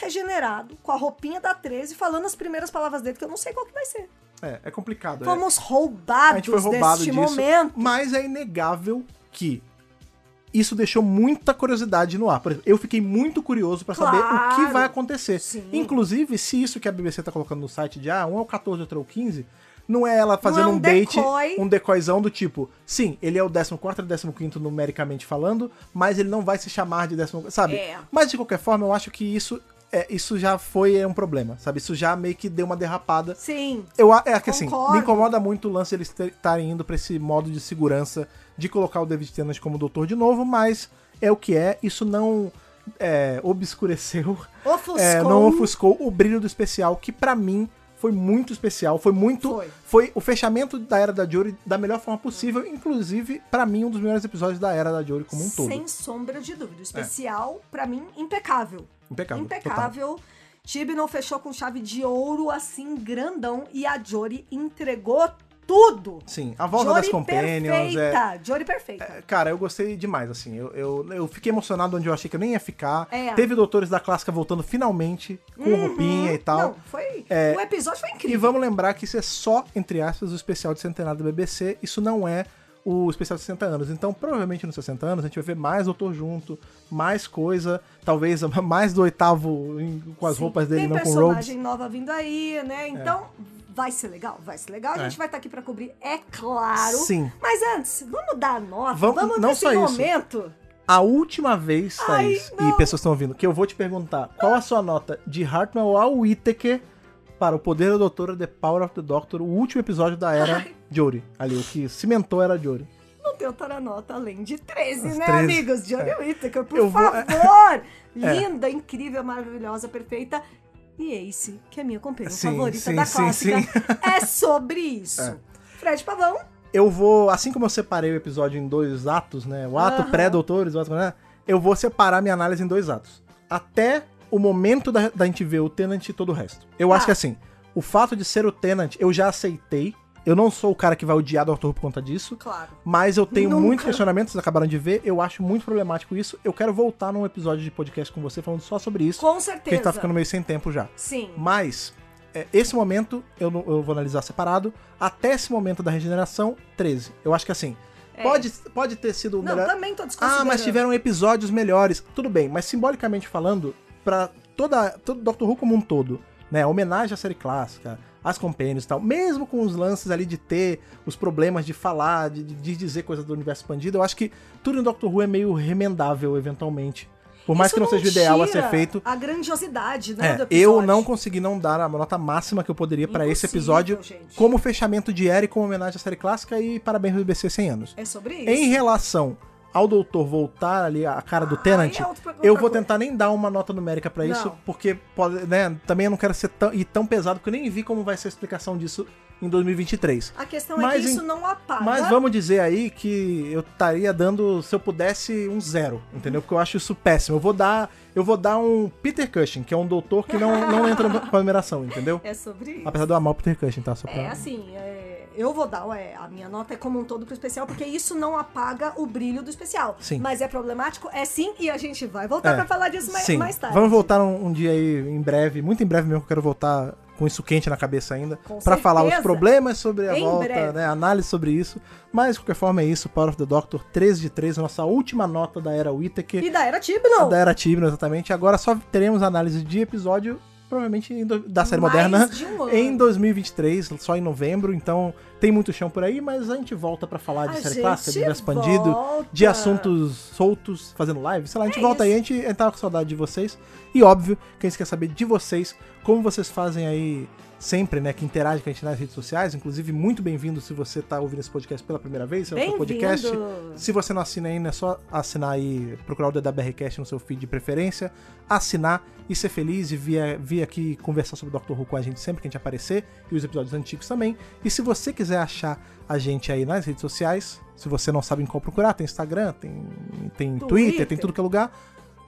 Speaker 2: pós-regenerado, com a roupinha da 13, falando as primeiras palavras dele, que eu não sei qual que vai ser.
Speaker 1: É, é complicado. é.
Speaker 2: Fomos roubados
Speaker 1: a gente foi roubado
Speaker 2: deste
Speaker 1: disso,
Speaker 2: momento.
Speaker 1: Mas é inegável que isso deixou muita curiosidade no ar. Por exemplo, eu fiquei muito curioso pra saber o que
Speaker 2: Claro.
Speaker 1: vai acontecer.
Speaker 2: Sim.
Speaker 1: Inclusive, se isso que a BBC tá colocando no site de ah, um é o 14, outro é o 15, não é ela fazendo
Speaker 2: um
Speaker 1: um, date,
Speaker 2: decoy.
Speaker 1: um decoyzão do tipo, sim, ele é o 14 e 15 numericamente falando, mas ele não vai se chamar de 14, sabe?
Speaker 2: É.
Speaker 1: Mas de qualquer forma, eu acho que isso é, isso já foi é, um problema, sabe? Isso já meio que deu uma derrapada.
Speaker 2: Sim.
Speaker 1: Eu, a- é que assim,
Speaker 2: Concordo.
Speaker 1: me incomoda muito o lance eles estarem indo pra esse modo de segurança de colocar o David Tennant como doutor de novo, mas é o que é, isso não é, obscureceu,
Speaker 2: Ofuscou.
Speaker 1: é, não ofuscou o brilho do especial, que pra mim foi muito especial, foi muito.
Speaker 2: Foi.
Speaker 1: o fechamento da Era da Jory da melhor forma possível, inclusive, pra mim, um dos melhores episódios da Era da Jory como um todo. É.
Speaker 2: Sem sombra de dúvida. O Especial, pra mim, impecável.
Speaker 1: Impecável. total.
Speaker 2: Impecável. Tibnon fechou com chave de ouro, assim, grandão. E a Jory entregou tudo.
Speaker 1: Sim, a volta das Companions, é,
Speaker 2: perfeita. Jory perfeita.
Speaker 1: É, Cara, eu gostei demais, assim. Eu, eu, eu fiquei emocionado onde eu achei que eu nem ia ficar.
Speaker 2: É. Uhum.
Speaker 1: Teve Doutores da Clássica voltando finalmente, com roupinha e tal.
Speaker 2: Não, foi...
Speaker 1: É,
Speaker 2: O episódio foi
Speaker 1: E
Speaker 2: incrível.
Speaker 1: vamos lembrar que isso é só, entre aspas, o especial de centenário da BBC. Isso não é o especial de 60 anos. Então, provavelmente nos 60 anos, a gente vai ver mais Doutor junto, mais coisa, talvez [laughs] mais do oitavo em- com as
Speaker 2: Sim.
Speaker 1: roupas dele,
Speaker 2: Tem
Speaker 1: não com robes.
Speaker 2: personagem nova vindo aí, né? Então, vai ser legal, vai ser legal. A
Speaker 1: É.
Speaker 2: gente vai estar aqui pra cobrir, é claro.
Speaker 1: Sim.
Speaker 2: Mas antes, vamos dar a nota,
Speaker 1: Vamos-
Speaker 2: vamos,
Speaker 1: não
Speaker 2: nesse
Speaker 1: só isso.
Speaker 2: momento.
Speaker 1: A última vez,
Speaker 2: Ai,
Speaker 1: Thaís, e
Speaker 2: não.
Speaker 1: pessoas estão ouvindo, que eu vou te perguntar qual a sua nota de Hartnell ao Whittaker para o Poder da Doutora, The Power of the Doctor, o último episódio da era Jory. Ali, o que cimentou a era Jory.
Speaker 2: Não tem outra nota além de 13,
Speaker 1: As
Speaker 2: né,
Speaker 1: 13.
Speaker 2: amigos? Johnny Whittaker, por
Speaker 1: Eu vou- é. [laughs]
Speaker 2: favor! Linda, incrível, maravilhosa, perfeita. E Ace, que é a minha companheira
Speaker 1: Sim,
Speaker 2: favorita
Speaker 1: sim,
Speaker 2: da
Speaker 1: sim,
Speaker 2: clássica.
Speaker 1: sim. [laughs]
Speaker 2: É sobre isso.
Speaker 1: É.
Speaker 2: Fred Pavão,
Speaker 1: Eu vou, assim como eu separei o episódio em dois atos, né? O ato
Speaker 2: Aham.
Speaker 1: pré-doutores, o ato, né? Eu vou separar minha análise em dois atos. Até o momento da, da gente ver o Tenant e todo o resto. Eu
Speaker 2: Tá.
Speaker 1: acho que assim, o fato de ser o Tenant, eu já aceitei. Eu não sou o cara que vai odiar Doctor Who por conta disso.
Speaker 2: claro.
Speaker 1: Mas eu tenho
Speaker 2: Nunca.
Speaker 1: muitos questionamentos, vocês acabaram de ver. Eu acho muito problemático isso. Eu quero voltar num episódio de podcast com você falando só sobre isso.
Speaker 2: Com
Speaker 1: Porque a
Speaker 2: certeza.
Speaker 1: gente tá ficando meio sem tempo já.
Speaker 2: Sim.
Speaker 1: Mas, é, esse momento eu, não- eu vou analisar separado. Até esse momento da regeneração, 13. Eu acho que assim. Pode, pode ter sido o
Speaker 2: É. Não, tá
Speaker 1: melhor.
Speaker 2: também tô desconsiderando.
Speaker 1: Ah, mas tiveram episódios melhores. Tudo bem, mas simbolicamente falando, pra toda, todo Doctor Who como um todo, né? Homenagem à série clássica, às companions e tal, mesmo com os lances ali de ter os problemas de falar, de, de dizer coisas do universo expandido, eu acho que tudo em Doctor Who é meio remendável, eventualmente. Por mais
Speaker 2: Isso
Speaker 1: que não seja o ideal a ser
Speaker 2: tira
Speaker 1: feito.
Speaker 2: A grandiosidade, né?
Speaker 1: É,
Speaker 2: do
Speaker 1: eu
Speaker 2: episódio.
Speaker 1: não consegui não dar a nota máxima que eu poderia pra esse
Speaker 2: Impossível,
Speaker 1: episódio
Speaker 2: gente.
Speaker 1: como fechamento de era e como homenagem à série clássica e parabéns ao BBC 100 anos.
Speaker 2: É sobre isso.
Speaker 1: Em relação ao doutor voltar ali a cara do Tenant,
Speaker 2: Aí é outra- outra
Speaker 1: eu vou
Speaker 2: coisa.
Speaker 1: tentar nem dar uma nota numérica pra isso,
Speaker 2: Não.
Speaker 1: porque pode, né, também eu não quero ser tão, ir tão pesado, porque eu nem vi como vai ser a explicação disso em 2023.
Speaker 2: A questão é
Speaker 1: Mas
Speaker 2: que
Speaker 1: em-
Speaker 2: isso não apaga.
Speaker 1: Mas vamos dizer aí que eu estaria dando, se eu pudesse, um zero, entendeu? Porque eu acho isso péssimo. Eu vou dar, eu vou dar um Peter Cushing, que é um doutor que não, não entra na numeração, entendeu?
Speaker 2: É sobre isso.
Speaker 1: Apesar de eu amar o Peter Cushing, tá? Só pra...
Speaker 2: É assim, é, eu vou dar é, a minha nota é como um todo pro especial, porque isso não apaga o brilho do especial.
Speaker 1: Sim.
Speaker 2: Mas é problemático? É sim, e a gente vai voltar
Speaker 1: É.
Speaker 2: pra falar disso mais,
Speaker 1: Sim.
Speaker 2: mais tarde.
Speaker 1: Vamos voltar um, um dia aí em breve, muito em breve mesmo, que eu quero voltar com isso quente na cabeça ainda,
Speaker 2: Com
Speaker 1: Pra falar os
Speaker 2: certeza.
Speaker 1: problemas sobre a
Speaker 2: Em
Speaker 1: volta,
Speaker 2: breve.
Speaker 1: né, análise sobre isso. Mas de qualquer forma é isso, Power of the Doctor 13 de 13, nossa última nota da era Whittaker,
Speaker 2: E da Era Tibnon.
Speaker 1: da era Tibno exatamente. Agora só teremos análise de episódio provavelmente em do- da série
Speaker 2: Mais
Speaker 1: moderna
Speaker 2: de um ano.
Speaker 1: em 2023, só em novembro, então tem muito chão por aí, mas a gente volta pra falar de
Speaker 2: A
Speaker 1: série
Speaker 2: gente
Speaker 1: clássica, de universo expandido,
Speaker 2: volta.
Speaker 1: de assuntos soltos, fazendo live. Sei lá, a gente
Speaker 2: É
Speaker 1: volta aí,
Speaker 2: isso.
Speaker 1: a gente, a gente tava com saudade de vocês. E óbvio que a gente quer saber de vocês, como vocês fazem aí sempre, né? Que interagem com a gente nas redes sociais. Inclusive, muito bem-vindo se você tá ouvindo esse podcast pela primeira vez, se é o seu podcast.
Speaker 2: Bem-vindo.
Speaker 1: Se você não assina ainda, é só assinar aí, procurar o DWRcast no seu feed de preferência, assinar e ser feliz e vir, vir aqui conversar sobre Doctor Who com a gente sempre que a gente aparecer e os episódios antigos também. E se você quiser achar a gente aí nas redes sociais, se você não sabe em qual procurar, tem Instagram, tem, tem Twitter.
Speaker 2: Twitter.
Speaker 1: tem tudo que é lugar.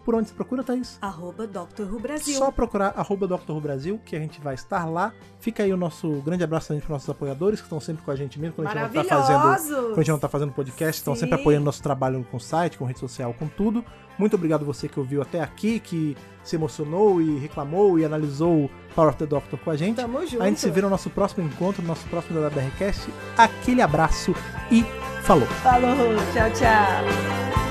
Speaker 1: Por onde você procura, Thaís?
Speaker 2: Arroba Dr. Who Brasil.
Speaker 1: Só procurar arroba Dr. Who Brasil, que a gente vai estar lá. Fica aí o nosso grande abraço também para nossos apoiadores, que estão sempre com a gente mesmo quando a gente não tá fazendo quando a gente não tá fazendo podcast, estão
Speaker 2: Sim.
Speaker 1: sempre apoiando nosso trabalho com o site, com rede social, com tudo. Muito obrigado você que ouviu até aqui, que se emocionou e reclamou e analisou o Power of the Doctor com a gente.
Speaker 2: Tamo junto.
Speaker 1: a gente se vê no nosso próximo encontro, no nosso próximo WBRcast. Aquele abraço e falou!
Speaker 2: Falou, tchau, tchau.